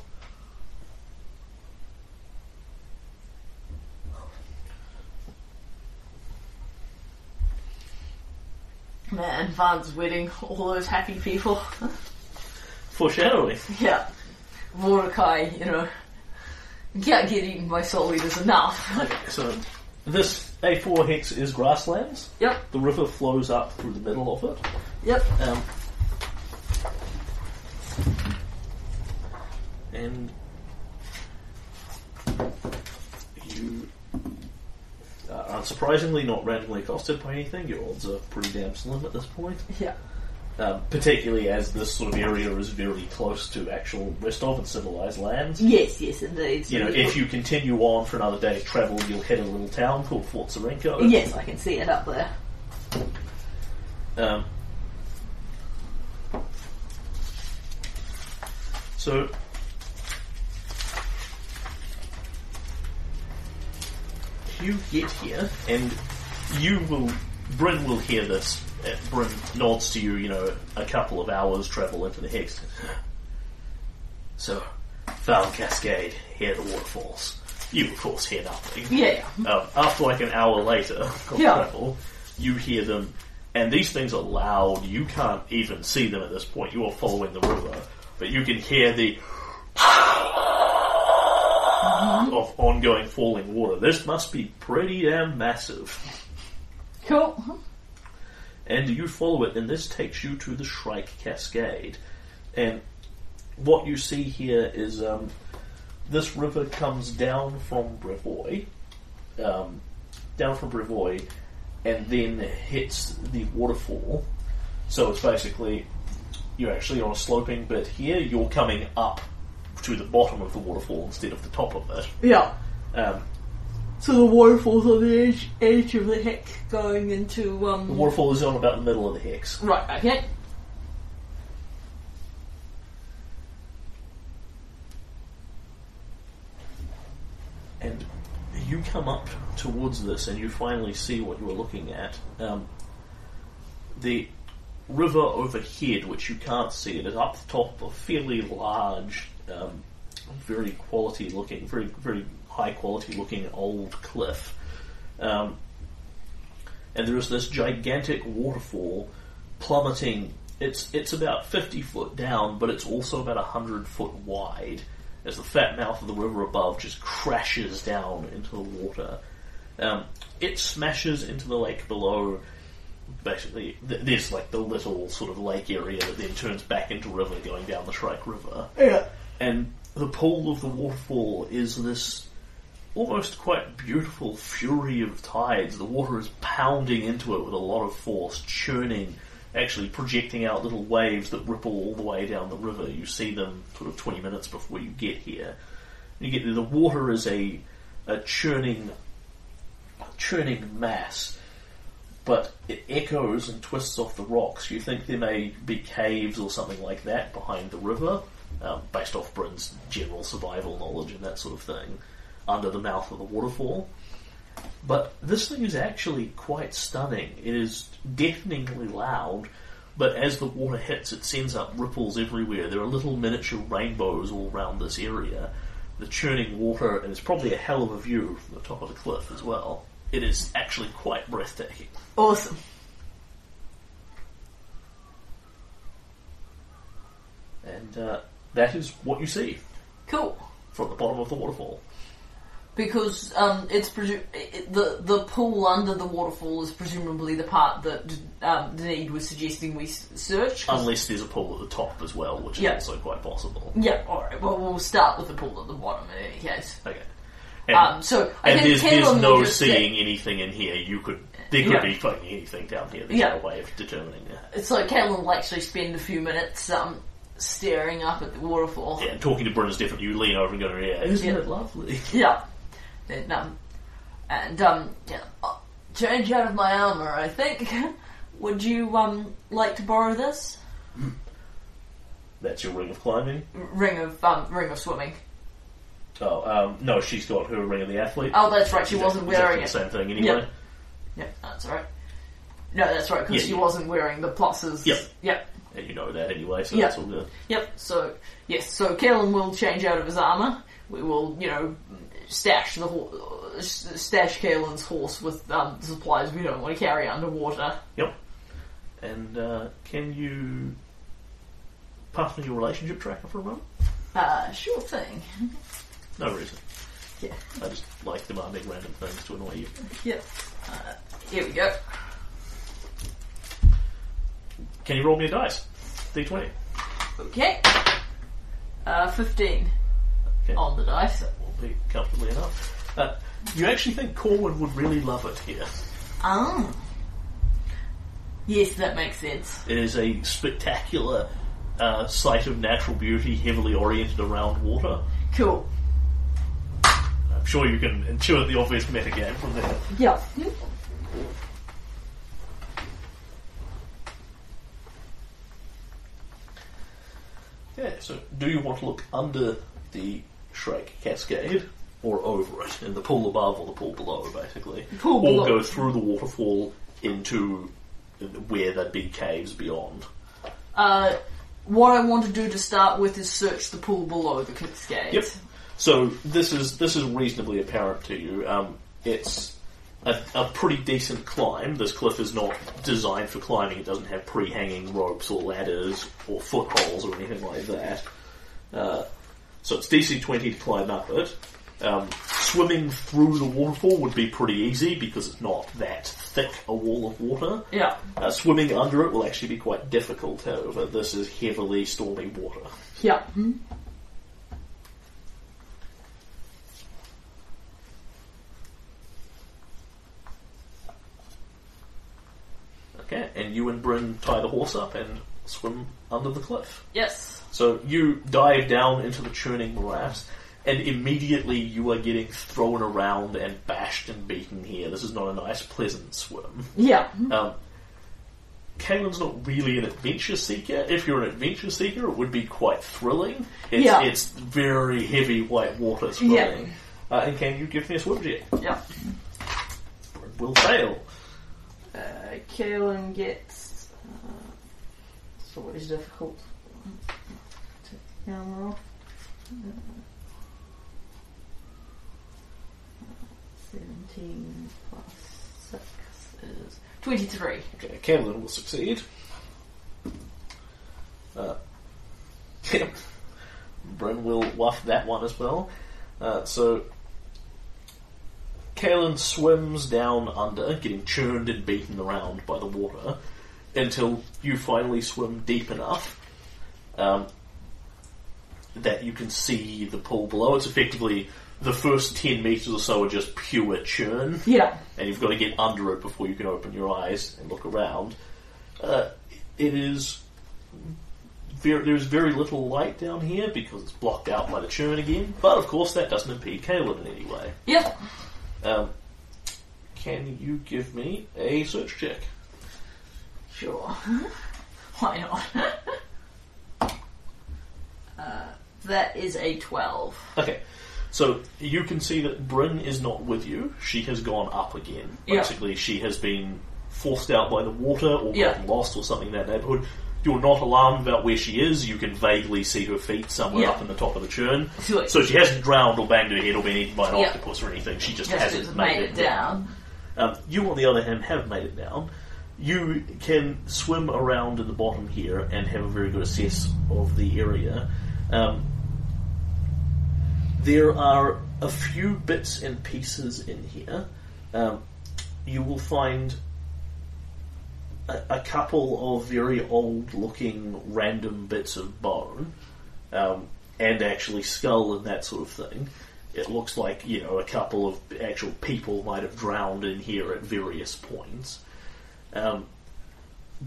Man, Van's wedding. All those happy
[laughs]
people.
Foreshadowing.
yeah. Mordecai,
[laughs]
you know. Can't get eaten by soul eaters enough.
Okay, so this A4 hex is grasslands.
Yep,
The river flows up through the middle of it.
yep.
Um, and you are unsurprisingly not randomly accosted by anything. Your odds are pretty damn slim at this point.
Yeah.
Um, particularly as this sort of area is very close to actual rest of and civilized lands.
Yes, yes, indeed.
You know, if you continue on for another day's travel, you'll hit a little town called Fort Serenko.
Yes, I can see it up there.
Um, so, you get here, and you will. Bryn will hear this. Uh, Bryn nods to you, you know, a couple of hours travel into the hex. So, found Cascade, hear the waterfalls. You, of course, hear nothing.
Yeah.
Um, after like an hour later [laughs] of
Yeah.
travel, you hear them, and these things are loud. You can't even see them at this point. You are following the river, but you can hear the of ongoing falling water. This must be pretty damn massive.
Cool.
And you follow it, and this takes you to the Shrike Cascade. And what you see here is um, this river comes down from Brevoy, um, down from Brevoy, and then hits the waterfall. So it's basically you're actually on a sloping bit here. You're coming up to the bottom of the waterfall instead of the top of it.
Yeah.
Um,
So the waterfall's on the edge, edge of the heck going into, um...
the waterfall is on about the middle of the hex.
right, okay.
And you come up towards this and you finally see what you were looking at. Um, the river overhead, which you can't see, it is up the top of fairly large, um, very quality looking, very, very high quality looking old cliff. Um, and there is this gigantic waterfall plummeting. It's it's about fifty foot down, but it's also about hundred foot wide. As the fat mouth of the river above just crashes down into the water, um, it smashes into the lake below. Basically, th- there's like the little sort of lake area that then turns back into river, going down the Shrike River
Yeah.
and the pool of the waterfall is this almost quite beautiful fury of tides. The water is pounding into it with a lot of force, churning, actually projecting out little waves that ripple all the way down the river. You see them sort of 20 minutes before you get here. You get there, the water is a, a churning, churning mass but it echoes and twists off the rocks. You think there may be caves or something like that behind the river, um, based off Bryn's general survival knowledge and that sort of thing, under the mouth of the waterfall. But this thing is actually quite stunning. It is deafeningly loud, but as the water hits, it sends up ripples everywhere. There are little miniature rainbows all around this area. The churning water, and it's probably a hell of a view from the top of the cliff as well. It is actually quite breathtaking.
Awesome.
And uh, that is what you see
Cool.
from the bottom of the waterfall.
Because um, it's presu- it, the the pool under the waterfall is presumably the part that um, Denise was suggesting we s- search.
Unless there's a pool at the top as well, which is
Yeah. Mm.
also quite possible.
yeah, alright, well, we'll start with the pool at the bottom in any case.
Okay. And,
Um, so, I
and
think
there's,
Caleb
there's
will
no
just sit-
seeing anything in here. You could there could
Yeah.
be fucking anything down here. There's
Yeah.
no way of determining that.
It's like Caitlin will actually spend a few minutes um, staring up at the waterfall.
Yeah, and talking to Bryn is different. You lean over and go, "Yeah, isn't
Yeah.
it lovely?" [laughs]
Yeah. And, um, and um, yeah, I'll change out of my armor, I think. [laughs] Would you um, like to borrow this
That's your ring of climbing.
ring of um, ring of swimming?
Oh um, no, she's got her ring of the athlete.
Oh, that's right. She wasn't
Exactly
wearing
the
it.
same thing anyway.
Yeah, that's right. No, that's right because
Yeah,
she
yeah.
wasn't wearing the pluses.
Yep.
Yep.
And you know that anyway, so
Yeah.
that's all good.
Yep. So yes. So Kellen will change out of his armor. We will, you know, stash the ho- uh, s- stash Kellen's horse with um, supplies we don't want to carry underwater.
Yep. And uh, can you pass me your relationship tracker for a moment?
Uh, sure thing.
No reason.
Yeah.
I just like demanding random things to annoy you.
Yep.
Uh, Here we go.
Can you roll me a dice? D20.
Okay. Uh, 15
Okay.
on the dice.
Will be comfortably enough. Uh, you actually think Corwin would really love it here.
Ah.
Oh. Yes, that makes sense.
It is a spectacular uh, site of natural beauty, heavily oriented around water.
Cool.
I'm sure you can intuit the obvious metagame from there.
Yep.
Yeah, so do you want to look under the Shrike Cascade or over it, in the pool above or the pool below, basically?
Pool
or
below.
go through the waterfall into where there'd be caves beyond.
Uh, what I want to do to start with is search the pool below the cascade.
Yep. So this is this is reasonably apparent to you. Um, it's a, a pretty decent climb. This cliff is not designed for climbing. It doesn't have pre-hanging ropes or ladders or footholds or anything like that. Uh, so it's DC twenty to climb up it. Um, swimming through the waterfall would be pretty easy because it's not that thick a wall of water.
Yeah.
Uh, swimming under it will actually be quite difficult, however. This is heavily stormy water.
Yeah.
Okay, and you and Bryn tie the horse up and swim under the cliff.
Yes.
So you dive down into the churning morass, and immediately you are getting thrown around and bashed and beaten here. This is not a nice, pleasant swim.
Yeah.
Um, Caelan's not really an adventure seeker. If you're an adventure seeker, it would be quite thrilling. It's,
Yeah.
it's very heavy white water swimming.
Yeah.
Uh, and can you give me a swim check?
Yeah.
Bryn will fail.
Uh, Kaelin gets. Uh, it's always difficult. Take the armor off.
Seventeen plus six is twenty-three.
Okay, Cameron will succeed. Uh, Bryn will waft that one as well. Uh, so, Kalen swims down under, getting churned and beaten around by the water, until you finally swim deep enough um, that you can see the pool below. It's effectively the first 10 metres or so are just pure churn
Yeah.
and you've got to get under it before you can open your eyes and look around. Uh, it is very, there's very little light down here because it's blocked out by the churn again. But of course, that doesn't impede Caleb in any way.
Yep.
Um, can you give me a search check?
Sure. [laughs] Why not? uh, [laughs] that is a twelve.
Okay. So you can see that Bryn is not with you. She has gone up again.
Yeah.
Basically, she has been forced out by the water or
Yeah.
gotten lost or something in that neighbourhood. You're not alarmed about where she is. You can vaguely see her feet somewhere
Yeah.
up in the top of the churn.
Sure.
So she hasn't drowned or banged her head or been eaten by an
Yeah.
octopus or anything. She just
Just
hasn't
it's made it down.
um, you, on the other hand, have made it down. You can swim around in the bottom here and have a very good assess of the area. Um, there are a few bits and pieces in here. Um, you will find a, a couple of very old looking random bits of bone um, and actually skull and that sort of thing. It looks like you know a couple of actual people might have drowned in here at various points, um,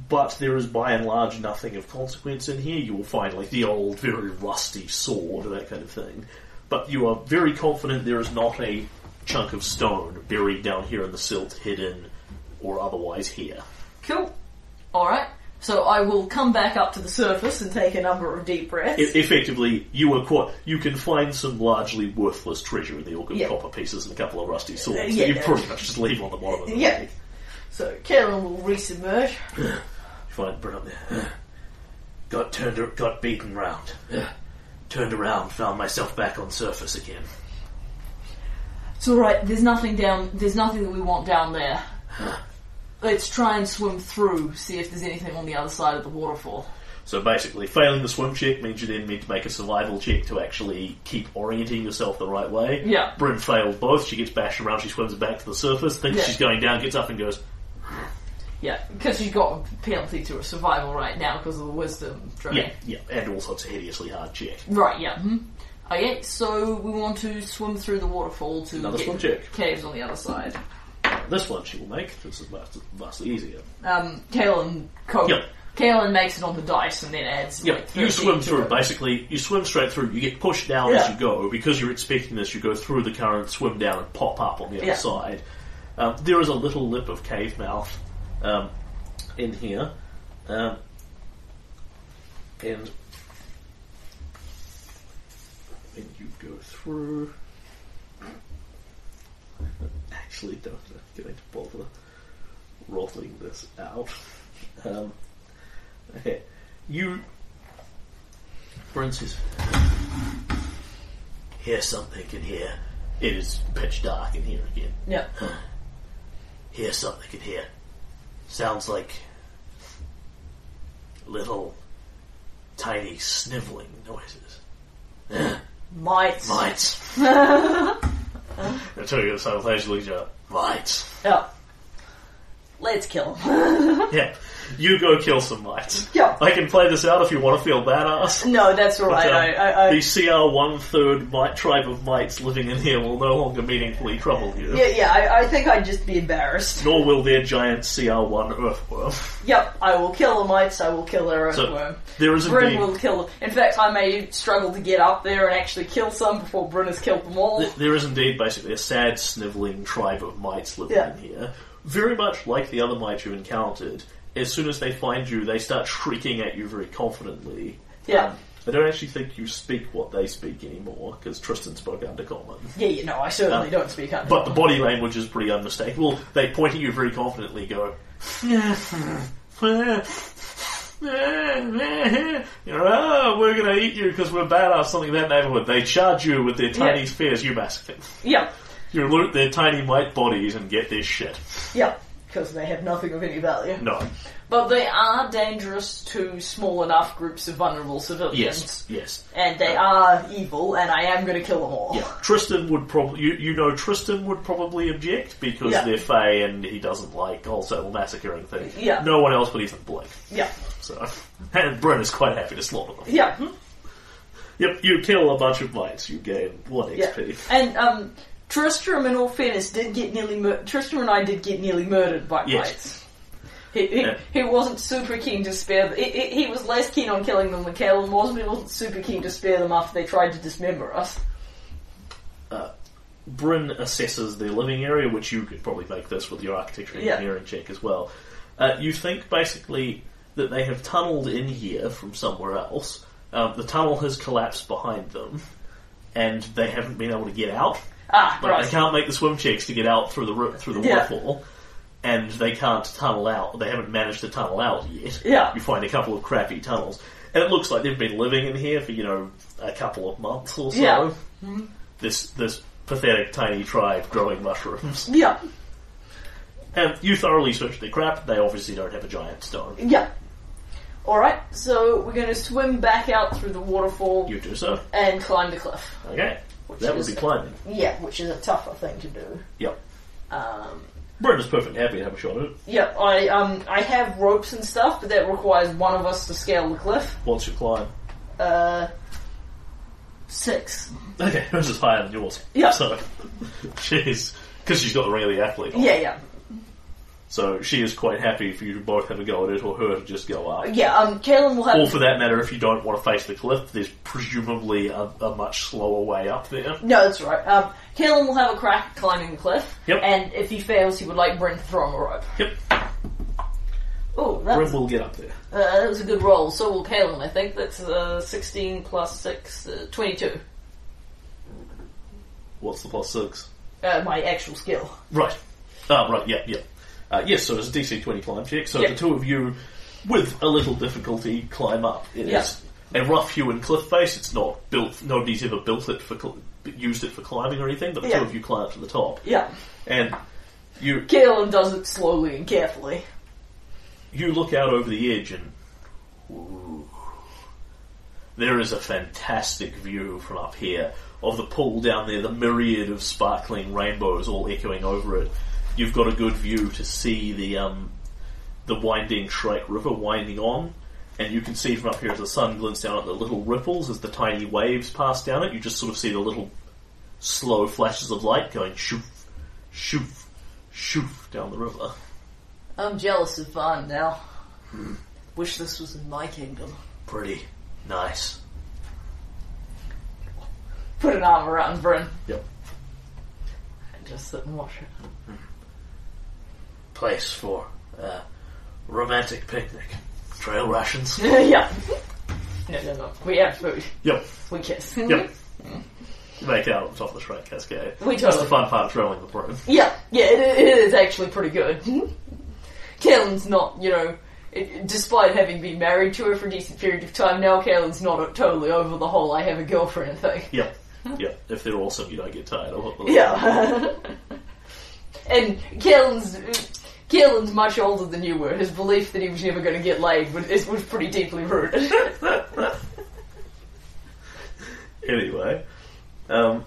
but there is by and large nothing of consequence in here. You will find like the old, very rusty sword that kind of thing, but you are very confident there is not a chunk of stone buried down here in the silt, hidden or otherwise here.
Cool. All right. So I will come back up to the surface.
Surface and take a number of deep breaths.
E- effectively, you are quite, you can find some largely worthless treasure in the orc of
Yeah. Uh,
copper pieces and a couple of rusty swords
yeah,
that you
yeah.
pretty much just leave on the bottom of the
yeah. So Kaelin will resubmerge.
Find Brun up there. [sighs] Got turned, ar- got beaten round. Turned around, found myself back on surface again.
It's all right. There's nothing down. There's nothing that we want down there. Let's try and swim through. See if there's anything on the other side of the waterfall.
So basically, failing the swim check means you then need to make a survival check to actually keep orienting yourself the right way.
Yeah.
Brim failed both. She gets bashed around. She swims back to the surface. Thinks
Yeah.
she's going down. Gets up and goes.
Yeah, because you've got a penalty to a survival right now because of the wisdom drain.
Yeah, yeah, and also it's a hideously hard check.
Right, yeah. mhm. Okay, so we want to swim through the waterfall to
Another
get
swim check.
caves on the other side.
This one she will make. This is vast- vastly easier.
Um, Kalen, co-
Yep.
Kalen makes it on the dice and then adds.
Yeah,
like,
you
13
swim
to
through.
it.
Basically, you swim straight through. You get pushed down as
Yeah.
you go because you're expecting this. You go through the current, swim down, and pop up on the other
Yeah.
side. Um, there is a little lip of cave mouth um, in here, um, and then you go through. Actually, don't I'm going to bother rolling this out. Um, okay, you Princess. Hear something in here. It is pitch dark in here again.
Yeah.
Hear something in here. Sounds like little tiny sniveling noises. [gasps]
Mites.
Mites. I tell you, so occasionally, just mites.
Yeah. Let's kill [laughs] him.
[laughs] Yeah, you go kill some mites.
Yeah.
I can play this out if you want to feel badass.
No, that's all right.
But, um,
I, I, I,
the CR one third mite tribe of mites living in here will no longer meaningfully trouble you.
yeah, yeah. I, I think I'd just be embarrassed.
Nor will their giant CR one earthworm.
Yep, I will kill the mites. I will kill their
So
earthworm.
there is
Bryn
indeed
will kill them. In fact, I may struggle to get up there and actually kill some before Bryn has killed them all.
there is indeed basically a sad snivelling tribe of mites living
Yeah.
in here. Very much like the other mites you encountered. As soon as they find you, they start shrieking at you very confidently.
Yeah.
I don't actually think you speak what they speak anymore because Tristan spoke undercommon.
Yeah, you know, I certainly
Um,
don't speak up.
But the body language is pretty unmistakable. They point at you very confidently, go, "Ah, you know, oh, we're going to eat you because we're bad or something in that neighborhood. They charge you with their tiny
Yeah.
spears, you massacre them.
yeah,
You loot their tiny white bodies and get their shit.
yeah, because they have nothing of any value.
No.
But they are dangerous to small enough groups of vulnerable civilians.
Yes, yes.
And they are evil, and I am going to kill them all.
Yeah, Tristan would probably you, you know Tristan would probably object because
Yeah.
they're Fey and he doesn't like wholesale massacring things.
Yeah.
no one else but even Blake.
Yeah,
So, [laughs] and Bren is quite happy to slaughter them.
yeah, mhm,
Yep, you kill a bunch of mites, you gain one
yeah.
XP.
And um, Tristram, in all fairness, did get nearly mur- Tristram and I did get nearly murdered by
Yes.
mites. He, he,
Yeah.
he wasn't super keen to spare them. He, he, he was less keen on killing them than Caleb was, but he wasn't super keen to spare them after they tried to dismember us.
Bryn assesses their living area, which you could probably make this with your architecture
Yeah.
engineering check as well. Uh, you think basically that they have tunneled in here from somewhere else. Um, the tunnel has collapsed behind them, and they haven't been able to get out.
Ah,
But they
right.
can't make the swim checks to get out through the ro- through the
Yeah.
waterfall, and they can't tunnel out. They haven't managed to tunnel out yet.
Yeah.
you find a couple of crappy tunnels, and it looks like they've been living in here for you know a couple of months or so.
Yeah.
This this pathetic tiny tribe growing mushrooms,
Yeah,
and you thoroughly search the crap. They obviously don't have a giant stone.
yeah. Alright, so we're going to swim back out through the waterfall
You do so.
and climb the cliff.
Okay, that would
is-
be climbing.
Yeah, which is a tougher thing to do.
Yep.
Um,
Brenda's perfectly happy to have a shot at it.
yeah, I um, I have ropes and stuff, but that requires one of us to scale the cliff.
What's your climb?
Uh, six.
Okay, [laughs] hers is higher than yours.
Yeah.
So, [laughs] she's because she's got the really athlete. on.
Yeah, yeah,
So she is quite happy for you to both have a go at it, or her to just go up.
yeah. Um, Kalen will have.
Or for that matter, if you don't want to face the cliff, there's presumably a, a much slower way up there.
no, that's right. Um, Kalen will have a crack at climbing the cliff.
Yep.
And if he fails, he would like Bryn to throw him a rope.
Yep.
Oh,
Brim
that's, uh,
will get up there.
that
That was a good roll, so will Kalen, I think. That's uh, 16 plus 6, uh, 22.
What's the plus six?
uh, my actual skill.
Right. Ah, right. Yeah, yeah. Uh, yes. So it's a DC twenty climb check. So
Yeah.
the two of you, with a little difficulty, climb up. It is
Yeah.
a rough hewn cliff face. It's not built. Nobody's ever built it for cl- used it for climbing or anything. But the
Yeah.
two of you climb up to the top,
Yeah,
and you
Kalen does it slowly and carefully.
you look out over the edge and. Ooh. There is a fantastic view from up here of the pool down there, the myriad of sparkling rainbows all echoing over it. You've got a good view to see the um, the winding Shrike River winding on, and you can see from up here as the sun glints down at the little ripples as the tiny waves pass down it. You just sort of see the little slow flashes of light going shoof, shoof, shoof down the river.
I'm jealous of Vaughn now. Wish this was in my kingdom.
Pretty nice.
Put an arm around Bryn
Yep.
and just sit and watch her.
Place for uh, romantic picnic. Trail rations.
[laughs] yeah. No, no, no. We have food.
Yep.
We kiss.
Yep. You make out on top of the Shrike Cascade.
We
That's the
totally.
fun part of trailing the [laughs] broom.
Yeah, yeah, it, it is actually pretty good. Caelan's not, you know, it, despite having been married to her for a decent period of time now, Caelan's not uh, totally over the whole I have a girlfriend thing.
Yep. Yep. If they're awesome, you don't get tired of it.
Yeah. [laughs] and Caelan's, Caelan's much older than you were. His belief that he was never going to get laid was, it was pretty deeply rooted. [laughs]
Anyway, um,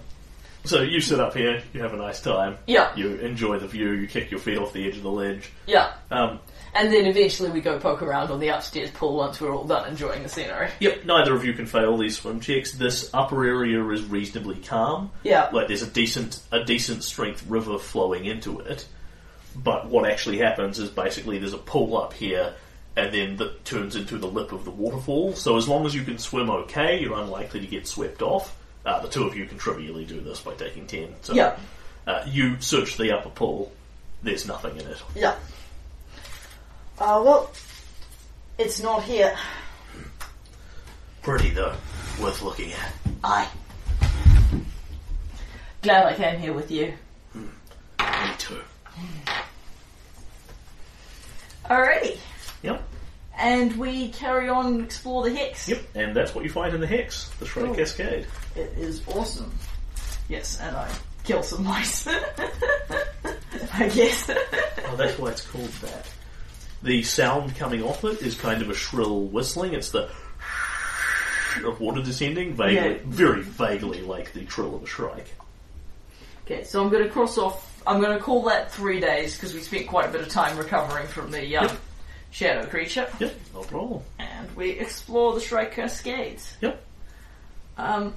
so you sit up here, you have a nice time,
yeah,
you enjoy the view, you kick your feet off the edge of the ledge.
yeah.
Um,
And then eventually we go poke around on the upstairs pool once we're all done enjoying the scenery.
yep, neither of you can fail these swim checks. This upper area is reasonably calm.
Yeah.
Like there's a decent a decent strength river flowing into it. But what actually happens is basically there's a pool up here and then that turns into the lip of the waterfall. So as long as you can swim okay, you're unlikely to get swept off. Uh, the two of you can trivially do this by taking ten. So
Yeah.
uh, you search the upper pool, there's nothing in it.
Yeah. Uh, well, it's not here.
Pretty though, worth looking at.
I. Glad I came here with you.
Me too.
Alrighty.
Yep.
And we carry on and explore the hex.
Yep, and that's what you find in the hex, the Shrike
Cool.
Cascade.
It is awesome. Yes, and I kill some mice. [laughs] I guess.
Oh, that's why it's called that. The sound coming off it is kind of a shrill whistling. It's the of water descending, vaguely,
Yeah.
very vaguely like the trill of a shrike.
okay, so I'm going to cross off. I'm going to call that three days because we spent quite a bit of time recovering from the um,
Yep.
shadow creature.
Yep, no problem.
And we explore the Shrike Cascades.
Yep,
Um,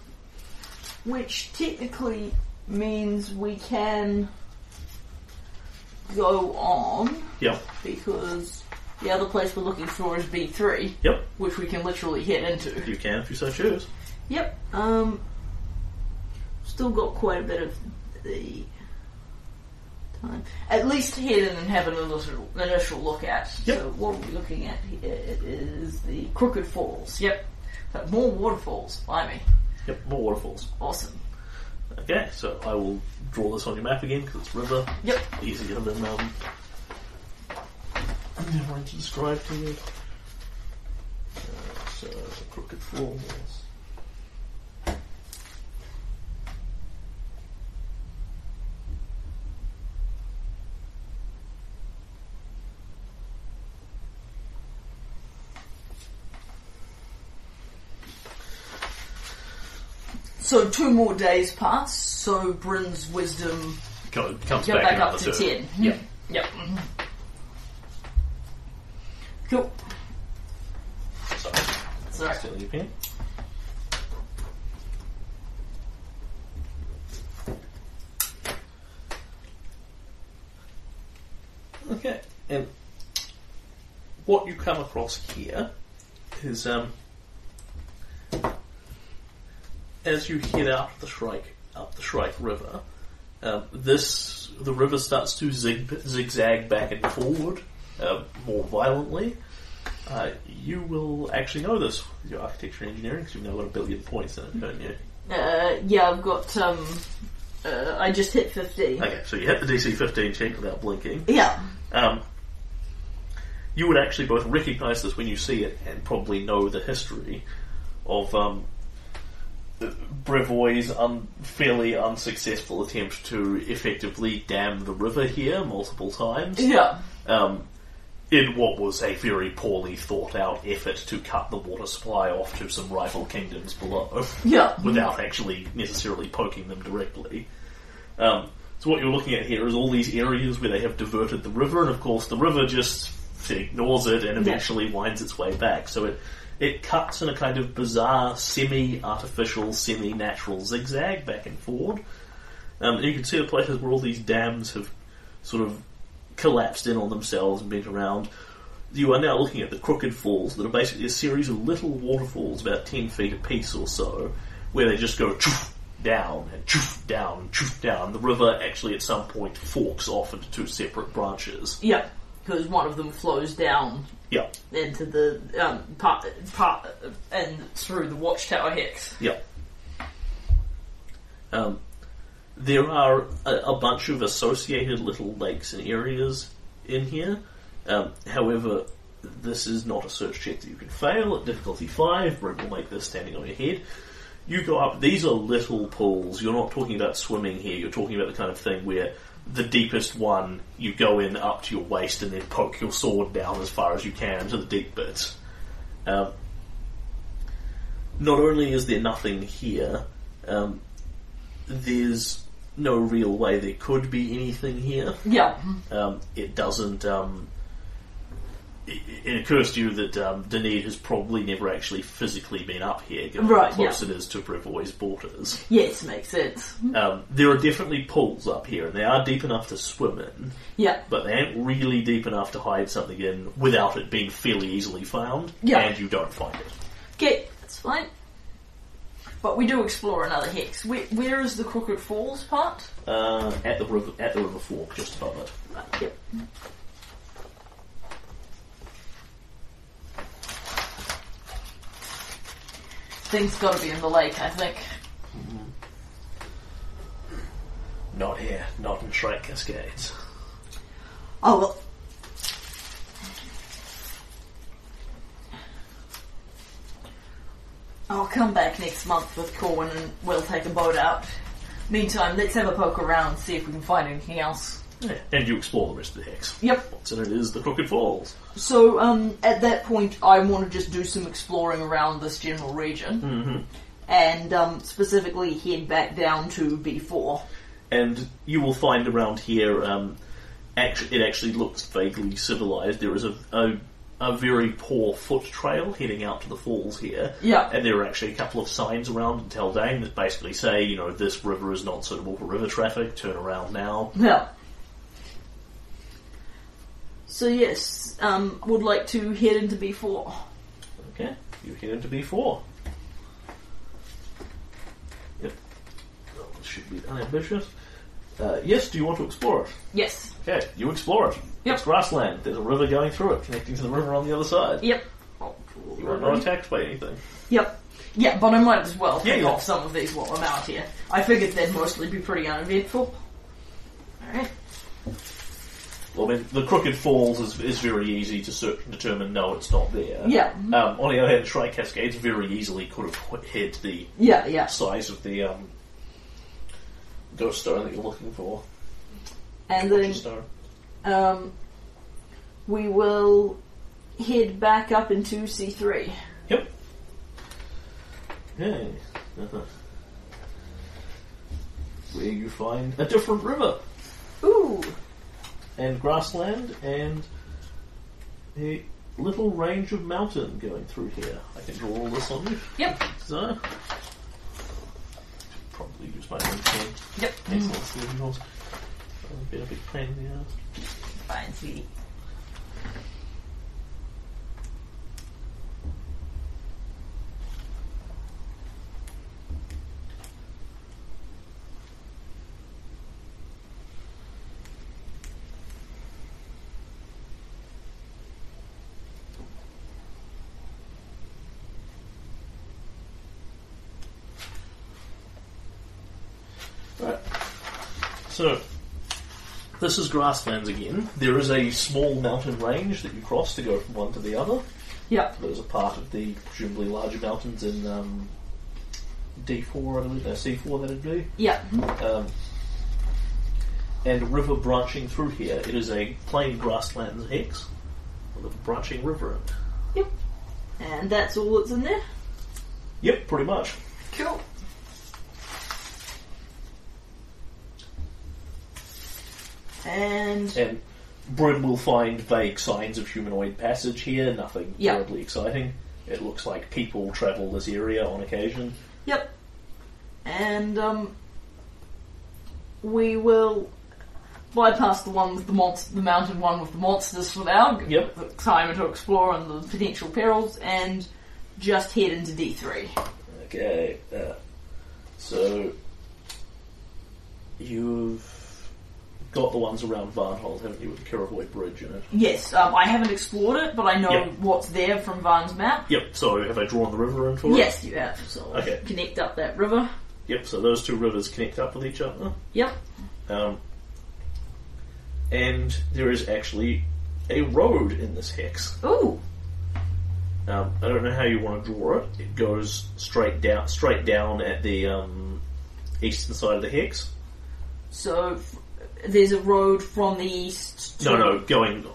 which technically means we can go on
yep,
because the other place we're looking for is B3,
yep.
which we can literally head into.
You can if you so choose.
Yep. Um, still got quite a bit of the time. At least head in and have an initial, initial look at.
Yep.
So what are we looking at here? It is the Crooked Falls. Yep. So more waterfalls. Blimey.
Yep, more waterfalls.
Awesome.
Okay, so I will draw this on your map again because it's river
Yep.
easier than um. I'm never to describe to you. Uh, so crooked falls.
So two more days pass, so Bryn's wisdom
Go, comes
go
back,
back,
another
up to
turn.
ten. Mm-hmm.
Yep.
Yep. Cool.
Sorry.
Sorry.
Still your pen. Okay, and what you come across here is um, as you head out the Shrike up the Shrike River, um, this the river starts to zig, zigzag back and forward uh, more violently. Uh, you will actually know this with your architecture and engineering because you've now got a billion points in it, don't you?
Uh, yeah, I've got um. Uh, I just hit fifteen.
Okay, so you hit the DC 15 check without blinking.
Yeah.
Um, you would actually both recognise this when you see it and probably know the history of um, Brevois' unfairly unsuccessful attempt to effectively dam the river here multiple times.
Yeah.
Um, in what was a very poorly thought out effort to cut the water supply off to some rival kingdoms below
Yeah.
without actually necessarily poking them directly. Um, so what you're looking at here is all these areas where they have diverted the river, and of course the river just ignores it and eventually winds its way back. So it it cuts in a kind of bizarre, semi-artificial, semi-natural zigzag back and forward. Um, and you can see the places where all these dams have sort of collapsed in on themselves and bent around. You are now looking at the crooked falls that are basically a series of little waterfalls about 10 feet apiece or so, where they just go choof down and choof down and choof down. The river actually at some point forks off into two separate branches.
Yeah. Because one of them flows down
Yeah,
into the um, part, part and through the watchtower hex.
yeah. Um, there are a, a bunch of associated little lakes and areas in here. Um, however, this is not a search check that you can fail at difficulty five. Brent will make this standing on your head. You go up. These are little pools. You're not talking about swimming here. You're talking about the kind of thing where the deepest one you go in up to your waist and then poke your sword down as far as you can to the deep bits. Um, not only is there nothing here, um, there's no real way there could be anything here.
Yeah.
Um, it doesn't. Um, it, it occurs to you that um, Dunedin has probably never actually physically been up here, given
Right,
how close
yeah.
it is to Brevois' borders.
Yes, makes sense.
Um, there are definitely pools up here, and they are deep enough to swim in,
Yeah.
but they ain't really deep enough to hide something in without it being fairly easily found,
Yeah.
and you don't find it.
Okay, that's fine. But we do explore another hex. Where, where is the Crooked Falls part?
Uh, at the river, at the river fork, just above it.
Yep. Thing's got to be in the lake, I think.
Not here, not in Shrike Cascades.
Oh well. I'll come back next month with Corwin and we'll take a boat out. Meantime, let's have a poke around and see if we can find anything else.
Yeah, and you explore the rest of the hex.
Yep.
What's in it is the Crooked Falls.
So um, at that point, I want to just do some exploring around this general region,
Mm-hmm.
and um, specifically head back down to B four.
and you will find around here um, act- it actually looks vaguely civilized. There is a, a a very poor foot trail heading out to the falls here.
Yeah.
And there are actually a couple of signs around in Teldane that basically say, you know, this river is not suitable for river traffic, turn around now.
Yeah. So yes, um, would like to head into B four.
Okay, you head into B4. Yep. Well, this should be unambitious. Uh, yes, do you want to explore it?
Yes.
Okay, you explore it.
Yep.
It's grassland. There's a river going through it, connecting to the river on the other side.
Yep.
You are not attacked by anything.
Oh, Yep. Yeah, but I might as well
Yeah,
pick
yeah.
off some of these while I'm out here. I figured they'd mostly be pretty uneventful. Alright.
Well, I mean, the Crooked Falls is, is very easy to search and determine, no, it's not there.
Yeah.
Um, on the other hand, Shrike Cascades very easily could have hid the
Yeah, yeah.
size of the um, ghost stone that you're looking for.
And then
Stone.
um, we will head back up into C3.
Yep. Yeah. Uh-huh. Where you find a different river
Ooh,
and grassland and a little range of mountain going through here. I can draw all this on you.
yep,
So, probably use my own pen.
yep.
Excellent, mm. yours. A bit of a big pain in the ass.
Fine, sweetie.
Right. So, this is grasslands again. There is a small mountain range that you cross to go from one to the other.
Yep,
That is a part of the presumably larger mountains in um, D4, I believe, no, C4 that'd be.
yep,
Um, and a river branching through here. It is a plain grasslands hex. with a branching river.
Yep. And that's all that's in there.
Yep, pretty much.
Cool. And
And Bryn will find vague signs of humanoid passage here, nothing
Yeah.
terribly exciting. It looks like people travel this area on occasion.
Yep. And um, we will bypass the one with the monst- the mounted one with the monsters for now. give
Yep.
The time to explore and the potential perils, and just head into D three.
Okay, uh, so you've got the ones around Varnhold, haven't you, with the Kiravoy Bridge in it?
Yes, um, I haven't explored it, but I know
Yep.
what's there from Varn's map.
Yep, so have I drawn the river in for it?
Yes, you have. So I'll
Okay.
connect up that river.
Yep, so those two rivers connect up with each other.
Yep.
Um, and there is actually a road in this hex.
Ooh.
Um, I don't know how you want to draw it. It goes straight down, straight down at the um, eastern side of the hex.
So f- there's a road from the east. To
No, no, going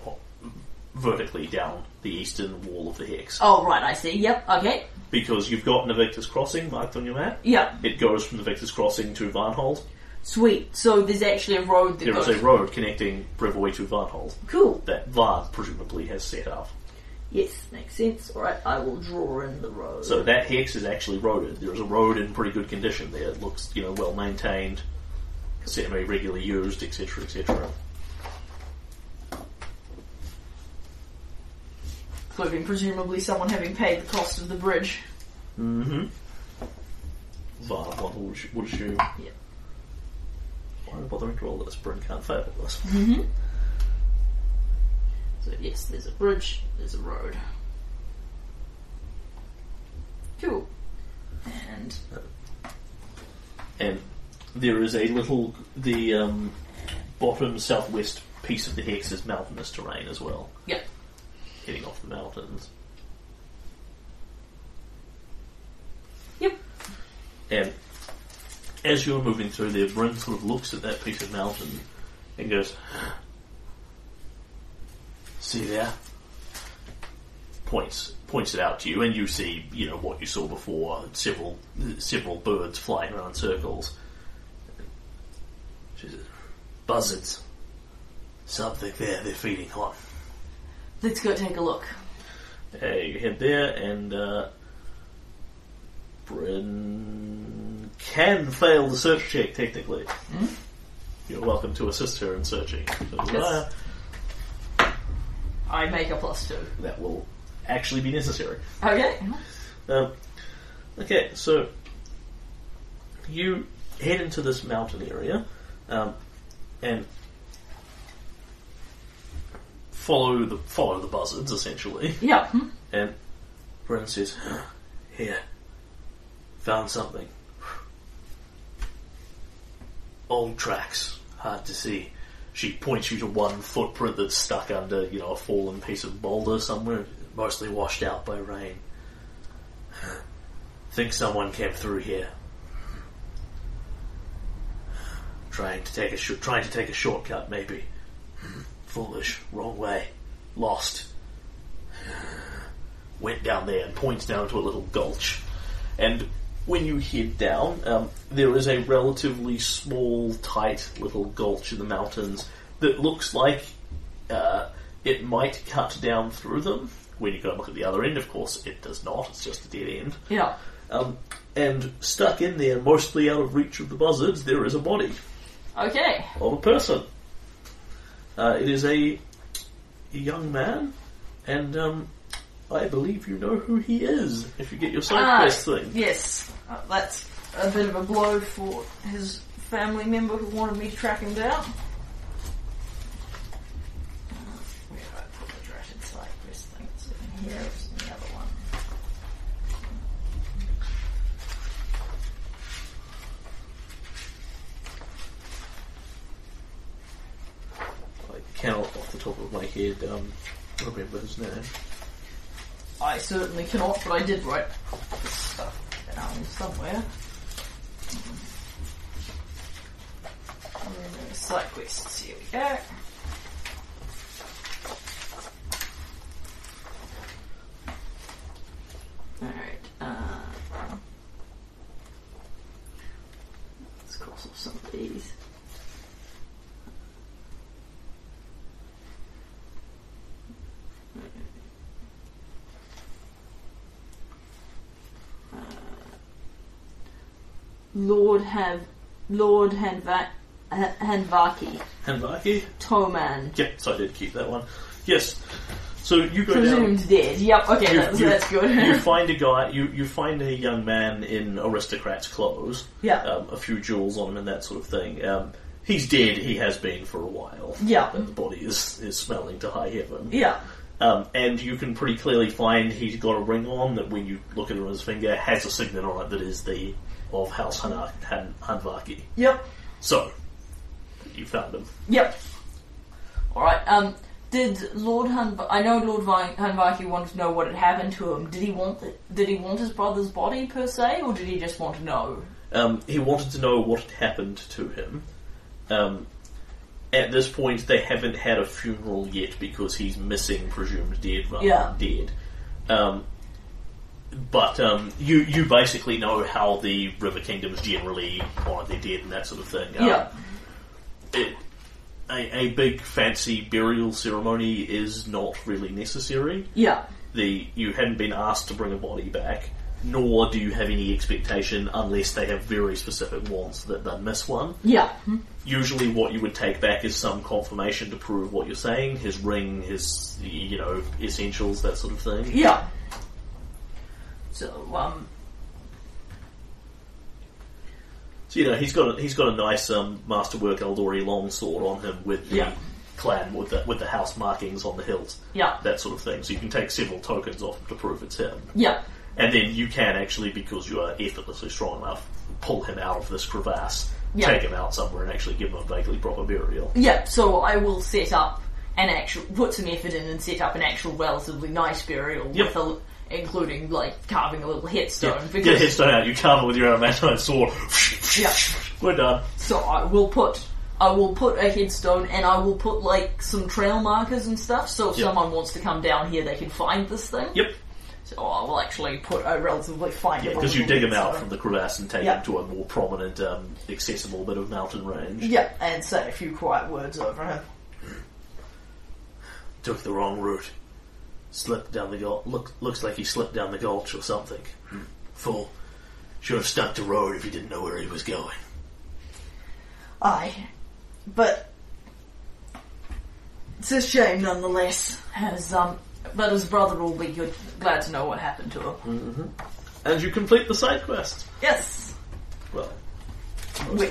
vertically down the eastern wall of the hex.
Oh right, I see. Yep. Okay.
Because you've got Invictus Crossing marked on your map.
Yep.
It goes from the Victor's Crossing to Varnhold.
Sweet. So there's actually a road that
There is
goes.
a road connecting Brevoy to Varnhold
Cool.
that Varn presumably has set up.
Yes, makes sense. All right, I will draw in the road.
So that hex is actually roaded. There is a road in pretty good condition there. It looks, you know, well maintained, semi regularly used, etc., etc.
including presumably someone having paid the cost of the bridge.
Mm-hmm. Varn, one would, would assume.
Yeah.
Why are we bothering to roll this? Bryn can't fail this.
So yes, there's a bridge. There's a road. Cool. And
and there is a little the um, bottom southwest piece of the hex is mountainous terrain as well,
yeah,
heading off the mountains.
yep.
And as you're moving through there, Bryn sort of looks at that piece of mountain and goes, "See there." Points points it out to you, and you see you know what you saw before several several birds flying around in circles. She says, "Buzzards, something there. They're feeding on."
Let's go take a look.
Uh, you head there, and uh, Bryn can fail the search check technically. You're welcome to assist her in searching.
Yes. I make a plus two. Mm-hmm.
That will actually be necessary.
Okay.
Um, okay, so you head into this mountain area um, and follow the follow the buzzards essentially.
Yeah. hmm.
And Bren says, Um, Here, found something. Old tracks, hard to see. She points you to one footprint that's stuck under, you know, a fallen piece of boulder somewhere, mostly washed out by rain. Think someone came through here, trying to take a sh- trying to take a shortcut, maybe. Foolish, wrong way, lost went down there and points down to a little gulch. And when you head down, um, there is a relatively small, tight little gulch in the mountains that looks like uh, it might cut down through them. When you go and look at the other end, of course, it does not. It's just a dead end.
Yeah.
Um, and stuck in there, mostly out of reach of the buzzards, there is a body
Okay.
of a person. Uh, it is a young man, and um, I believe you know who he is if you get your side
Ah,
quest thing.
Yes, Uh, that's a bit of a blow for his family member who wanted me to track him down. Uh, Where did I put the dratted side quest thing? It's in here, it's in the other one.
I cannot, off the top of my head, um, remember his name.
I certainly cannot, but I did write this stuff down somewhere. Um, Side quests, here we go. uh, Lord have Lord Hanva- Ha- Hanvaki
Hanvaki?
Toman,
Yep, so I did keep that one. Yes. So you go down.
presumed dead. Yep. Okay,
You-
that's,
you-
that's good. [laughs]
you find a guy, you, you find a young man in aristocrat's clothes,
Yeah.
um, a few jewels on him and that sort of thing. Um, he's dead, he has been for a while.
Yeah.
And the body is, is smelling to high heaven.
Yeah.
Um, and you can pretty clearly find he's got a ring on that when you look at it on his finger has a signet on it that is the of House Hana- Han- Hanvaki.
Yep.
So, you found him.
Yep.
All right. Um, did Lord Hanva- I know Lord Vi- Hanvaki wanted to know what had happened to him. Did he want the- did he want his brother's body per se, or did he just want to know?
Um, he wanted to know what had happened to him. Um, at this point, they haven't had a funeral yet because he's missing, presumed dead, rather
Yeah.
than dead. Um, but um, you you basically know how the River Kingdoms generally honor their dead and that sort of thing. Um,
Yeah.
it, a, a big fancy burial ceremony is not really necessary
Yeah.
the you hadn't been asked to bring a body back, nor do you have any expectation unless they have very specific wants that they miss one.
Yeah.
Hmm? Usually, what you would take back is some confirmation to prove what you're saying, his ring, his you know essentials, that sort of thing.
Yeah. So um,
So you know he's got a, he's got a nice um, masterwork Eldori longsword on him with the
Yeah.
clan with the with the house markings on the hilt,
yeah,
that sort of thing. So you can take several tokens off him to prove it's him.
yeah,
And then you can actually, because you are effortlessly strong enough, pull him out of this crevasse,
Yeah.
take him out somewhere, and actually give him a vaguely proper burial.
yeah. So I will set up an actual, put some effort in, and set up an actual relatively nice burial
Yep.
with a, l- including like carving a little headstone.
Yeah. Get
Because
his headstone out, you cover with your adamantine sword.
Yeah.
We're done.
So I will put I will put a headstone and I will put like some trail markers and stuff so if
Yep.
someone wants to come down here they can find this thing.
Yep.
So I will actually put a relatively fine
Yeah, because you dig him out from
headstone.
the crevasse and take
Yeah.
him to a more prominent, um, accessible bit of mountain range.
Yeah, and say a few quiet words over him.
[clears throat] Took the wrong route. Slipped down the gulch. Look, looks like he slipped down the gulch or something.
Hmm.
Fool. Should have stuck to road if he didn't know where he was going.
Aye. But it's a shame nonetheless.
As, um but his brother will be good glad to know what happened to him.
And you complete the side quest.
Yes.
Well,
When,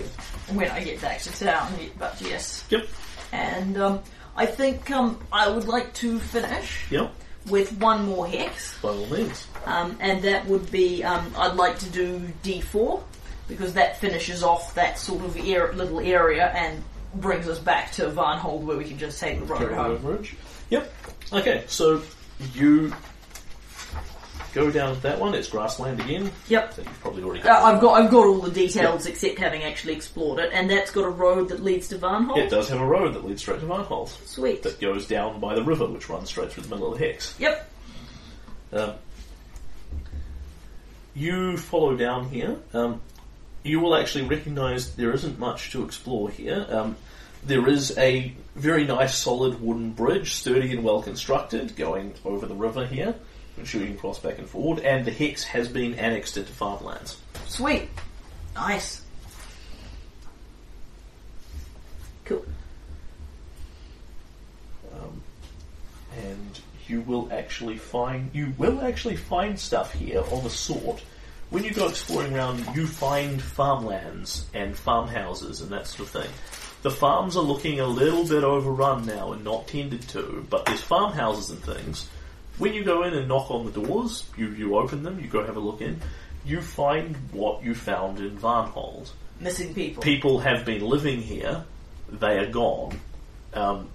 when I get back to town, yeah, but yes.
yep,
And um I think um I would like to finish
yep,
with one more hex.
by all means.
Um, and that would be, um, I'd like to do D4, because that finishes off that sort of air, little area and brings us back to Varnhold where we can just take the road home.
Yep. Okay, so you go down to that one. It's grassland again.
Yep.
So you've probably already
Uh, I've got I've got all the details except having actually explored it, and that's got a road that leads to Varnhold.
It does have a road that leads straight to Varnhold
Sweet.
that goes down by the river, which runs straight through the middle of the hex.
Yep.
Um, you follow down here. Um, you will actually recognise there isn't much to explore here. Um, there is a very nice, solid wooden bridge, sturdy and well constructed, going over the river here. I'm sure you can cross back and forward. And the hex has been annexed into farmlands.
Sweet. Nice. Cool.
and you will actually find you will actually find stuff here of a sort. When you go exploring around, you find farmlands and farmhouses and that sort of thing. The farms are looking a little bit overrun now and not tended to, but there's farmhouses and things. When you go in and knock on the doors, you, you open them, you go have a look in, you find what you found in Varnhold
Missing people.
people have been living here, they are gone. Um,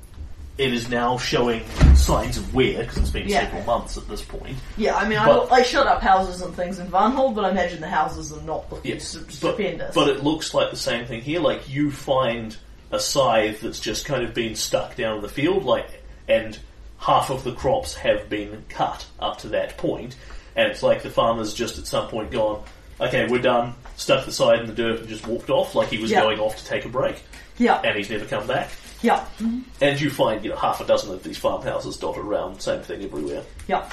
it is now showing signs of wear because it's been
Yeah.
several months at this point.
Yeah, I mean, I,
But-
I shut up houses and things in Varnhold, but I imagine the houses are not looking
Yes,
stu-
but,
stupendous.
but it looks like the same thing here. Like you find a scythe that's just kind of been stuck down in the field, like, and half of the crops have been cut up to that point, and it's like the farmer's just at some point gone. Okay, we're done. Stuck the scythe in the dirt and just walked off, like he was
Yeah.
going off to take a break,
yeah,
and he's never come back.
yeah,
Mm-hmm.
And you find, you know, half a dozen of these farmhouses dotted around, same thing everywhere.
yeah,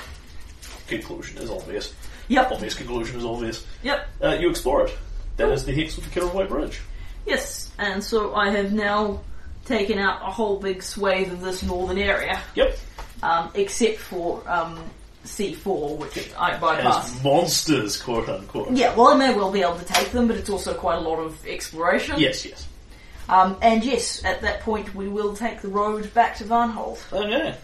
Conclusion is obvious.
Yep.
Obvious conclusion is obvious.
yep.
Uh, you explore it. That is the hex with the Kiraway Bridge.
Yes, and so I have now taken out a whole big swathe of this northern area,
Yep.
um, except for um, C4, which I bypassed.
As monsters, quote unquote.
Yeah, well, I may well be able to take them, but it's also quite a lot of exploration.
Yes, yes.
Um, and yes, at that point we will take the road back to Varnhold,
Okay.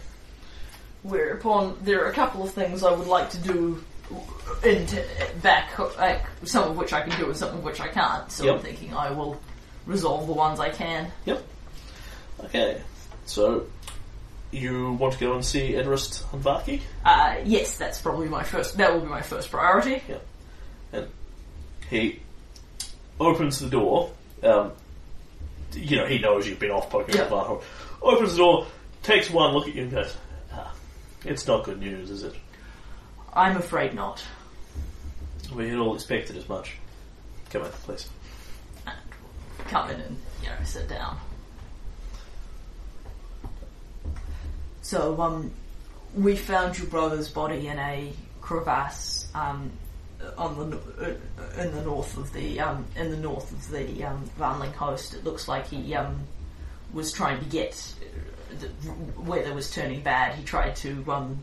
whereupon there are a couple of things I would like to do in t- back, like, some of which I can do and some of which I can't, so I'm
Yep.
thinking I will resolve the ones I can.
Yep. Okay. So, you want to go and see Edrist Hanvaki?
Uh, yes, that's probably my first, that will be my first priority.
And he opens the door. Um, you know, he knows you've been off poking
Yeah.
the bar. Opens the door, takes one look at you and goes, ah, it's not good news, is it?
I'm afraid not.
We had all expected as much. Come in, please.
come in and you know sit down. So um, we found your brother's body in a crevasse um, on the no- uh, in the north of the um, in the north of the um, Vanling coast. It looks like he um, was trying to get uh, the weather was turning bad. He tried to um,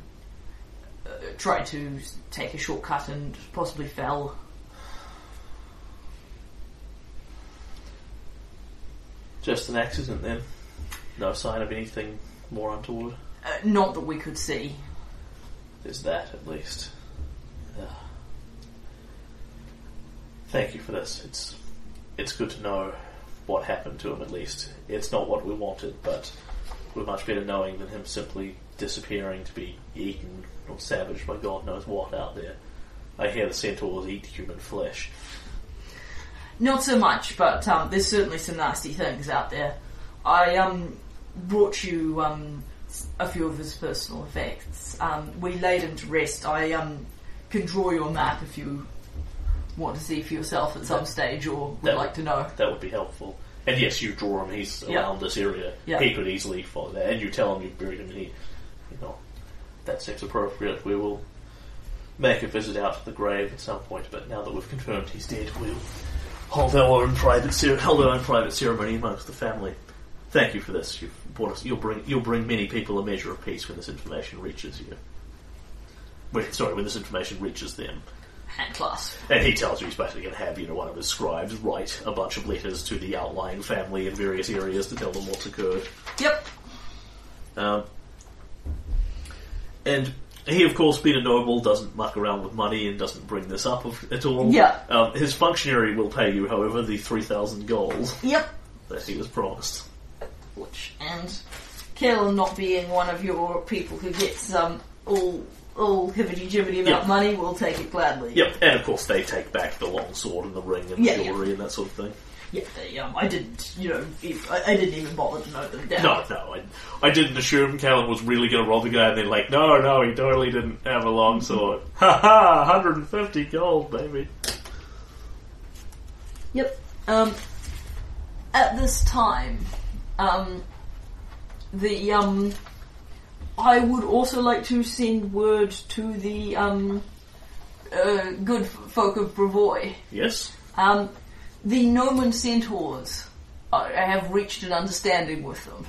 uh, tried to take a shortcut and possibly fell.
Just an accident then. No sign of anything more untoward.
Uh, not that we could see.
There's that, at least. Ah. Thank you for this. It's it's good to know what happened to him, at least. It's not what we wanted, but we're much better knowing than him simply disappearing to be eaten or savaged by God knows what out there. I hear the centaurs eat human flesh.
Not so much, but um, there's certainly some nasty things out there. I um, brought you um, s- a few of his personal effects. Um, we laid him to rest. I um, can draw you a map if you want to see for yourself at some stage or would
that-
like to know.
That would be helpful. And yes, you draw him. He's
Yeah.
around this area.
Yeah.
He could easily follow that. And you tell him you've buried him. And he, you know, that seems appropriate. We will make a visit out to the grave at some point. But now that we've confirmed he's dead, we'll hold our own private cer- hold our own private ceremony amongst the family. Thank you for this. You've brought us. You'll bring you'll bring many people a measure of peace when this information reaches you. When, sorry, when this information reaches them.
Hand clasp.
And he tells you he's basically going to have, you know, one of his scribes write a bunch of letters to the outlying family in various areas to tell them what's occurred.
Yep.
Um, and he, of course, being a noble, doesn't muck around with money and doesn't bring this up of, at all.
Yeah.
Um, his functionary will pay you, however, the 3,000 gold
Yep.
that he was promised.
Which and Kill not being one of your people who gets um, all all hibberty jibbity about
Yeah.
money will take it gladly.
Yep, and of course they take back the long sword and the ring and the
Yeah, yeah.
jewelry and that sort of thing.
Yeah, they, um, I didn't, you know, ev- I, I didn't even bother to note them down.
No, no, I, I didn't assume Callan was really going to rob the guy, and then like, no, no, he totally didn't have a long sword. [laughs] Ha ha, 150 gold, baby.
Yep. Um, at this time, um, the um, I would also like to send word to the um, uh, good f- folk of Bravoy.
Yes,
Um, the Gnomon centaurs, I, I have reached an understanding with them.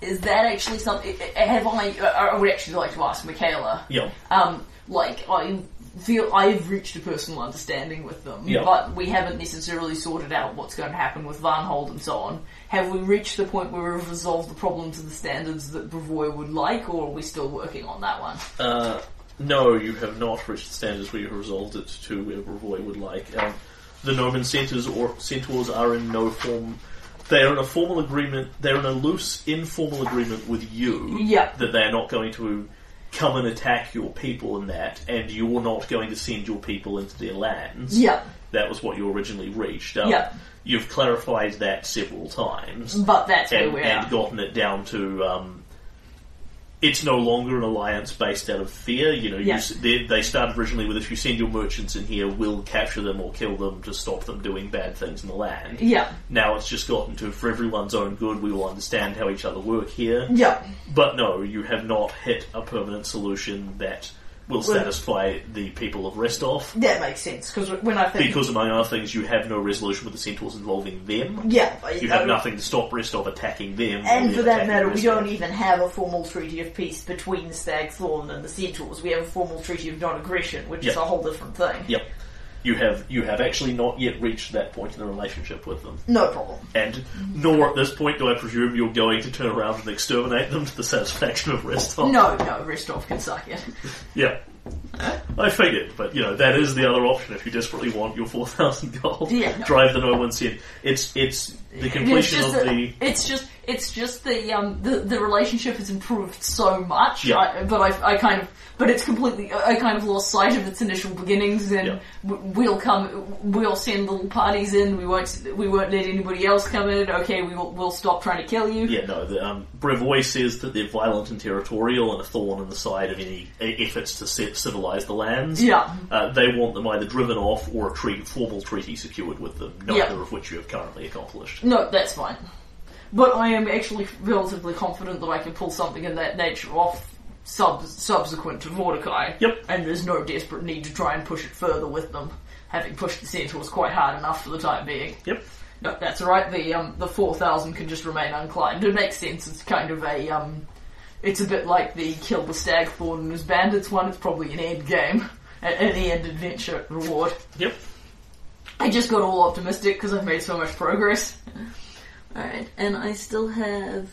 Is that actually something? Have I? uh, I I would actually like to ask Michaela.
yeah,
um, like I feel I've reached a personal understanding with them,
Yeah.
but we haven't necessarily sorted out what's going to happen with Van Hold and so on. Have we reached the point where we've resolved the problem to the standards that Bravoy would like, or are we still working on that one?
Uh, no, you have not reached the standards where you have resolved it to where Bravoy would like. Um, the Norman centaurs or centaurs are in no form. They are in a formal agreement. They're in a loose, informal agreement with you.
Yeah.
That they are not going to come and attack your people in that, and you're not going to send your people into their lands.
Yeah,
That was what you originally reached. Um,
Yeah.
You've clarified that several times
but that's where
and,
we're
and
at.
gotten it down to um, it's no longer an alliance based out of fear. You know, you
Yeah.
s they, they started originally with if you send your merchants in here, we'll capture them or kill them to stop them doing bad things in the land.
Yeah,
Now it's just gotten to for everyone's own good, we will understand how each other work here.
yeah,
But no, you have not hit a permanent solution that will satisfy the people of Restoff.
That makes sense because when I think
Because among other things, you have no resolution with the centaurs involving them.
yeah, I-
You have
I-
nothing to stop Restoff attacking them. or
And
them
for that
attacking
matter, we
Restov.
don't even have a formal treaty of peace between Stagthorn and the Centaurs. We have a formal treaty of non-aggression, which is
Yeah.
a whole different thing.
Yep. You have you have actually not yet reached that point in the relationship with them,
No problem.
and nor at this point do I presume you're going to turn around and exterminate them to the satisfaction of Restoff.
No, no, Restov can suck it.
Yeah. I figured, but you know that is the other option if you desperately want your four thousand gold.
Yeah, no.
Drive the no one sin. It's it's the
It's
completion
just,
of
that-
the
it's just it's just the um the, the relationship has improved so much.
Yeah.
I, but I, I kind of but it's completely I I kind of lost sight of its initial beginnings. And
Yeah.
w- we'll come we'll send little parties in. We won't we won't let anybody else come in. Okay, we will we'll stop trying to kill you.
yeah no. The, um, Brevois says that they're violent and territorial and a thorn in the side of any e- efforts to ci- civilize the lands.
Yeah.
Uh, they want them either driven off or a treat, formal treaty secured with them, neither
Yeah.
of which you have currently accomplished.
No, that's fine. But I am actually relatively confident that I can pull something in that nature off sub- subsequent to Vortikai.
Yep.
And there's no desperate need to try and push it further with them, having pushed the centaurs quite hard enough for the time being.
Yep.
No, that's right. The um, the four thousand can just remain unclaimed. It makes sense. It's kind of a um, it's a bit like the kill the stag thorn and his bandits one. It's probably an end game, a- an end adventure reward.
Yep.
I just got all optimistic because I've made so much progress. Alright, and I still have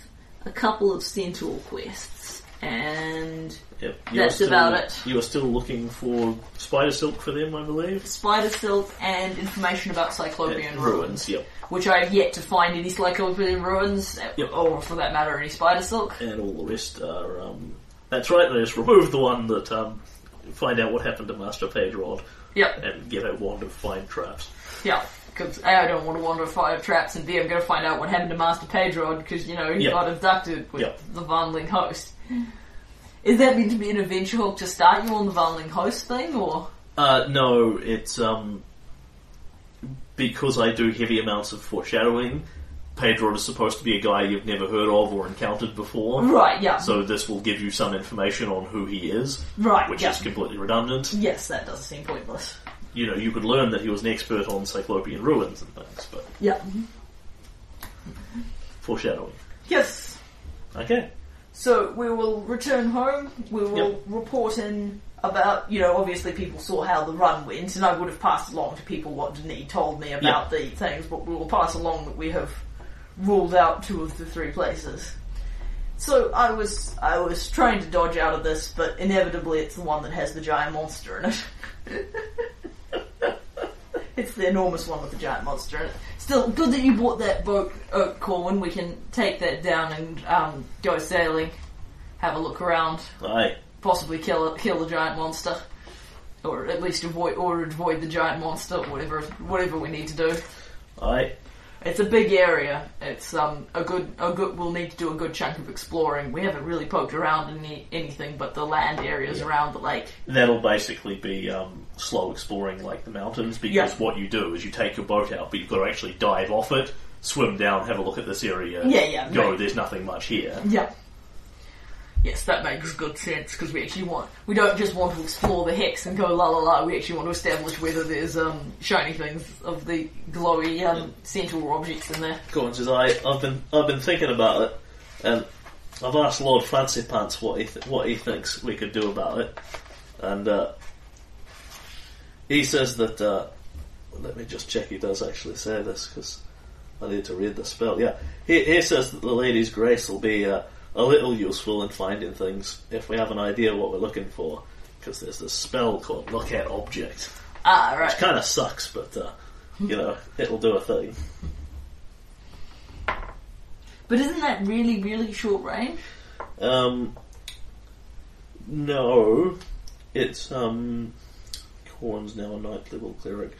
a couple of centaur quests, and
Yep.
That's about it.
You are still looking for spider silk for them, I believe.
spider silk, and information about Cyclopean
Yeah,
ruins,
ruins. Yep.
which I have yet to find any Cyclopean ruins, uh,
Yep.
or for that matter, any spider silk.
and all the rest are. Um, that's right. They just remove the one that um, find out what happened to Master Pedrod
Yep,
and get a wand of fine traps.
yeah. Because I don't want to wander fire traps, and B, I'm going to find out what happened to Master Pedrod because you know he
Yeah.
got abducted with
Yeah.
the Vanling host. Is that meant to be an adventure hook to start you on the Vanling host thing, or
Uh, no, it's um, because I do heavy amounts of foreshadowing. Pedrod is supposed to be a guy you've never heard of or encountered before.
Right, yeah.
So this will give you some information on who he is,
right,
which
yeah.
is completely redundant.
Yes, that does seem pointless.
You know, you could learn that he was an expert on Cyclopean ruins and things, but
Yeah.
foreshadowing.
Yes.
Okay.
So we will return home. We will
Yep.
report in about you know obviously people saw how the run went, and I would have passed along to people what Denis told me about the things, but we will pass along that we have ruled out two of the three places. So I was I was trying to dodge out of this, but inevitably it's the one that has the giant monster in it. [laughs] it's the enormous one with the giant monster in it.
Still, good that you bought that boat, uh, Corwin. We can take that down and um, go sailing, have a look around,
Aye.
possibly kill kill the giant monster, or at least avoid or avoid the giant monster, whatever whatever we need to do.
Aye.
It's a big area. It's um a good a good. We'll need to do a good chunk of exploring. We haven't really poked around any anything but the land areas around the lake.
That'll basically be um, slow exploring like the mountains because
Yeah.
what you do is you take your boat out, but you've got to actually dive off it, swim down, have a look at this area.
Yeah, yeah,
Go,
right.
there's nothing much here.
Yeah. Yes, that makes good sense because we actually want we don't just want to explore the hex and go la la la. We actually want to establish whether there's um, shiny things of the glowy um, central objects in there.
Gordon says, I, I've been I've been thinking about it, and I've asked Lord Fancy Pants what he th- what he thinks we could do about it, and uh, he says that. Uh, let me just check. He does actually say this because I need to read the spell. Yeah, he, he says that the lady's grace will be uh, a little useful in finding things if we have an idea what we're looking for. Because there's this spell called Look at Object.
Ah, right.
Kind of sucks, but uh, you know it'll do a thing.
But isn't that really really short range?
Um, no, it's um, Corn's now a ninth level cleric.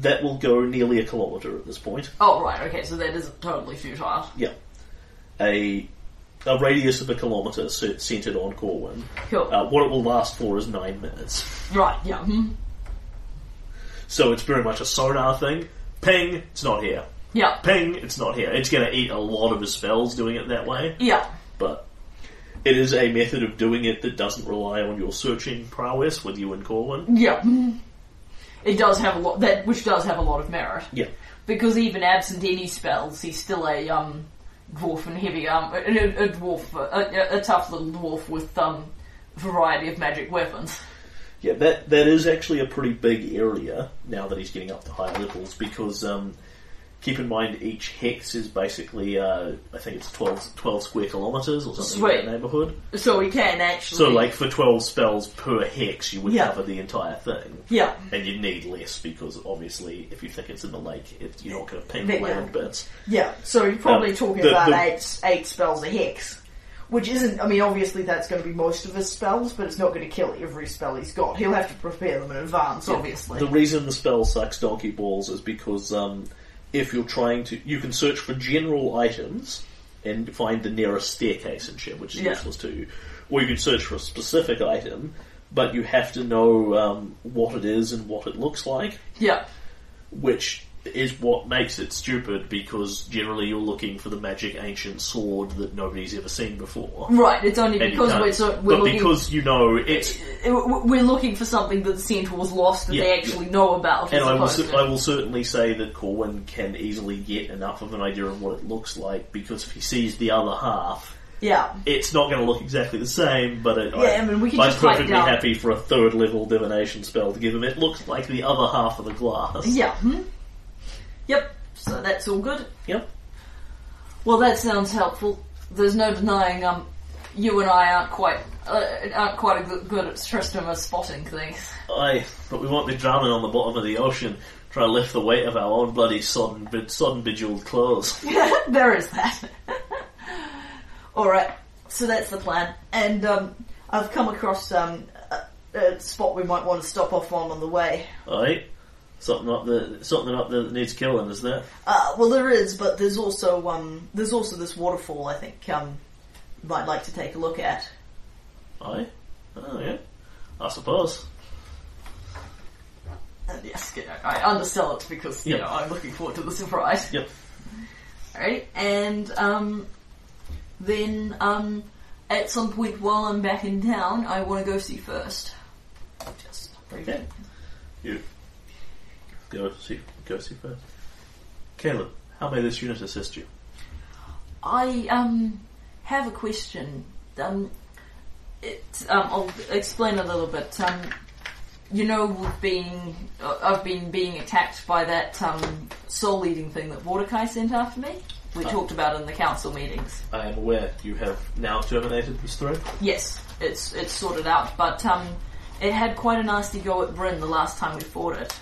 That will go nearly a kilometre at this point.
Oh, right. Okay, so that isn't totally futile.
Yeah, a a radius of a kilometre se- centred on Corwin.
Cool.
Uh, what it will last for is nine minutes.
Right. Yeah. mhm.
So it's very much a sonar thing. Ping, it's not here.
Yeah.
Ping, it's not here. It's going to eat a lot of his spells doing it that way.
Yeah.
But It is a method of doing it that doesn't rely on your searching prowess with you and Corwin.
Yeah. It does have a lot that which does have a lot of merit.
Yeah.
Because even absent any spells, he's still a um dwarf and heavy um a, a, a dwarf a, a, a tough little dwarf with um variety of magic weapons.
Yeah, that that is actually a pretty big area now that he's getting up to higher levels because um, keep in mind each hex is basically uh, I think it's 12, 12 square kilometers or something in
Sweet.
that neighborhood.
So he can actually
So like for twelve spells per hex, you would
Yeah.
cover the entire thing,
yeah.
and you need less because obviously if you think it's in the lake, it, you're not going to ping
Big
land
one.
bits.
Yeah, so you're probably
Um,
talking
the-
about
the-
eight eight spells a hex, which isn't. I mean, obviously that's going to be most of his spells, but it's not going to kill every spell he's got. He'll have to prepare them in advance, obviously.
The reason the spell sucks donkey balls is because um, if you're trying to, you can search for general items and find the nearest staircase and shit, which is
Yeah.
useless to you. Or you can search for a specific item, but you have to know um, what it is and what it looks like,
Yeah.
which is what makes it stupid because generally you're looking for the magic ancient sword that nobody's ever seen before.
Right, it's only
And you
because
can't.
we're so we're
but
looking
because you know it's
we're looking for something that the centaurs lost that
Yeah,
they actually know about.
And
as
I will,
opposed
cer-
to-
I will certainly say that Corwin can easily get enough of an idea of what it looks like because if he sees the other half,
yeah,
it's not going to look exactly the same. But it,
Yeah, I mean, we could
am
just pipe
perfectly
down-
happy for a third level divination spell to give him. It looks like the other half of the glass.
Yeah. Hmm? Yep. So that's all good.
Yep.
Well, that sounds helpful. There's no denying um, you and I aren't quite uh, aren't quite a good, good at Tristram at spotting things. [laughs]
Aye, but we won't be drowning on the bottom of the ocean trying to lift the weight of our own bloody sodden, be- sodden
[laughs]
bejeweled clothes.
there is that. [laughs]
all right. So that's the plan, and um, I've come across um, a, a spot we might want to stop off on on the way.
Aye. Something up the something up there that needs killing, isn't it?
Uh, well, there is, but there's also um, there's also this waterfall. I think um, you might like to take a look at.
Aye. Oh yeah. I suppose.
And yes, you know, I undersell it because you
Yeah.
know I'm looking forward to the surprise.
Yep.
Alright, and um, then um, at some point while I'm back in town, I want to go see first.
Just
Yeah. You go see go see first. Caleb, how may this unit assist you?
I um have a question. Um, it, um, I'll explain a little bit. Um, you know, we've been uh, I've been being attacked by that um, soul-eating thing that Mordecai sent after me. We talked about it in the council meetings.
I am aware you have now terminated this threat.
Yes, it's it's sorted out, but um, it had quite a nasty go at Bryn the last time we fought it,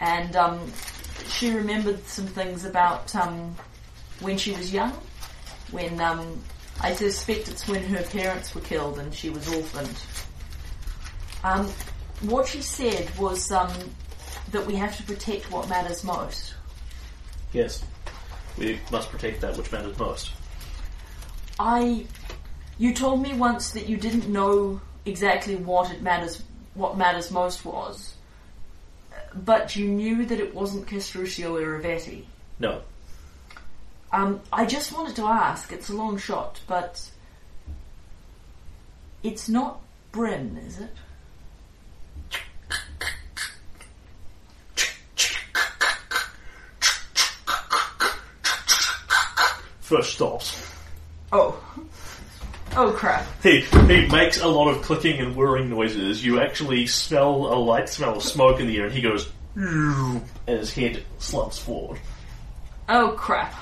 and um, she remembered some things about um, when she was young, when um, I suspect it's when her parents were killed and she was orphaned. Um, what she said was um, that we have to protect what matters most.
Yes. We must protect that which matters most.
I, you told me once that you didn't know exactly what it matters, what matters most was, but you knew that it wasn't Castruccio or Rivetti.
No.
Um, I just wanted to ask. It's a long shot, but it's not Bryn, is it?
First stops.
Oh, oh crap!
He he makes a lot of clicking and whirring noises. You actually smell a light smell of smoke in the air and he goes "Ew," and his head slumps forward.
Oh crap!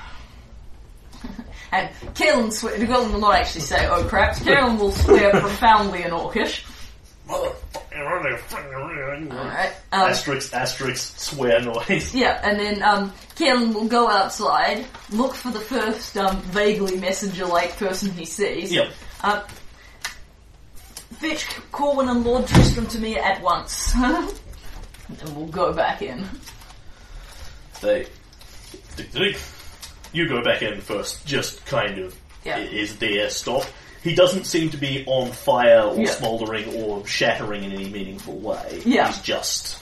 [laughs] and Caelan, swe- Caelan will not actually say "oh crap." Caelan will swear profoundly in Orcish. All right. Um,
Asterisk asterisk swear noise.
Yeah, and then um, Kellen will go outside, look for the first um, vaguely messenger-like person he sees.
Yep.
Uh, fetch Corwin and Lord Tristram to me at once, [laughs] and we'll go back in.
They. You go back in first, just kind of
Yeah.
i- is there, stop. He doesn't seem to be on fire or
Yeah.
smouldering or shattering in any meaningful way.
Yeah.
He's just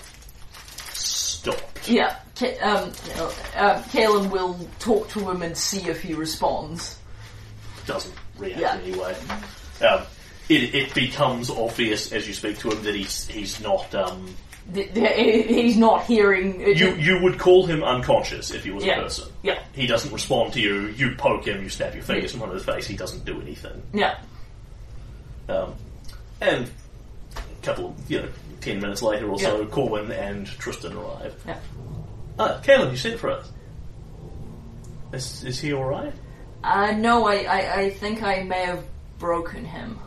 stopped.
Yeah, Ca- um, uh, Kellen will talk to him and see if he responds.
Doesn't react
Yeah.
anyway. Um, it, it becomes obvious as you speak to him that he's he's not. Um,
Th- th- he- He's not hearing. it-
you you would call him unconscious if he was
Yeah.
a person.
Yeah.
He doesn't respond to you. You poke him. You stab your fingers in front of his face. He doesn't do anything.
Yeah.
Um, and a couple, you know, ten minutes later or so,
Yeah.
Corwin and Tristan arrive.
Yeah.
Ah, Caelan, you sent for us. Is, is he alright?
Uh, no, I, I, I think I may have broken him.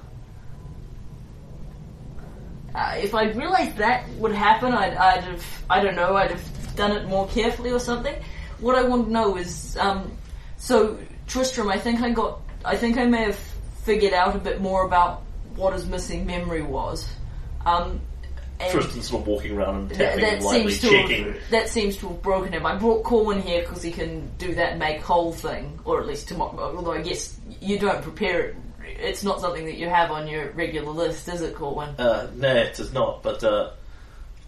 Uh, if I'd realized that would happen, I'd, I'd have, I don't know, I'd have done it more carefully or something. What I want to know is, um, so Tristram, I think I got, I think I may have figured out a bit more about what his missing memory was. Um, and
Tristan's not walking around and
that,
tapping
that
and lightly
seems to
checking.
have, that seems to have broken him. I brought Corwin here because he can do that make whole thing, or at least tomorrow. Although I guess you don't prepare it. It's not something that you have on your regular list, is it, Corwin?
Uh, no, it is not, but uh,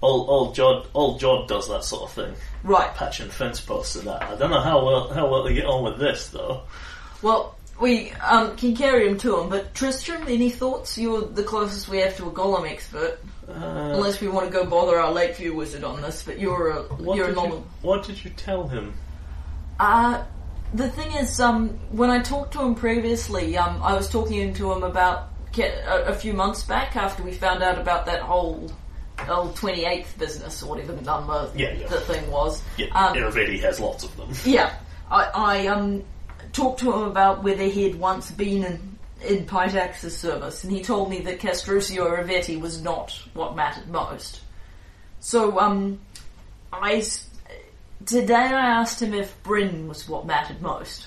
old, old, Jod, old Jod does that sort of thing.
Right.
Patch and fence posts and that. I don't know how well, how well they get on with this, though.
Well, we um, can carry him to him. But Tristram, any thoughts? You're the closest we have to a golem expert,
Uh,
unless we want to go bother our Lakeview wizard on this. But you're a
what,
you're a
did
normal.
you, what did you tell him?
Uh, the thing is, um, when I talked to him previously, um, I was talking to him about ca- a, a few months back after we found out about that whole old 28th business or whatever the number
Yeah, yeah.
the thing was.
Yeah,
Um,
Iravetti has lots of them.
yeah, I, I um, talked to him about whether he had once been in, in Pytax's service, and he told me that Castruccio Rivetti was not what mattered most. So, um, I, s- today I asked him if Bryn was what mattered most.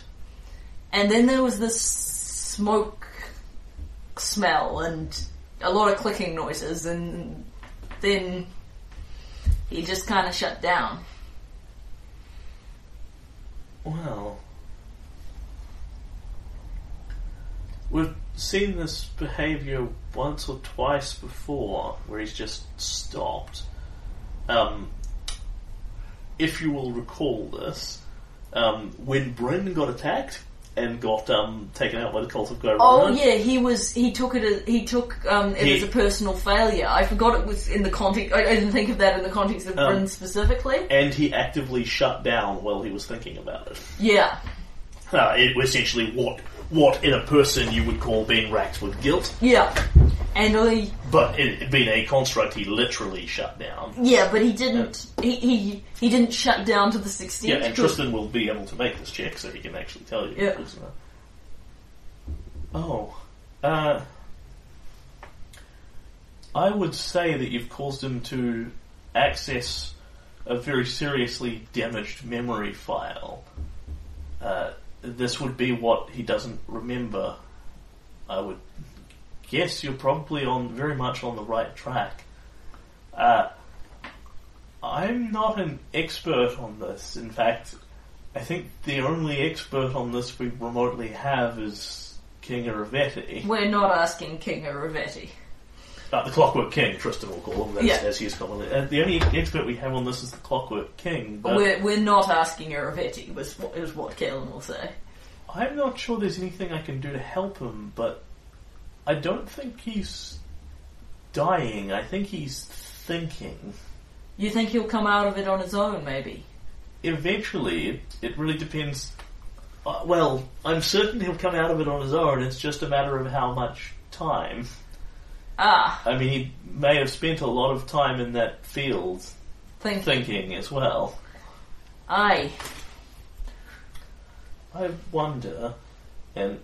And then there was this smoke smell and a lot of clicking noises, and then he just kind of shut down.
Well, we've seen this behavior once or twice before, where he's just stopped. Um, if you will recall this, um, when Bryn got attacked and got um, taken out by the cult of Gorona,
Oh yeah, he was. He took it. As, he took um, it
He-
as a personal failure. I forgot it was in the context. I, I didn't think of that in the context of
Um,
Bryn specifically.
and he actively shut down while he was thinking about it.
Yeah,
Uh, it essentially what what in a person you would call being racked with guilt.
yeah, and I,
But it, being a construct, he literally shut down.
yeah, but he didn't. He, he he didn't shut down to the sixteenth.
Yeah, and Tristan will be able to make this check, so he can actually tell you.
Yeah.
Because, uh, Oh. Uh, I would say that you've caused him to access a very seriously damaged memory file. Uh, this would be what he doesn't remember. I would guess you're probably on very much on the right track. Uh, I'm not an expert on this. In fact, I think the only expert on this we remotely have is King Aravetti.
We're not asking King Rivetti.
Uh, the Clockwork King, Tristan will call him, as,
Yeah.
as he is commonly. Uh, the only expert we have on this is the Clockwork King, but
We're we're not asking Rivetti. Was what is what Kalen will say.
I'm not sure there's anything I can do to help him, but I don't think he's dying. I think he's thinking.
You think he'll come out of it on his own? Maybe.
eventually, it, it really depends. Uh, well, I'm certain he'll come out of it on his own. It's just a matter of how much time.
Ah,
I mean, he may have spent a lot of time in that field
think.
thinking as well.
Aye.
I wonder. And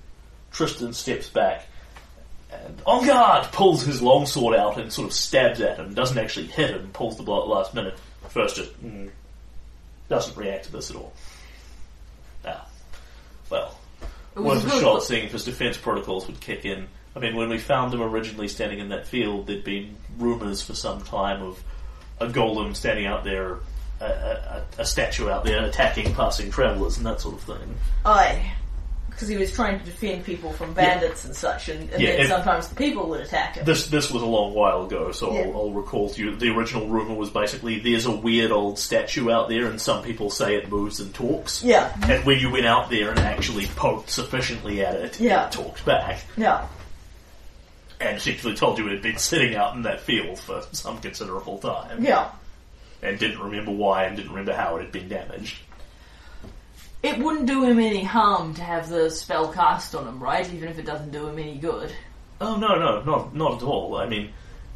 Tristan steps back and, on guard, pulls his longsword out and sort of stabs at him. Doesn't actually hit him, pulls the blow at the last minute. First, just mm, doesn't react to this at all. Ah, well,
It
One
was
of
a
the
good-
shots seeing if his defense protocols would kick in. I mean, when we found him originally standing in that field, there'd been rumors for some time of a golem standing out there, a, a, a- a statue out there attacking passing travelers and that sort of thing.
I. Because he was trying to defend people from bandits and such, and, and
Yeah,
then
and-
sometimes the people would attack him.
This this was a long while ago, so
Yeah.
I'll, I'll recall to you. The original rumor was basically there's a weird old statue out there, and some people say it moves and talks.
yeah,
And when you went out there and actually poked sufficiently at it,
Yeah.
it talked back.
yeah.
and particularly told you it had been sitting out in that field for some considerable time.
Yeah.
And didn't remember why and didn't remember how it had been damaged.
It wouldn't do him any harm to have the spell cast on him, right? Even if it doesn't do him any good.
Oh no, no, not not at all. I mean,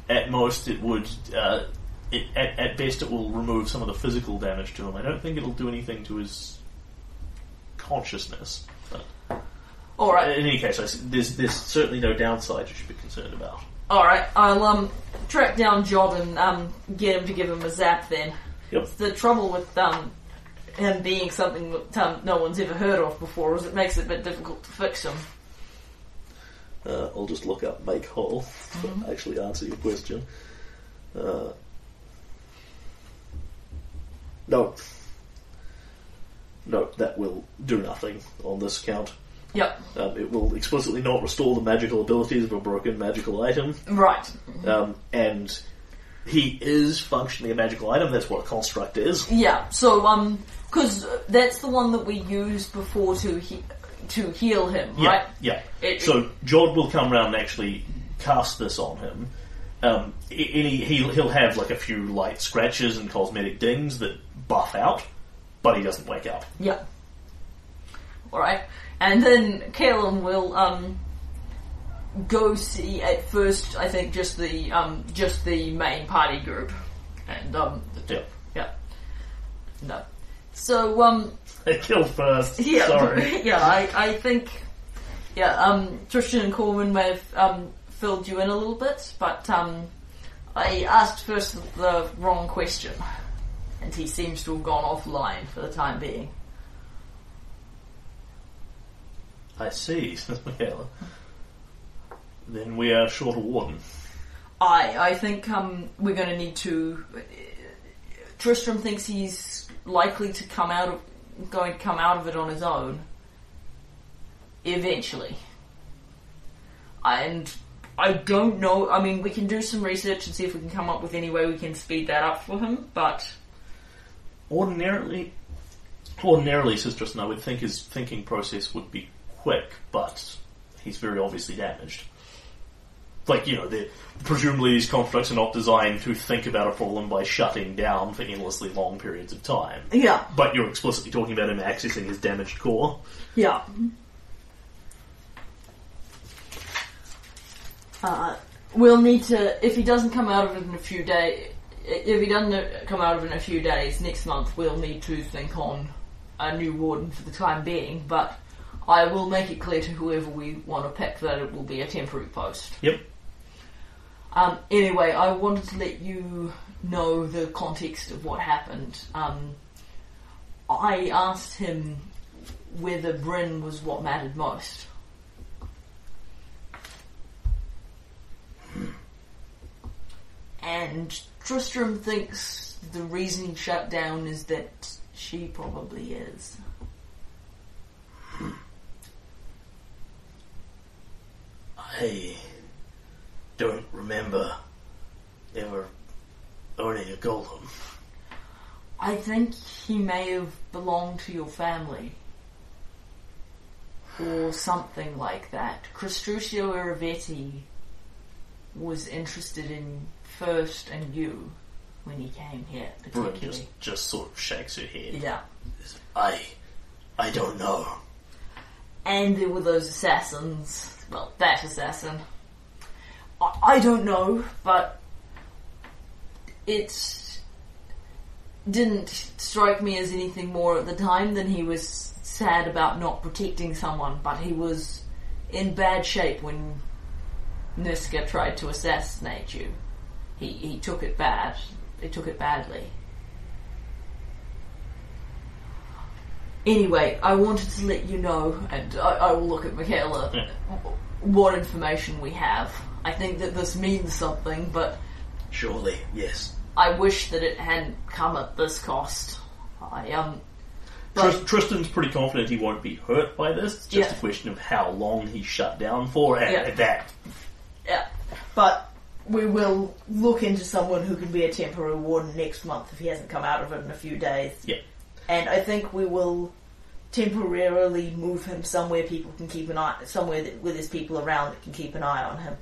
at most it would. Uh, it, at, at best, it will remove some of the physical damage to him. I don't think it'll do anything to his consciousness. But
Alright,
in any case, I s there's there's certainly no downside you should be concerned about.
alright, I'll um track down Jod and um get him to give him a zap then.
Yep.
The trouble with um him being something that um, no one's ever heard of before is it makes it a bit difficult to fix him.
Uh, I'll just look up make whole to
[laughs]
actually answer your question. Uh, no. No, that will do nothing on this count.
Yep.
Um, it will explicitly not restore the magical abilities of a broken magical item,
Right.
um, and he is functionally a magical item. That's what a construct is.
Yeah. So um, because that's the one that we used before to he- to heal him,
Yeah,
right?
yeah.
It-
so Jord will come round and actually cast this on him. Um, i- any he'll, he'll have like a few light scratches and cosmetic dings that buff out, but he doesn't wake up.
Yeah. All right, and then Kalen will um go see at first. I think just the um just the main party group, and um
Yeah,
yeah, no. So um
they [laughs] kill first.
[laughs] Yeah,
Sorry.
yeah, I, I think, yeah, um, Tristan and Corwin may have um, filled you in a little bit, but um, I asked first the wrong question, and he seems to have gone offline for the time being.
I see. [laughs] well, then we are short a warden.
I, I think um, we're going to need to. uh, Tristram thinks he's likely to come out of going to come out of it on his own. Eventually, and I don't know. I mean, we can do some research and see if we can come up with any way we can speed that up for him. But
Ordinarily, ordinarily, says Tristan, I would think his thinking process would be quick, but he's very obviously damaged. Like, you know, they're- presumably these constructs are not designed to think about a problem by shutting down for endlessly long periods of time.
yeah,
But you're explicitly talking about him accessing his damaged core.
Yeah. Uh, we'll need to. If he doesn't come out of it in a few days, if he doesn't come out of it in a few days next month, we'll need to think on a new warden for the time being. But I will make it clear to whoever we want to pick that it will be a temporary post.
Yep.
Um, anyway, I wanted to let you know the context of what happened. Um, I asked him whether Bryn was what mattered most. And Tristram thinks the reason he shut down is that she probably is.
I don't remember ever owning a golem.
I think he may have belonged to your family. Or something like that. Castruccio Iravetti was interested in first and you when he came here,
Bryn
particularly.
just, just sort of shakes her head.
Yeah.
I, I don't know.
And there were those assassins. Well, that assassin. I, I don't know, but it didn't strike me as anything more at the time than he was sad about not protecting someone, but he was in bad shape when Niska tried to assassinate you. He, he took it bad. He took it badly. Anyway, I wanted to let you know, and I, I will look at Michaela,
Yeah.
what information we have. I think that this means something, but
Surely, yes.
I wish that it hadn't come at this cost. I, um. but-
Trist- Tristan's pretty confident he won't be hurt by this. It's just
Yeah.
a question of how long he's shut down for, and
Yeah.
that
yeah.
But we will look into someone who can be a temporary warden next month if he hasn't come out of it in a few days.
Yeah.
And I think we will temporarily move him somewhere people can keep an eye, somewhere that, where there's people around that can keep an eye on him.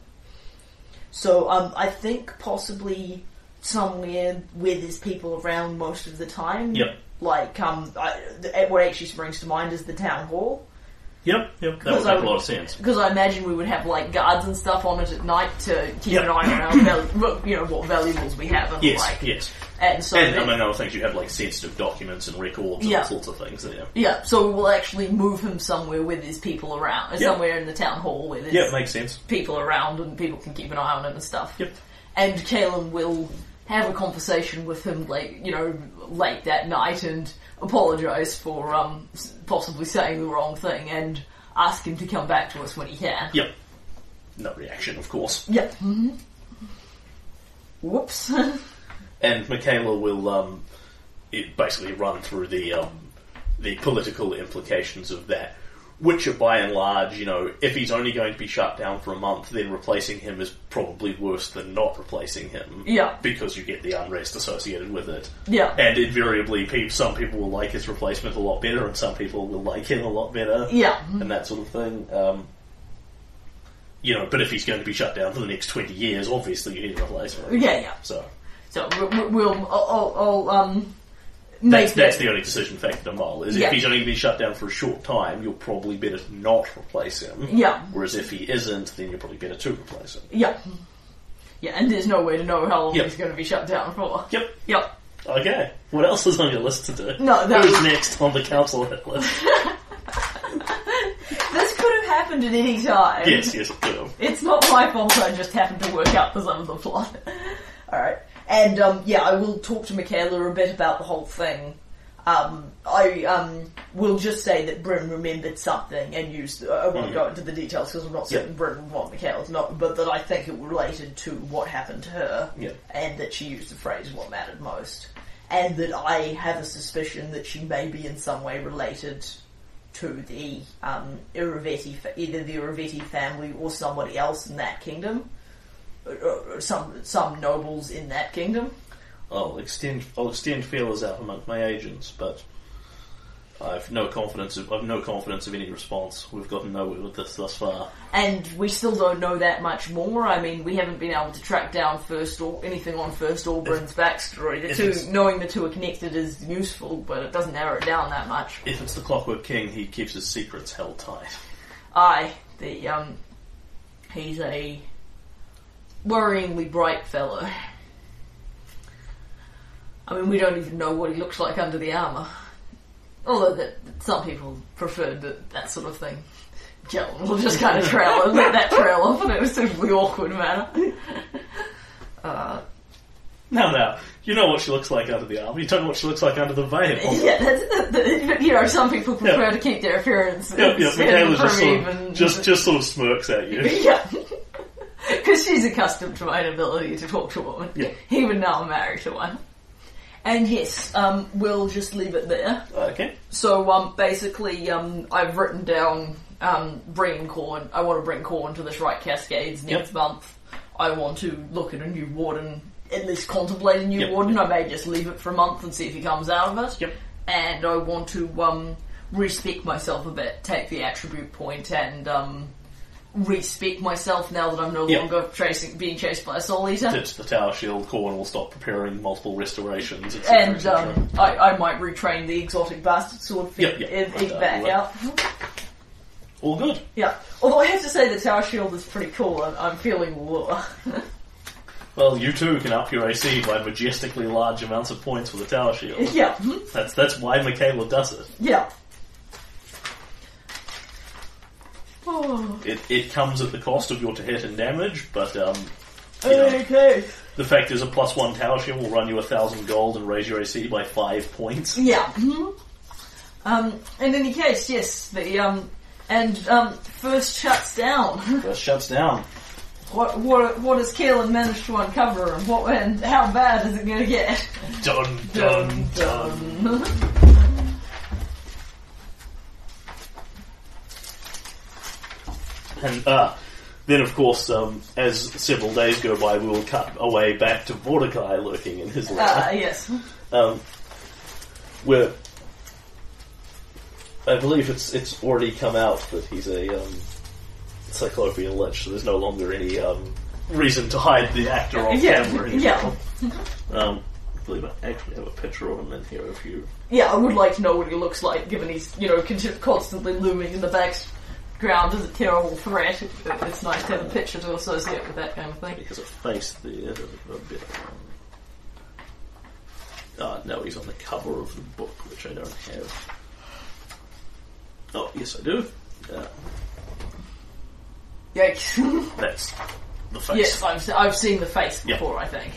So um, I think possibly somewhere where there's people around most of the time.
Yep.
Like um, I, th- what actually springs to mind is the town hall
Yep, yep. That would
I
make a
would-
lot of sense.
Because I imagine we would have like guards and stuff on it at night to keep
Yep.
an eye on
[coughs]
our valu- you know what valuables we have and
Yes,
like
yes.
and so
And
that-
among other things, you have like sensitive documents and records and
Yeah.
all sorts of things there.
yeah so we'll actually move him somewhere where there's people around
Yep.
somewhere in the town hall where there's
Yeah, it makes sense.
people around and people can keep an eye on him and stuff
Yep.
and Kalen will have a conversation with him late you know late that night and apologize for um s- possibly saying the wrong thing and ask him to come back to us when he can
Yep. No reaction, of course.
Yep. Mm-hmm. Whoops. [laughs]
And Michaela will um, it basically run through the um, the political implications of that, which are by and large, you know, if he's only going to be shut down for a month, then replacing him is probably worse than not replacing him.
Yeah.
Because you get the unrest associated with it.
yeah.
And invariably, pe- some people will like his replacement a lot better, and some people will like him a lot better.
Yeah.
and that sort of thing. Um, you know, but if he's going to be shut down for the next 20 years, obviously you need a replacement.
Yeah, yeah.
So,
So we- we- we'll, I'll, I'll, I'll um, make
that's, that's
that-
the only decision factor to mull, is
Yeah.
if he's only going to be shut down for a short time, you're probably better to not replace him.
Yeah.
Whereas if he isn't, then you're probably better to replace him.
yeah, yeah. And there's no way to know how long
Yep.
he's going to be shut down for.
Yep.
Yep.
Okay. What else is on your list to do?
No, that
Who's
was-
next on the council hit
[laughs]
list?
This could have happened at any time.
yes, yes, go.
It's not my fault. I just happened to work out the sum of
[laughs]
the plot.
All right. And um, yeah, I will talk to Michaela a bit about the whole thing. Um, I um, will just say that Bryn remembered something and used. uh, I won't go into the details because I'm not certain
Yeah.
Bryn will want Michaela's not, but that I think it related to what happened to her,
Yeah.
and that she used the phrase "what mattered most," and that I have a suspicion that she may be in some way related to the um, Iravetti, fa- either the Iravetti family or somebody else in that kingdom uh, some some nobles in that kingdom.
I'll extend I'll extend feelers out among my agents, but I've no confidence of I've no confidence of any response. We've gotten nowhere with this thus far.
And we still don't know that much more. I mean, we haven't been able to track down first or anything on first Auburn's backstory. The
if
two,
it's-
knowing the two are connected is useful, but it doesn't narrow it down that much.
If it's the Clockwork King, he keeps his secrets held tight.
I, the um, he's a worryingly bright fellow. I mean, we don't even know what he looks like under the armor. Although that, that some people preferred that, that sort of thing. Gellin will just kind of trail and let that trail off in a suitably awkward manner.
Now, now, you know what she looks like under the armor. You don't know what she looks like under the veil.
yeah, that's, that, that- but, you know, some people prefer
Yeah.
to keep their appearance
Yep, yep.
instead
Michaela
of
just sort
even-
of, just, just sort of smirks at
[laughs]
you.
Yeah. [laughs] Because she's accustomed to my inability to talk to a woman.
Yeah.
Even now I'm married to one. And yes, um, we'll just leave it there.
Okay.
So um, basically, um, I've written down um, bringing corn. I want to bring corn to the Shrike Cascades next
Yep.
month. I want to look at a new warden, at least contemplate a new
Yep.
warden. I may just leave it for a month and see if he comes out of it.
Yep.
And I want to um, respect myself a bit, take the attribute point and um, respect myself now that I'm no
Yep.
longer tracing, being chased by a soul eater.
Ditch the tower shield. Corn will stop preparing multiple restorations. etc.,
And
etc.
um, I, I might retrain the exotic
Exotic bastard sword
Yep, yep.
and
Right, uh,
back
right.
out.
all good.
Yeah. Although I have to say the tower shield is pretty cool. I'm, I'm feeling
[laughs]
war.
Well, you too can up your AC by majestically large amounts of points with the tower
[laughs]
shield.
yeah.
Hmm?
That's that's why Michaela does it.
Yeah.
Oh,
It it comes at the cost of your to hit and damage, but um, you know,
Okay.
the fact is a plus one tower shield will run you a thousand gold and raise your AC by five points.
Yeah. mhm. Um, in any case, yes, the um, and um, first shuts down. [laughs]
First shuts down.
what what what has Keelan managed to uncover, and what and how bad is it going to get?
Dun dun dun.
[laughs]
And uh, then, of course, um, as several days go by, we will cut away back to Mordecai lurking in his lair.
Ah, yes.
um, where I believe it's it's already come out that he's a um, cyclopean lich, so there's no longer any um, reason to hide the actor off
Yeah,
camera. you
yeah.
know. Um, I believe I actually have a picture of him in here if you.
Yeah, I would like to know what he looks like, given he's, you know, conti- constantly looming in the background as a terrible threat. It- It's nice to have a picture to associate with that kind of
He
thing.
has a face there. A bit, um, ah, no, he's on the cover of the book, which I don't have. Oh, yes, I do. Uh,
Yikes.
that's the face.
[laughs] yes, I've, I've seen the face
Yeah.
before, I think.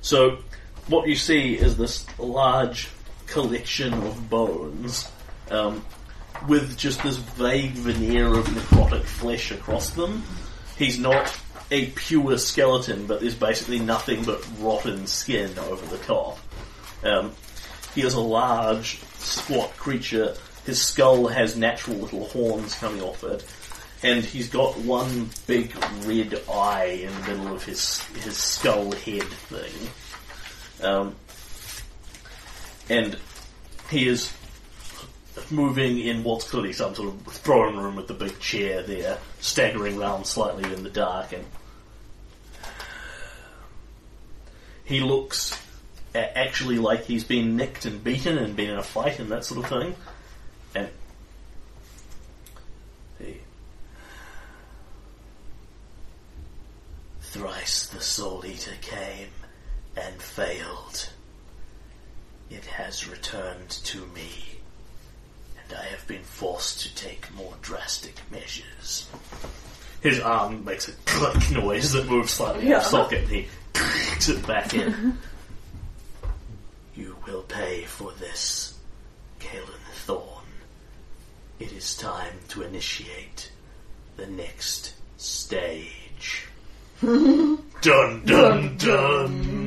So, what you see is this large collection of bones, um, with just this vague veneer of necrotic flesh across them. He's not a pure skeleton, but there's basically nothing but rotten skin over the top. Um, he is a large, squat creature. His skull has natural little horns coming off it, and he's got one big red eye in the middle of his his skull head thing. Um, and he is moving in what's clearly some sort of throne room with the big chair there, staggering round slightly in the dark, and he looks a- actually like he's been nicked and beaten and been in a fight and that sort of thing. And he thrice the Soul Eater came and failed. It has returned to me, and I have been forced to take more drastic measures. His arm makes a click noise that moves slightly out of
Yeah.
socket, and he clicks it back in. you will pay for this, Kalen Thorn. It is time to initiate the next stage. dun dun dun.